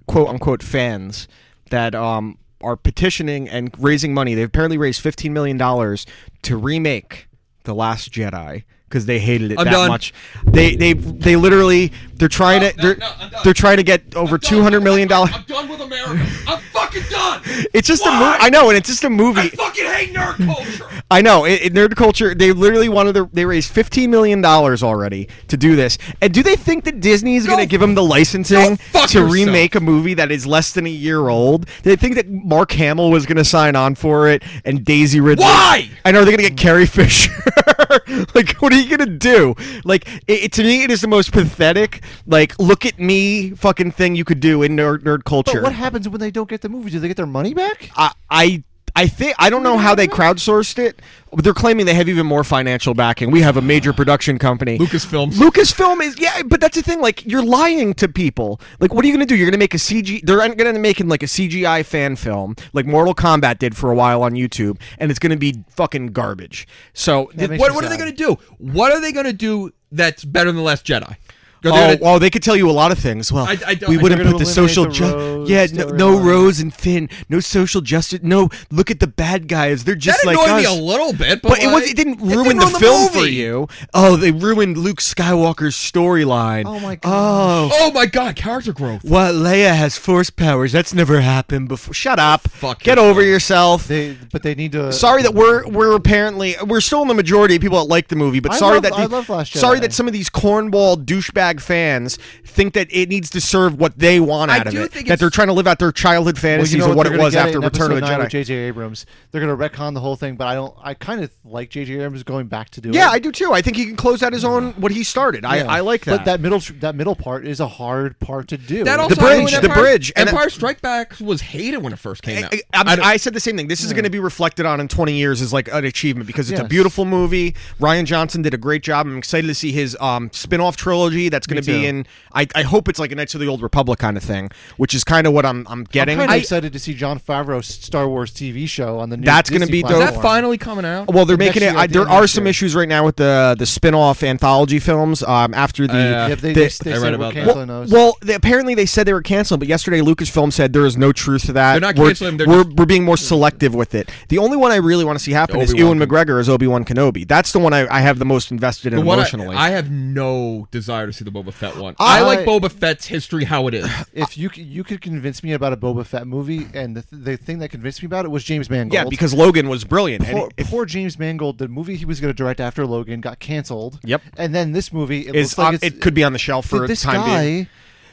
C: quote unquote fans that um, are petitioning and raising money? They've apparently raised fifteen million dollars to remake the Last Jedi because they hated it
D: I'm
C: that
D: done.
C: much. They they they literally they're trying to
D: no,
C: they're,
D: no, I'm done.
C: they're trying to get over two hundred million dollars.
D: I'm done with America. I'm fucking done.
C: It's just a
D: Why?
C: movie. I know, and it's just a movie.
D: fucking hate nerd culture.
C: I know. In, in nerd culture, they literally wanted to, they raised fifteen million dollars already to do this. And do they think that Disney is going to give them the licensing to
D: fuck yourself.
C: remake a movie that is less than a year old? Do they think that Mark Hamill was going to sign on for it and Daisy Ridley?
D: Why?
C: And are they going to get Carrie (laughs) Fisher? like, what are you going to do? Like, it, it- to me, it is the most pathetic. Like, look at me, fucking thing you could do in nerd nerd culture.
E: But what happens when they don't get the movie? Do they get their money back?
C: I- I I think I don't know how they crowdsourced it. But they're claiming they have even more financial backing. We have a major production company.
D: Lucasfilms.
C: Lucasfilm is yeah, but that's the thing. Like you're lying to people. Like what are you going to do? You're going to make a CG. They're going to end up making like a CGI fan film, like Mortal Kombat did for a while on YouTube, and it's going to be fucking garbage. So
E: That makes
D: what
E: me
D: what are they
E: sad.
D: gonna do? What are they gonna do that's better than the Last Jedi?
C: Oh,
D: gonna-
C: oh, they could tell you a lot of things. Well,
D: I- I don't-
C: we
D: I-
C: wouldn't
E: they're
C: put
E: gonna
C: the social
E: eliminate
C: ju-
E: the Rose
C: yeah, no, no
E: storyline.
C: Rose and Finn, no social justice. No, look at the bad guys. They're just
D: That
C: like
D: annoyed
C: us.
D: me a little bit, but,
C: But it was
D: like,
C: it didn't
D: didn't
C: ruin the
D: ruin the
C: film for
D: movie.
C: you. Oh, they ruined Luke Skywalker's storyline.
E: Oh my
C: Oh,
D: Oh my god, character growth.
C: well, Leia has force powers. That's never happened before. Shut up.
D: Fuck
C: Get
D: yourself.
C: over yourself.
E: They, but they need to.
C: Sorry that we're we're apparently we're still in the majority of people that like the movie, but
E: I
C: sorry
E: love-
C: that the-
E: I love Last
C: sorry
E: Jedi.
C: that some of these cornball douchebag fans think that it needs to serve what they want
D: I
C: out of
D: do
C: it.
D: think
C: that
D: it's-
C: they're trying to live out their childhood
E: Well, you
C: fantasies
E: know
C: of what
E: they're
C: it
E: gonna
C: was
E: get
C: after
E: in
C: Return of the
E: episode nine
C: Jedi.
E: with J.J. Abrams, they're gonna retcon the whole thing. But I don't. I kind of like J.J. Abrams going back to do it.
C: yeah, I do too. I think he can close out his own what he started.
E: Yeah.
C: I, I like that.
E: But that middle tr- that middle part is a hard part to do.
D: That
C: The
D: also
C: bridge,
D: ruined
C: the
D: Empire-
C: bridge, and-
D: Empire Strike Back was hated when it first came out.
C: I, I-
D: I don't-
C: I said the same thing. This is going to be reflected on in 20 years as like an achievement because it's a
E: Yes.
C: beautiful movie. Ryan Johnson did a great job. I'm excited to see his um, spin-off trilogy that's going to be
E: too.
C: in. I, I hope it's like a Knights of the Old Republic kind of thing, which is kind of what I'm I'm
E: I'm
C: getting.
E: kind of
C: I-
E: excited to see John Favreau's Star Wars TV show on the new.
C: That's gonna
E: Disney
C: be dope.
D: is
E: platform.
D: that finally coming out?
C: well, they're
E: next
C: making it.
E: year,
C: I,
E: at the
C: there
E: end of
C: are
E: this
C: some
E: year.
C: issues right now with the the spin-off anthology films. Um, after the,
D: Oh, Yeah.
E: Yeah,
C: the-
E: they, they, they
D: I
E: said
D: read
E: we're
D: about that.
E: canceling
C: Well,
E: those.
C: well, they, apparently they said they were canceling, but yesterday Lucasfilm said there is no truth to that.
D: They're not
C: we're,
D: canceling them, they're
C: we're,
D: just-
C: we're being more selective with it. The only one I really want to see happen is
D: Obi-Wan
C: Ewan McGregor as Obi Wan Kenobi. That's the one I, I have the most invested in
D: The one I-
C: emotionally.
D: I, have no desire to see the Boba Fett one.
C: I-
D: I, like Boba Fett's history how it is.
E: if you c- you could convince me about a Boba Fett movie, and the, th- the thing that convinced me about it was James Mangold.
C: yeah, because Logan was brilliant. and
E: poor,
C: it-
E: poor James Mangold, the movie he was going to direct after Logan got canceled.
C: Yep.
E: And then this movie, it
C: it's
E: looks like
C: on-
E: it's,
C: it could be on the shelf for
E: this
C: a time
E: guy
C: being.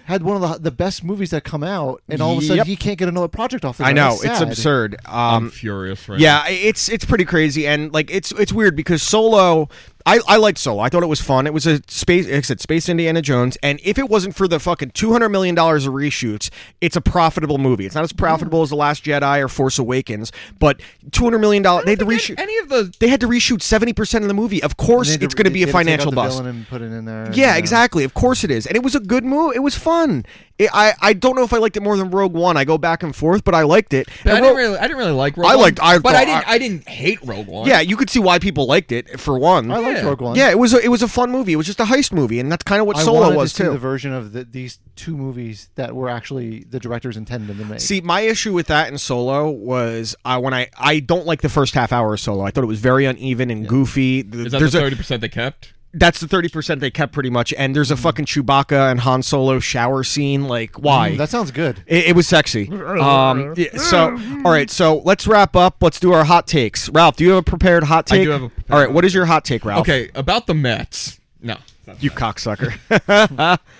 E: had one of the, the best movies that come out, and all of a sudden
C: Yep.
E: he can't get another project off. The
C: I
E: ground.
C: know
E: That's
C: it's
E: sad.
C: absurd.
D: I'm
C: (clears throat) Um,
D: furious right
C: Yeah, i- it's it's pretty crazy, and like it's it's weird because Solo, I I liked Solo. I thought it was fun. It was a space, like I said, space Indiana Jones, and if it wasn't for the fucking two hundred million dollars of reshoots, it's a profitable movie. It's not as profitable as the Last Jedi or Force Awakens, but two hundred million dollars they had to
D: now.
C: reshoot.
D: Any of the
C: they had to reshoot seventy percent of the movie. Of
E: And
C: course,
E: they had to-
C: it's going to
E: they
C: be a
E: had to take out
C: financial
E: the
C: bust.
E: villain And put it in there.
C: Yeah,
E: and, uh,
C: exactly. Of course it is, and it was a good move. It was fun. It, I I don't know if I liked it more than Rogue One. I go back and forth, but I liked it.
D: I
C: And
D: didn't
C: Rogue-
D: really I didn't really like Rogue
C: I
D: One,
C: liked- I
D: but I
C: thought-
D: didn't I didn't hate Rogue One.
C: yeah, you could see why people liked it for one.
E: I liked
D: Yeah.
E: Rogue One.
C: Yeah, it was a, it was a fun movie. It was just a heist movie, and that's kind of what
E: I
C: Solo
E: wanted
C: was
E: to see
C: too.
E: the version of the, these two movies that were actually the directors intended to make.
C: See, my issue with that in Solo was I when I I don't like the first half hour of Solo. I thought it was very uneven and goofy. Th-
I: Is that
C: there's
I: the
C: a-
I: thirty percent they kept?
C: that's the thirty percent they kept pretty much, and
D: Mm-hmm.
C: there's a fucking Chewbacca and Han Solo shower scene. Like, why?
E: Mm, that sounds good.
C: it, it was
E: (laughs)
C: sexy. Um, yeah, so, all right. So let's wrap up. Let's do our hot takes. Ralph, do you have a prepared hot
D: I
C: take?
D: do have a prepared
C: all right. What is your hot take, Ralph?
D: Okay, about the Mets. No.
C: You
D: (laughs)
C: cocksucker.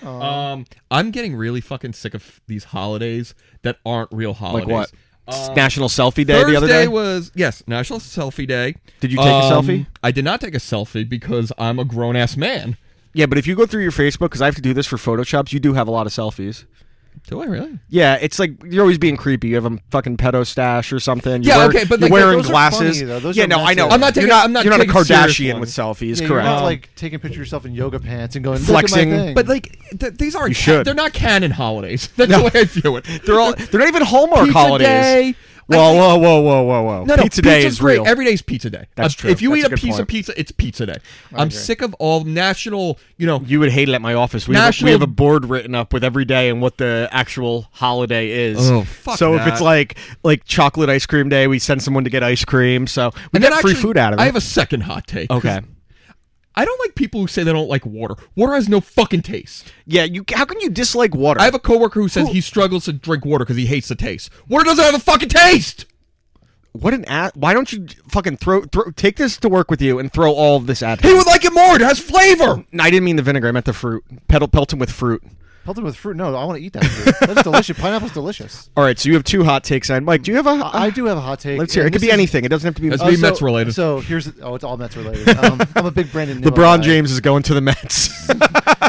D: Um I'm getting really fucking sick of these holidays that aren't real holidays.
C: what?
D: Um,
C: National Selfie Day the other
D: Thursday
C: day.
D: was yes National Selfie Day. Um,
C: Did you take a selfie?
D: I did not take a selfie because I'm a grown ass man.
C: Yeah, but if you go through your Facebook, because I have to do this for photoshops, you do have a lot of selfies.
D: Do I really?
C: Yeah, it's like you're always being creepy. You have a fucking pedo stash or something. You're
D: Yeah,
C: wearing,
D: okay, but
C: you're
D: like,
C: wearing
E: those are
C: glasses.
E: funny, though. Those
C: yeah,
E: are
C: no, I know.
E: massive. I'm not
D: taking-
C: You're not,
D: I'm not
C: you're not a
D: taking a serious
C: Kardashian with selfies,
E: Yeah,
C: correct?
E: You're not like taking pictures of yourself in yoga pants and going
C: Flexing.
E: Look at my thing.
D: But like th- these aren't
C: should.
D: they're not canon holidays. (laughs) That's the way I view it.
C: they're (laughs) all they're not even Hallmark
D: Pizza
C: holidays.
D: day. I
C: Whoa,
D: think-
C: whoa, whoa, whoa, whoa, whoa!
D: No, no,
C: pizza day
D: pizza's
C: is
D: great.
C: real.
D: Every day's pizza day.
C: That's
D: Uh,
C: true.
D: If you
C: That's
D: eat
C: a
D: a,
C: good
D: piece
C: point.
D: of pizza, it's pizza day. I'm sick of all national, you know,
C: you would hate it at my office. We, have, a- we
D: National-
C: have a board written up with every day and what the actual holiday is.
D: Oh, fuck
C: so if
D: that.
C: it's like like chocolate ice cream day, we send someone to get ice cream. So we
D: and
C: get
D: then
C: free
D: actually,
C: food out of it.
D: I have a second hot take. 'cause
C: okay.
D: I don't like people who say they don't like water. Water has no fucking taste.
C: Yeah, you. How can you dislike water?
D: I have a coworker who says he struggles to drink water because he hates the taste. Water doesn't have a fucking taste.
C: what an ass. Why don't you fucking throw, throw take this to work with you and throw all of this at
D: He
C: him?
D: would like it more. It has flavor.
C: No, I didn't mean the vinegar. I meant the fruit. Pedal pelt him with fruit.
E: Pelted with fruit. No, I want to eat that. Fruit. That's delicious. Pineapple's delicious.
C: All right, so you have two hot takes. And Mike, do you have a?
D: Uh,
E: I do have a hot take.
C: Let's hear. It,
E: and
C: could
E: this
C: be
E: is-
C: anything. It doesn't have to be.
D: That's
E: Oh,
D: me,
E: so-
D: Mets related.
E: So here's oh, it's all Mets related.
C: (laughs)
E: Um, I'm a big Brandon. Nimmo
C: LeBron
E: guy.
C: James is going to the
D: (laughs)
C: Mets.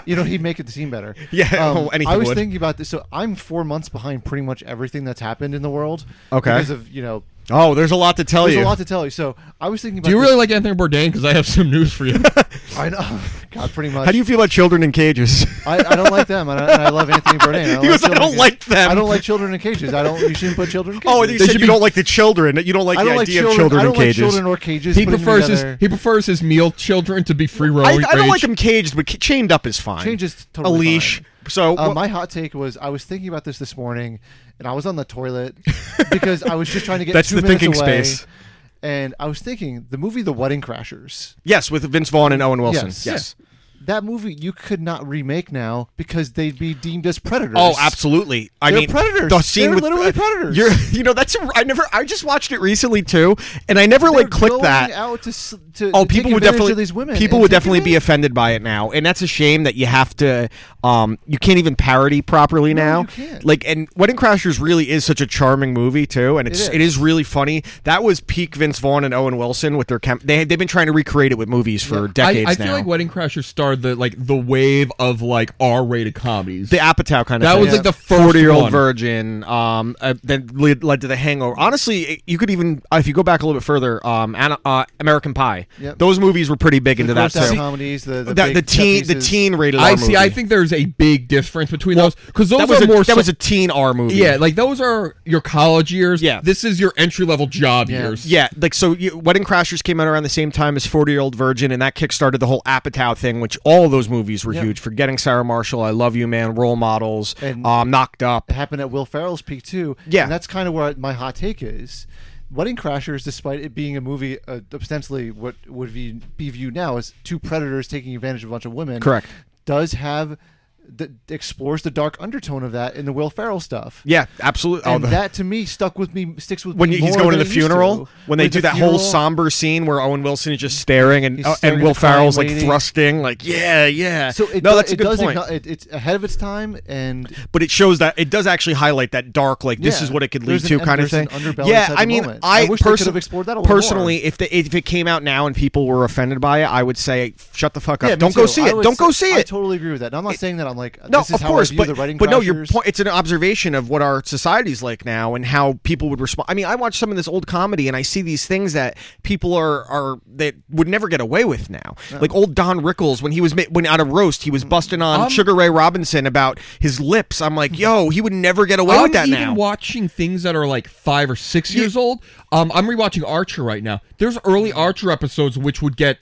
E: You know he'd make it the team better.
C: (laughs)
E: Um,
C: Yeah, oh, anything
E: I was
C: would.
E: thinking about this. So I'm four months behind pretty much everything that's happened in the world.
C: Okay.
E: Because of you know,
C: oh, there's a lot to tell
E: there's
C: you.
E: a lot to tell you. So I was thinking. About
D: Do you
E: this-
C: (laughs)
D: really like Anthony Bourdain? Because I have some news for you.
E: I know. God, pretty much.
C: How do you feel about children in cages?
E: I, I don't like them, and I, and I love Anthony Bourdain. I
C: (laughs)
E: don't,
C: He
E: like
C: goes, "I
E: children
C: don't
E: in-
C: like them."
E: I don't like children in cages. I don't. You shouldn't put children. in cages.
C: oh, you said you don't like the children. You don't like
E: I
C: the
E: don't like
C: idea
E: children.
C: of children
E: I don't
C: in cages.
E: like children or cages.
D: He
E: Put 'em
D: prefers his
E: together.
D: he prefers his meal children to be free rolling.
C: I, I don't like
D: rage.
C: them caged, but ca- chained up is fine.
E: Chained is totally
C: a leash.
E: fine.
C: So
E: Uh,
C: wha-
E: my hot take was I was thinking about this this morning, and I was on the toilet because I was
C: (laughs)
E: just trying to get
C: That's
E: two
C: the
E: minutes
C: thinking
E: away,
C: space.
E: And I was thinking the movie The Wedding Crashers.
C: yes, with Vince Vaughn and Owen Wilson.
E: Yes.
C: Yes.
E: That movie you could not remake now because they'd be deemed as predators.
C: Oh, absolutely. I
E: They're
C: mean,
E: predators.
C: The scene
E: They're
C: with
E: literally predators.
C: You're, (laughs) you know, that's a, I never. I just watched it recently too, and I never
E: They're
C: like clicked
E: going
C: that.
E: out to s- to-
C: oh,
E: to take
C: people would
E: advantage of
C: definitely
E: these women.
C: people
E: and
C: would
E: take
C: definitely be
E: advantage.
C: offended by it now, and that's a shame that you have to. Um, you can't even parody properly now.
E: you can't.
C: Like, and Wedding Crashers really is such a charming movie too, and it's
E: is.
C: it is really funny. That was peak Vince Vaughn and Owen Wilson with their chem- they they've been trying to recreate it with movies for
D: I,
C: decades
D: I
C: now.
D: feel like Wedding Crashers started the like the wave of like R-rated comedies.
C: the Apatow kind of
D: That
C: thing.
D: was, like, the first
C: forty-year-old
D: one.
C: virgin. Um, uh, then led, led to the Hangover. Honestly, it- you could even uh, if you go back a little bit further, um, Ana- uh, American Pie.
E: Yep.
C: Those movies were pretty big into that
E: Gross out
C: too.
E: comedies, the the,
C: That-
E: big
C: the
E: set
C: teen, the
E: pieces.
C: teen rated.
D: I
C: R
D: see.
C: movie.
D: I think there's a big difference between
C: Well,
D: those because those
C: that was
D: are
C: a,
D: more.
C: that
D: so-
C: was a teen R movie.
D: yeah, like those are your college years.
C: Yeah.
D: this is your entry level job years.
C: Yeah, like so. You, Wedding Crashers came out around the same time as Forty Year Old Virgin, and that kickstarted the whole Apatow thing, which all of those movies were huge. Forgetting Sarah Marshall, I Love You Man, Role Models,
E: And-
C: um, Knocked Up.
E: It happened at Will Ferrell's peak too.
C: Yeah.
E: and that's kind of where my hot take is. Wedding Crashers, despite it being a movie uh, ostensibly what would be, be viewed now as two predators taking advantage of a bunch of women,
C: Correct.
E: does have the, explores the dark undertone of that in the Will Ferrell stuff.
C: Yeah, absolutely.
E: and that to me stuck with me sticks with
C: when
E: me
C: you, he's
E: more
C: going
E: than
C: to the
E: it used
C: funeral
E: to.
C: when they
E: With
C: do
E: the
C: that whole
E: funeral,
C: somber scene where Owen Wilson is just staring and
E: He's
C: uh,
E: staring
C: and
E: at
C: Will
E: the crying
C: Farrell's like
E: lady.
C: thrusting like yeah yeah
E: So it,
C: no
E: do-
C: that's a
E: it
C: good
E: does
C: point
E: acknow- it, it's ahead of its time, and
C: but it shows that it does actually highlight that dark like this
E: Yeah.
C: is what it could lead
E: There's
C: to
E: an-
C: kind of
E: there's an
C: thing
E: underbelly
C: yeah
E: type
C: I
E: of
C: mean
E: moment.
C: I,
E: I wish they could
C: perso-
E: have explored that a little
C: personally if they, if it came out now and people were offended by it I would say shut the fuck up
E: Yeah, me
C: don't go
E: too.
C: see
E: I
C: it
E: would
C: don't
E: say-
C: go see
E: I
C: it
E: totally agree with that. And I'm not saying that I'm like
C: no,
E: this is
C: of
E: how
C: course,
E: I view
C: but
E: the writing
C: but no, your
E: Crashers.
C: point. It's an observation of what our society's like now and how people would respond. I mean, I watch some of this old comedy and I see these things that people are are that would never get away with now. Like old Don Rickles when he was ma- when on a roast, he
E: Mm.
C: was busting on
E: Um,
C: Sugar Ray Robinson about his lips. I'm like, yo, he would never get away
D: I'm
C: with that
D: even
C: now.
D: watching things that are like five or six years old. Um, I'm rewatching Archer right now. There's early Archer episodes which would get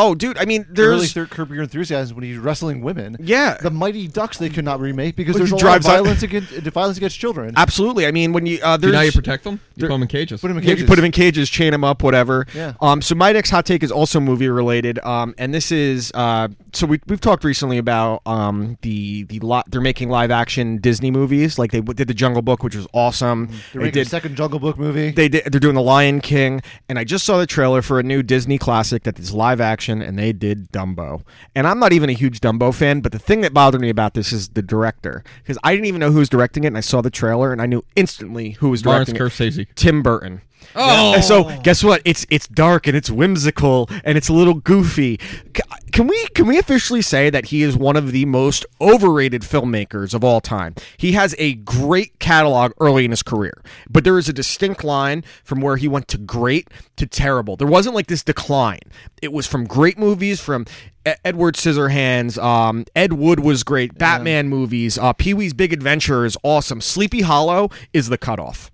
C: oh, dude, I mean,
E: early
C: there's.
E: third Curb Your Enthusiasm when he's wrestling women.
C: Yeah.
E: the Mighty Ducks they could not remake because
C: Well,
E: there's
C: he
E: a lot of
C: drives on-
E: violence against uh, violence against children.
C: Absolutely. I mean, when you uh,
D: you
C: there's
D: know how you protect them. You put them in cages.
E: Put 'em in
C: Yeah, you
E: cages.
C: put them in cages, chain them up, whatever.
E: Yeah.
C: Um. So my next hot take is also movie related. Um. And this is uh. So we we've talked recently about um the the lot they're making live action Disney movies. Like they w- did the Jungle Book, which was awesome.
E: Mm-hmm. They're
C: they
E: making
C: did.
E: a second Jungle Book movie.
C: They did, they're doing the Lion King, and I just saw the trailer for a new Disney classic that is live action, and they did Dumbo. And I'm not even a huge Dumbo fan, but the thing that bothered me about this is the director because I didn't even know who was directing it, and I saw the trailer and I knew instantly who was
D: Lawrence
C: directing it.
D: Scorsese.
C: Tim Burton.
D: Oh.
C: And so guess what? It's it's dark and it's whimsical and it's a little goofy. C- Can we can we officially say that he is one of the most overrated filmmakers of all time? He has a great catalog early in his career, but there is a distinct line from where he went to great to terrible. There wasn't like this decline. It was from great movies from E- Edward Scissorhands, um, Ed Wood was great, Batman movies, uh, Pee Wee's Big Adventure is awesome. Sleepy Hollow is the cutoff.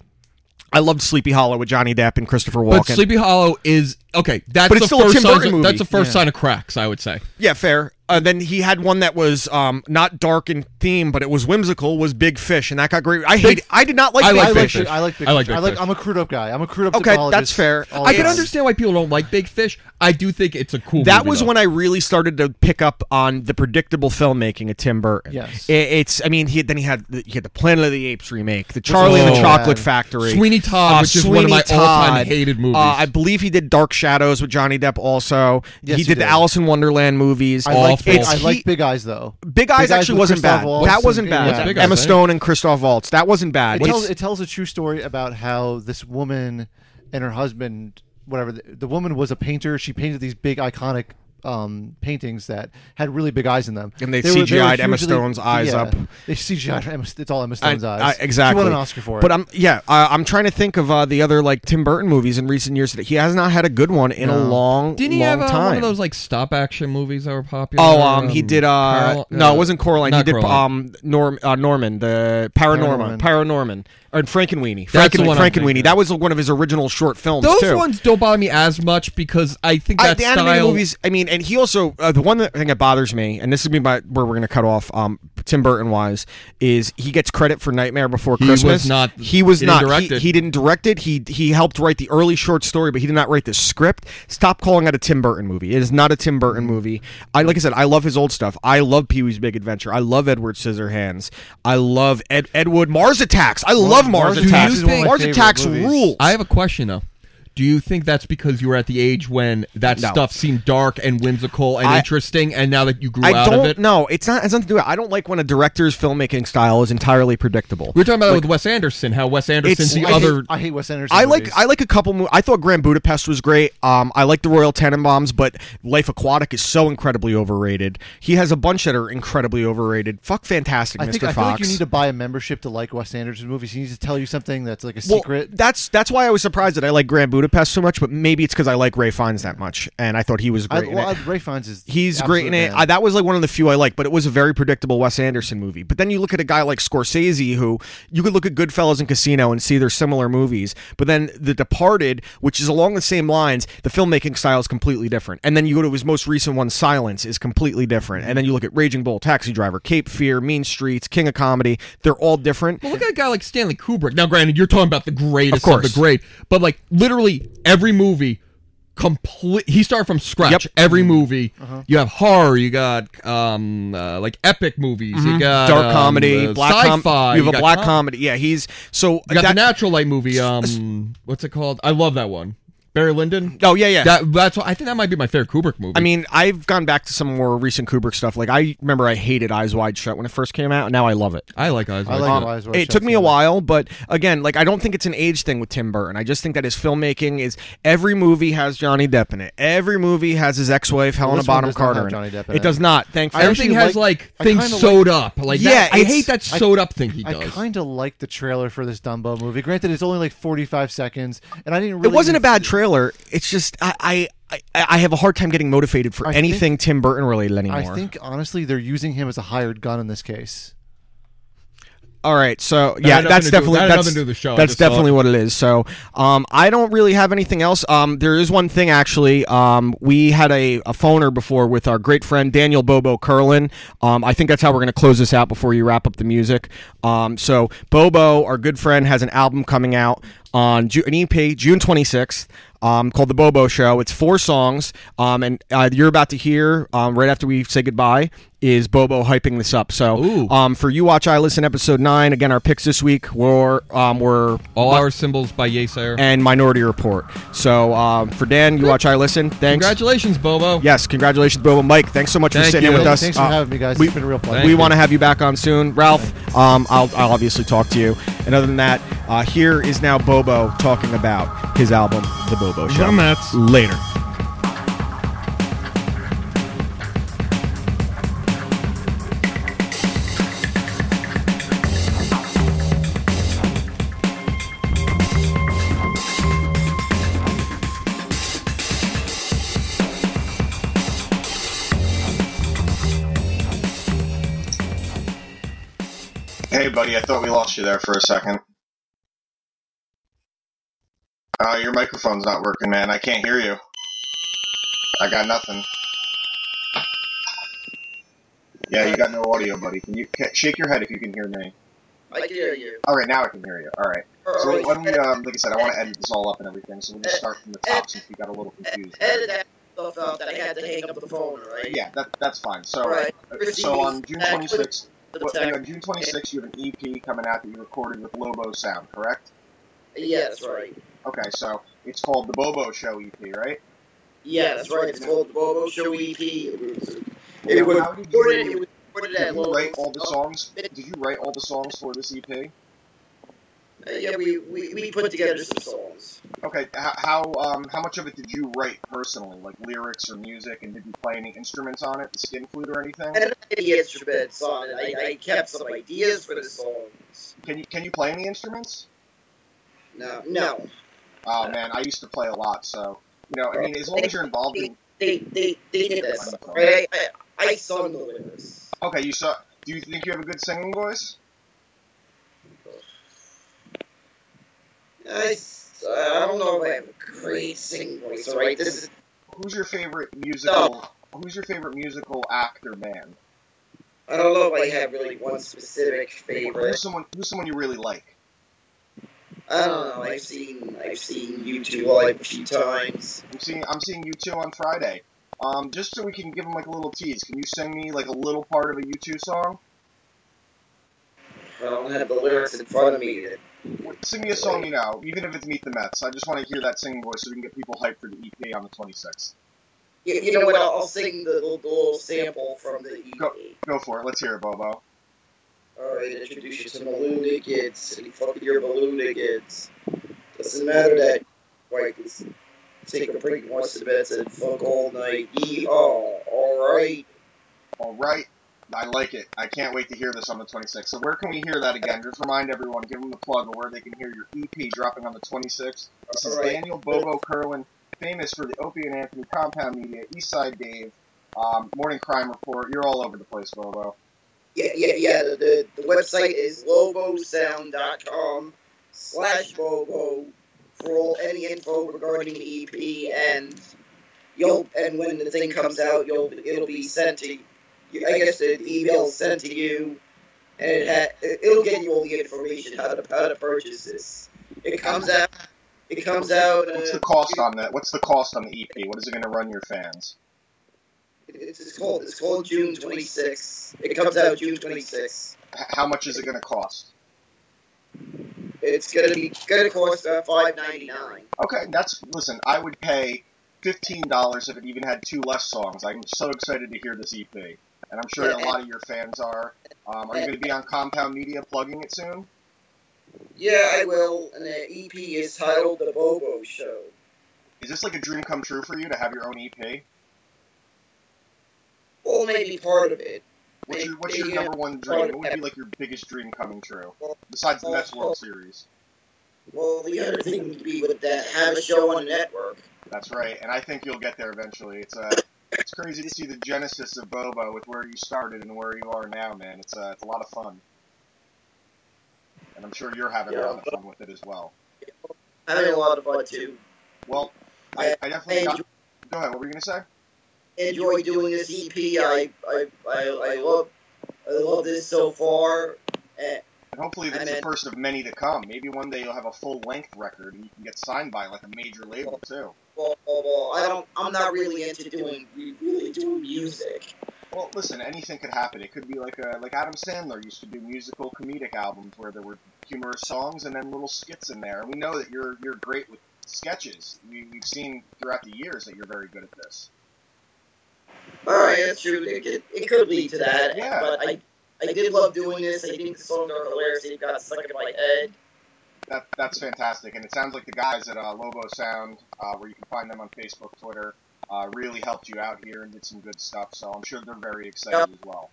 C: I loved Sleepy Hollow with Johnny Depp and Christopher Walken.
D: But Sleepy Hollow is okay. That's
C: But it's
D: the
C: still a
D: first
C: Tim
D: sign
C: Burton
D: of-
C: movie.
D: That's the first sign of cracks, I would say.
C: yeah, fair. Uh, then he had one that was um, not dark in theme, but it was whimsical. Was Big Fish, and that got great. I hate. I did not like.
D: I
C: Big
D: like
E: I
C: Fish.
E: like,
D: Big
E: big,
D: Fish.
E: I like, big
D: I like
E: Fish.
D: Big
E: I like.
D: Fish.
E: I'm a crude up guy. I'm a crude up.
C: Okay,
E: dipologist
C: that's fair.
E: all
C: I
E: the
C: can
E: time.
D: understand why people don't like Big Fish. I do think it's a cool.
C: That
D: movie,
C: was
D: though.
C: when I really started to pick up on the predictable filmmaking of Tim Burton.
E: Yes.
C: I- it's. I mean, he had- then he had the- he had the Planet of the Apes remake, the Charlie and the
D: so
C: Chocolate
E: bad.
C: Factory,
D: Sweeney Todd, which is one of my all-time hated movies.
C: Uh, I believe he did Dark Shadows with Johnny Depp. Also,
E: Yes,
C: he
E: he
C: did, the
E: did.
C: Alice in Wonderland movies.
E: I like,
D: Awful.
E: big,
C: It's-
E: I
C: he-
E: like Big Eyes though.
C: Big Eyes
E: Eyes
C: actually
E: with
C: wasn't
E: Christoph
C: bad.
E: Waltz
C: that
E: and-
C: wasn't bad.
E: What's
D: Big Eyes,
C: Emma
D: eh?
C: Stone and Christoph Waltz. That wasn't bad.
E: It tells,
C: It's-
E: it tells a true story about how this woman and her husband, whatever the, the woman was a painter. She painted these big iconic um, paintings that had really big eyes in them.
C: And they
E: were-
C: CGI'd Emma
E: hugely-
C: Stone's eyes
E: yeah,
C: up.
E: They CGI'd Emma, it's all Emma
C: I-
E: Stone's
C: I-
E: eyes.
C: exactly.
E: She won an Oscar for it.
C: But I'm yeah, I, I'm trying to think of uh, the other like Tim Burton movies in recent years that he has not had a good one in a long,
D: Didn't he
C: long
D: have uh,
C: time.
D: one of those like stop action movies that were popular?
C: Oh, um, he did. Uh,
D: Carol-
C: no,
D: uh,
C: it wasn't Coraline. he
D: not
C: did
D: Coraline.
C: um Norm uh, Norman, the Paranorman,
E: Paranorman.
C: Paranorman, or Frankenweenie.
D: That's the
C: Franken-
D: one I'm thinking
C: Frankenweenie.
D: of.
C: That was one of his original short films.
D: Those
C: too.
D: ones don't bother me as much because I think
C: I,
D: that
C: the
D: style.
C: animated movies. I mean, and he also uh, the one that, thing that bothers me, and this is me by, where we're going to cut off. Um, Tim Burton wise is he gets credit for Nightmare Before
D: He was
C: Christmas.
D: not-
C: He was
D: he didn't
C: not.
D: direct
C: he,
D: it.
C: he didn't direct it. He he helped write the early short story, but he did not write the script. Stop calling it a Tim Burton movie. It is not a Tim Burton movie. I like I said, I love his old stuff. I love Pee Wee's Big Adventure. I love Edward Scissorhands. I love Ed Ed Wood. Mars Attacks. I love Mars,
E: Mars Attacks
C: Attacks.
E: is one of my
C: Mars
E: favorite
C: Attacks
E: movies.
C: rules.
D: I have a question though. Do you think that's because you were at the age when that
C: No.
D: stuff seemed dark and whimsical and
C: I-
D: interesting, and now that you grew
C: I
D: out
C: don't
D: of it?
C: know. It's not. It's nothing to do. With, I don't like when a director's filmmaking style is entirely predictable.
D: We were talking about it with Wes Anderson, how Wes Anderson's the
E: I hate-
D: other.
E: I hate Wes Anderson.
C: I like
E: movies.
C: I like a couple. Mo- I thought Grand Budapest was great. Um, I like the Royal Tenenbaums, but Life Aquatic is so incredibly overrated. He has a bunch that are incredibly overrated. Fuck, fantastic,
E: I
C: Mr.
E: think I
C: Fox.
E: feel like you need to buy a membership to like Wes Anderson movies. He needs to tell you something that's like a
C: well,
E: secret.
C: that's that's why I was surprised that I like Grand Budapest so much, but maybe it's because I like Ray Fiennes that much, and I thought he was
E: I,
C: great. in
E: well,
C: it.
E: I- Ray Fiennes is
C: He's
E: the
C: great in
E: absolute
C: it.
E: man.
C: I, that was like one of the few I like, but it was a very predictable Wes Anderson movie. But then you look at a guy like Scorsese, who you could look at Goodfellas and Casino and see they're similar movies. But then The Departed, which is along the same lines, the filmmaking style is completely different. And then you go to his most recent one, Silence, is completely different. And then you look at Raging Bull, Taxi Driver, Cape Fear, Mean Streets, King of Comedy. They're all different.
D: Well, look at a guy like Stanley Kubrick. Now, granted, you're talking about the greatest
C: Of course.
D: the great, but like literally every movie, complete. He started from scratch.
C: Yep. Mm-hmm. Uh-huh.
D: Every movie, you have horror, you got um uh, like epic movies, you got
C: Mm-hmm. Dark
D: um,
C: comedy,
D: uh,
C: black
D: sci-fi,
C: comedy. You have a
D: got
C: black
D: com-
C: comedy. Yeah, he's so
D: You got
C: that-
D: the natural light movie. Um, what's it called? I love that one. Barry Lyndon.
C: Oh yeah, yeah.
D: That, that's what, I think that might be my favorite Kubrick movie.
C: I mean, I've gone back to some more recent Kubrick stuff. Like I remember I hated Eyes Wide Shut when it first came out, and now I love it.
D: I like Eyes
E: I
D: Wide
E: like
D: Shut.
E: Wise Wes
C: um, It took me a
E: Anderson.
C: while, but again, like I don't think it's an age thing with Tim Burton. I just think that his filmmaking is every movie has Johnny Depp in it. Every movie has his ex-wife Helena
E: this one
C: Bonham
E: does not have
C: Carter. in it.
E: Johnny Depp in
C: it
E: it.
C: does not. Thankfully,
D: Everything
E: actually
D: has
E: like-
D: like,
E: I
D: things
E: kinda like-
D: sewed up. Like
C: Yeah,
D: that, I
C: it's-
D: hate that
E: I-
D: sewed up thing he does.
E: I kind of like the trailer for this Dumbo movie. Granted, it's only like 45 seconds, and I didn't
C: it
E: really.
C: wasn't a
E: even-
C: bad trailer. It's just I. I I, I have a hard time getting motivated for
E: I think-
C: anything Tim Burton related anymore.
E: I think, honestly, they're using him as a hired gun in this case.
C: All right, so yeah,
I: had nothing
C: that's
I: to do-
C: definitely
I: that had
C: that's,
I: nothing to do with the show. I
C: that's
I: just saw
C: definitely
I: it.
C: what it is. So um, I don't really have anything else. Um, there is one thing actually. Um, we had a, a phoner before with our great friend Daniel Bobo Curlin. Um, I think that's how we're going to close this out before you wrap up the music. Um, so Bobo, our good friend, has an album coming out on Ju- an EP June 26th um, called The Bobo Show. It's four songs, um, and uh, you're about to hear um, right after we say goodbye is Bobo hyping this up. So um, for you watch I listen episode nine again our picks this week were um, were
D: All our symbols by Yesair.
C: and Minority Report. So um, for Dan, you watch I listen. Thanks.
D: Congratulations, Bobo.
C: Yes, congratulations, Bobo. Mike, thanks so much for
D: Thank
C: sitting
D: you.
C: in with us.
E: Thanks for
C: Uh,
E: having me, guys.
C: we-
E: it's been a real pleasure.
D: Thank
C: we
D: you.
C: want to have you back on soon, Ralph. Um, I'll, I'll obviously talk to you. And other than that, uh, here is now Bobo talking about his album, The Bobo Show.
I: Donuts.
C: Later.
J: Hey, buddy, I thought we lost you there for a second. Uh, your microphone's not working, man. I can't hear you. I got nothing. Yeah, you got no audio, buddy. Can you ca- shake your head if you can hear me?
K: I hear you.
J: All right, now I can hear you. All right. So
K: Alright,
J: why don't we, um, like I said, I want to edit this all up and everything, so we'll just start from the top since we got a little confused.
K: Edit that stuff out that I had to hang up the phone, right?
J: Yeah, that, that's fine. So,
K: Alright.
J: so on June 26th,
K: For the
J: well,
K: tech-
J: on June 26th, you have an EP coming out that you recorded with Lobo Sound, correct?
K: Yeah, that's right.
J: Okay, so it's called the Bobo Show EP, right?
K: Yeah, that's right. It's called the Bobo Show E EP. It
J: Now,
K: was
J: how did you,
K: recorded. uh, oh, It was recorded
J: did
K: at
J: you E
K: Lowell's.
J: write all the songs? Did you write all the songs for this EP?
K: Uh, yeah, we, we, we put together some songs.
J: Okay, h- how um, how much of it did you write personally, like lyrics or music, and did you play any instruments on it, the skin flute or anything?
K: I didn't have any instruments on it. I, I kept some ideas for the songs.
J: Can you can you play any instruments?
K: No, no.
J: Oh man, I used to play a lot, so you know, I mean, as long as you're involved
K: (laughs)
J: in.
K: They they, they did that song, right? I, I, I sung the lyrics.
J: Okay, you saw. Do you think you have a good singing voice?
K: I, s- I don't know if I have a great singing voice, all right? This is
J: Who's your favorite musical? Who's your favorite musical actor, man?
K: I don't know if I have really one specific favorite.
J: Who's someone? Who's someone you really like?
K: I don't know. I've seen I've seen you two like a few times.
J: I'm seeing I'm seeing you two on Friday. Um, just so we can give them like a little tease, can you sing me like a little part of a U2 song?
K: I don't have the lyrics in front of me.
J: Sing me a song you know, even if it's Meet the Mets. I just want to hear that singing voice so we can get people hyped for the EP on the 26th.
K: You, you know what? I'll, I'll sing the little, the little sample from the E EP.
J: Go for it. Let's hear it, Bobo.
K: All right, introduce you to Maluna kids. Any fucking your Maluna kids. Doesn't matter that like it's- take a break once in a bit and fuck all night. E all all right.
J: All right. I like it. I can't wait to hear this on the 26th. So where can we hear that again? Just remind everyone, give them the plug of where they can hear your EP dropping on the 26th. This is
K: All right.
J: Daniel Bobo Curlin, famous for the Opie and Anthony Compound Media, Eastside Dave, um, Morning Crime Report. You're all over the place, Bobo.
K: Yeah, yeah, yeah. The, the, the website is lobosound.com slash bobo for all, any info regarding the EP and you'll and when the thing comes out, you'll it'll be sent to. You, I guess the email is sent to you, and it ha, it'll get you all the information how to how to purchase this. It comes out. It comes out.
J: What's
K: Uh,
J: the cost on that? What's the cost on the EP? What is it going to run your fans?
K: it's, it's called it's called June 26th. It comes out June 26th.
J: H- how much is it going to cost?
K: It's gonna be gonna cost uh, five ninety nine.
J: Okay, that's listen. I would pay fifteen dollars if it even had two less songs. I'm so excited to hear this EP, and I'm sure a lot of your fans are. Um, are you going to be on Compound Media plugging it soon?
K: Yeah, I will. And the EP is titled The Bobo Show.
J: Is this like a dream come true for you to have your own E EP?
K: Well, maybe part of it.
J: What's your, what's your
K: Maybe, uh,
J: number one dream? What would be like your biggest dream coming true besides the Mets World Series?
K: Well, the other thing would be with that have a show on the network.
J: That's right, and I think you'll get there eventually. It's uh, it's crazy to see the genesis of Bobo with where you started and where you are now, man. It's uh, it's a lot of fun, and I'm sure you're having a lot of fun with it as well.
K: Having a lot of fun too.
J: Well, I, I definitely
K: I
J: got,
K: enjoy-
J: go ahead. What were you gonna say?
K: Enjoy doing this EP. I I I, I love I love this so far. Eh,
J: And hopefully that's
K: I
J: the
K: meant-
J: first of many to come. Maybe one day you'll have a full length record and you can get signed by like a major label too.
K: well, well, well, I don't. I'm not really into doing really doing music.
J: Well, listen, anything could happen. It could be like a, like Adam Sandler used to do musical comedic albums where there were humorous songs and then little skits in there. And we know that you're you're great with sketches. We, we've seen throughout the years that you're very good at this.
K: All right, that's true. It could, it could lead to that.
J: Yeah.
K: But I, I did love doing this. I think the songs are hilarious. They've got stuck in my head.
J: That, that's fantastic, and it sounds like the guys at uh, Lobo Sound, uh, where you can find them on Facebook, Twitter, uh, really helped you out here and did some good stuff. So I'm sure they're very excited as well.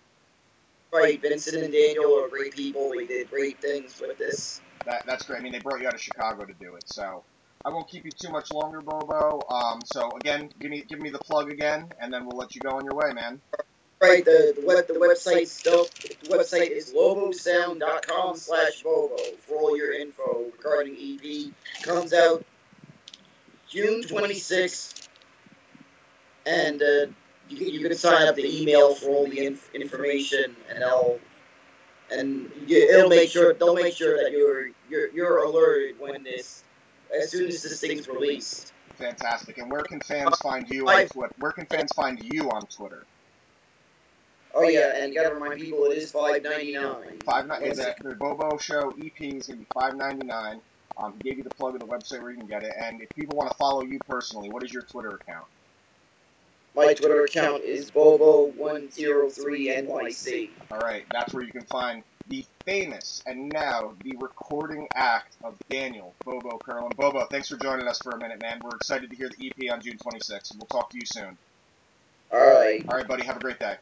K: Right, Vincent and Daniel are great people. They did great things with this.
J: That, that's great. I mean, they brought you out of Chicago to do it, so I won't keep you too much longer, Bobo. Um, so again, give me give me the plug again, and then we'll let you go on your way, man.
K: Right, the, the web the website stuff. The website is lobosound.com slash bobo for all your info regarding EP. Comes out June 26th, and uh, you, can- you can sign up the email for all the inf- information, and I'll and you, it'll make sure they'll make sure that you're you're you're alerted when this as soon as this thing's released.
J: Fantastic. And where can fans find you on Twitter? Where can fans find you on Twitter?
K: Oh yeah, and you gotta remind people it is five ninety nine.
J: Five nine. The, the Bobo Show EP is going to be five ninety nine. Um, he gave you the plug of the website where you can get it. And if people want to follow you personally, what is your Twitter account?
K: My Twitter account is Bobo103NYC.
J: All right, that's where you can find the famous and now the recording act of Daniel Bobo Curlin. Bobo, thanks for joining us for a minute, man. E We're excited to hear the EP on June 26th. We'll talk to you soon.
K: All right.
J: All right, buddy. Have a great day.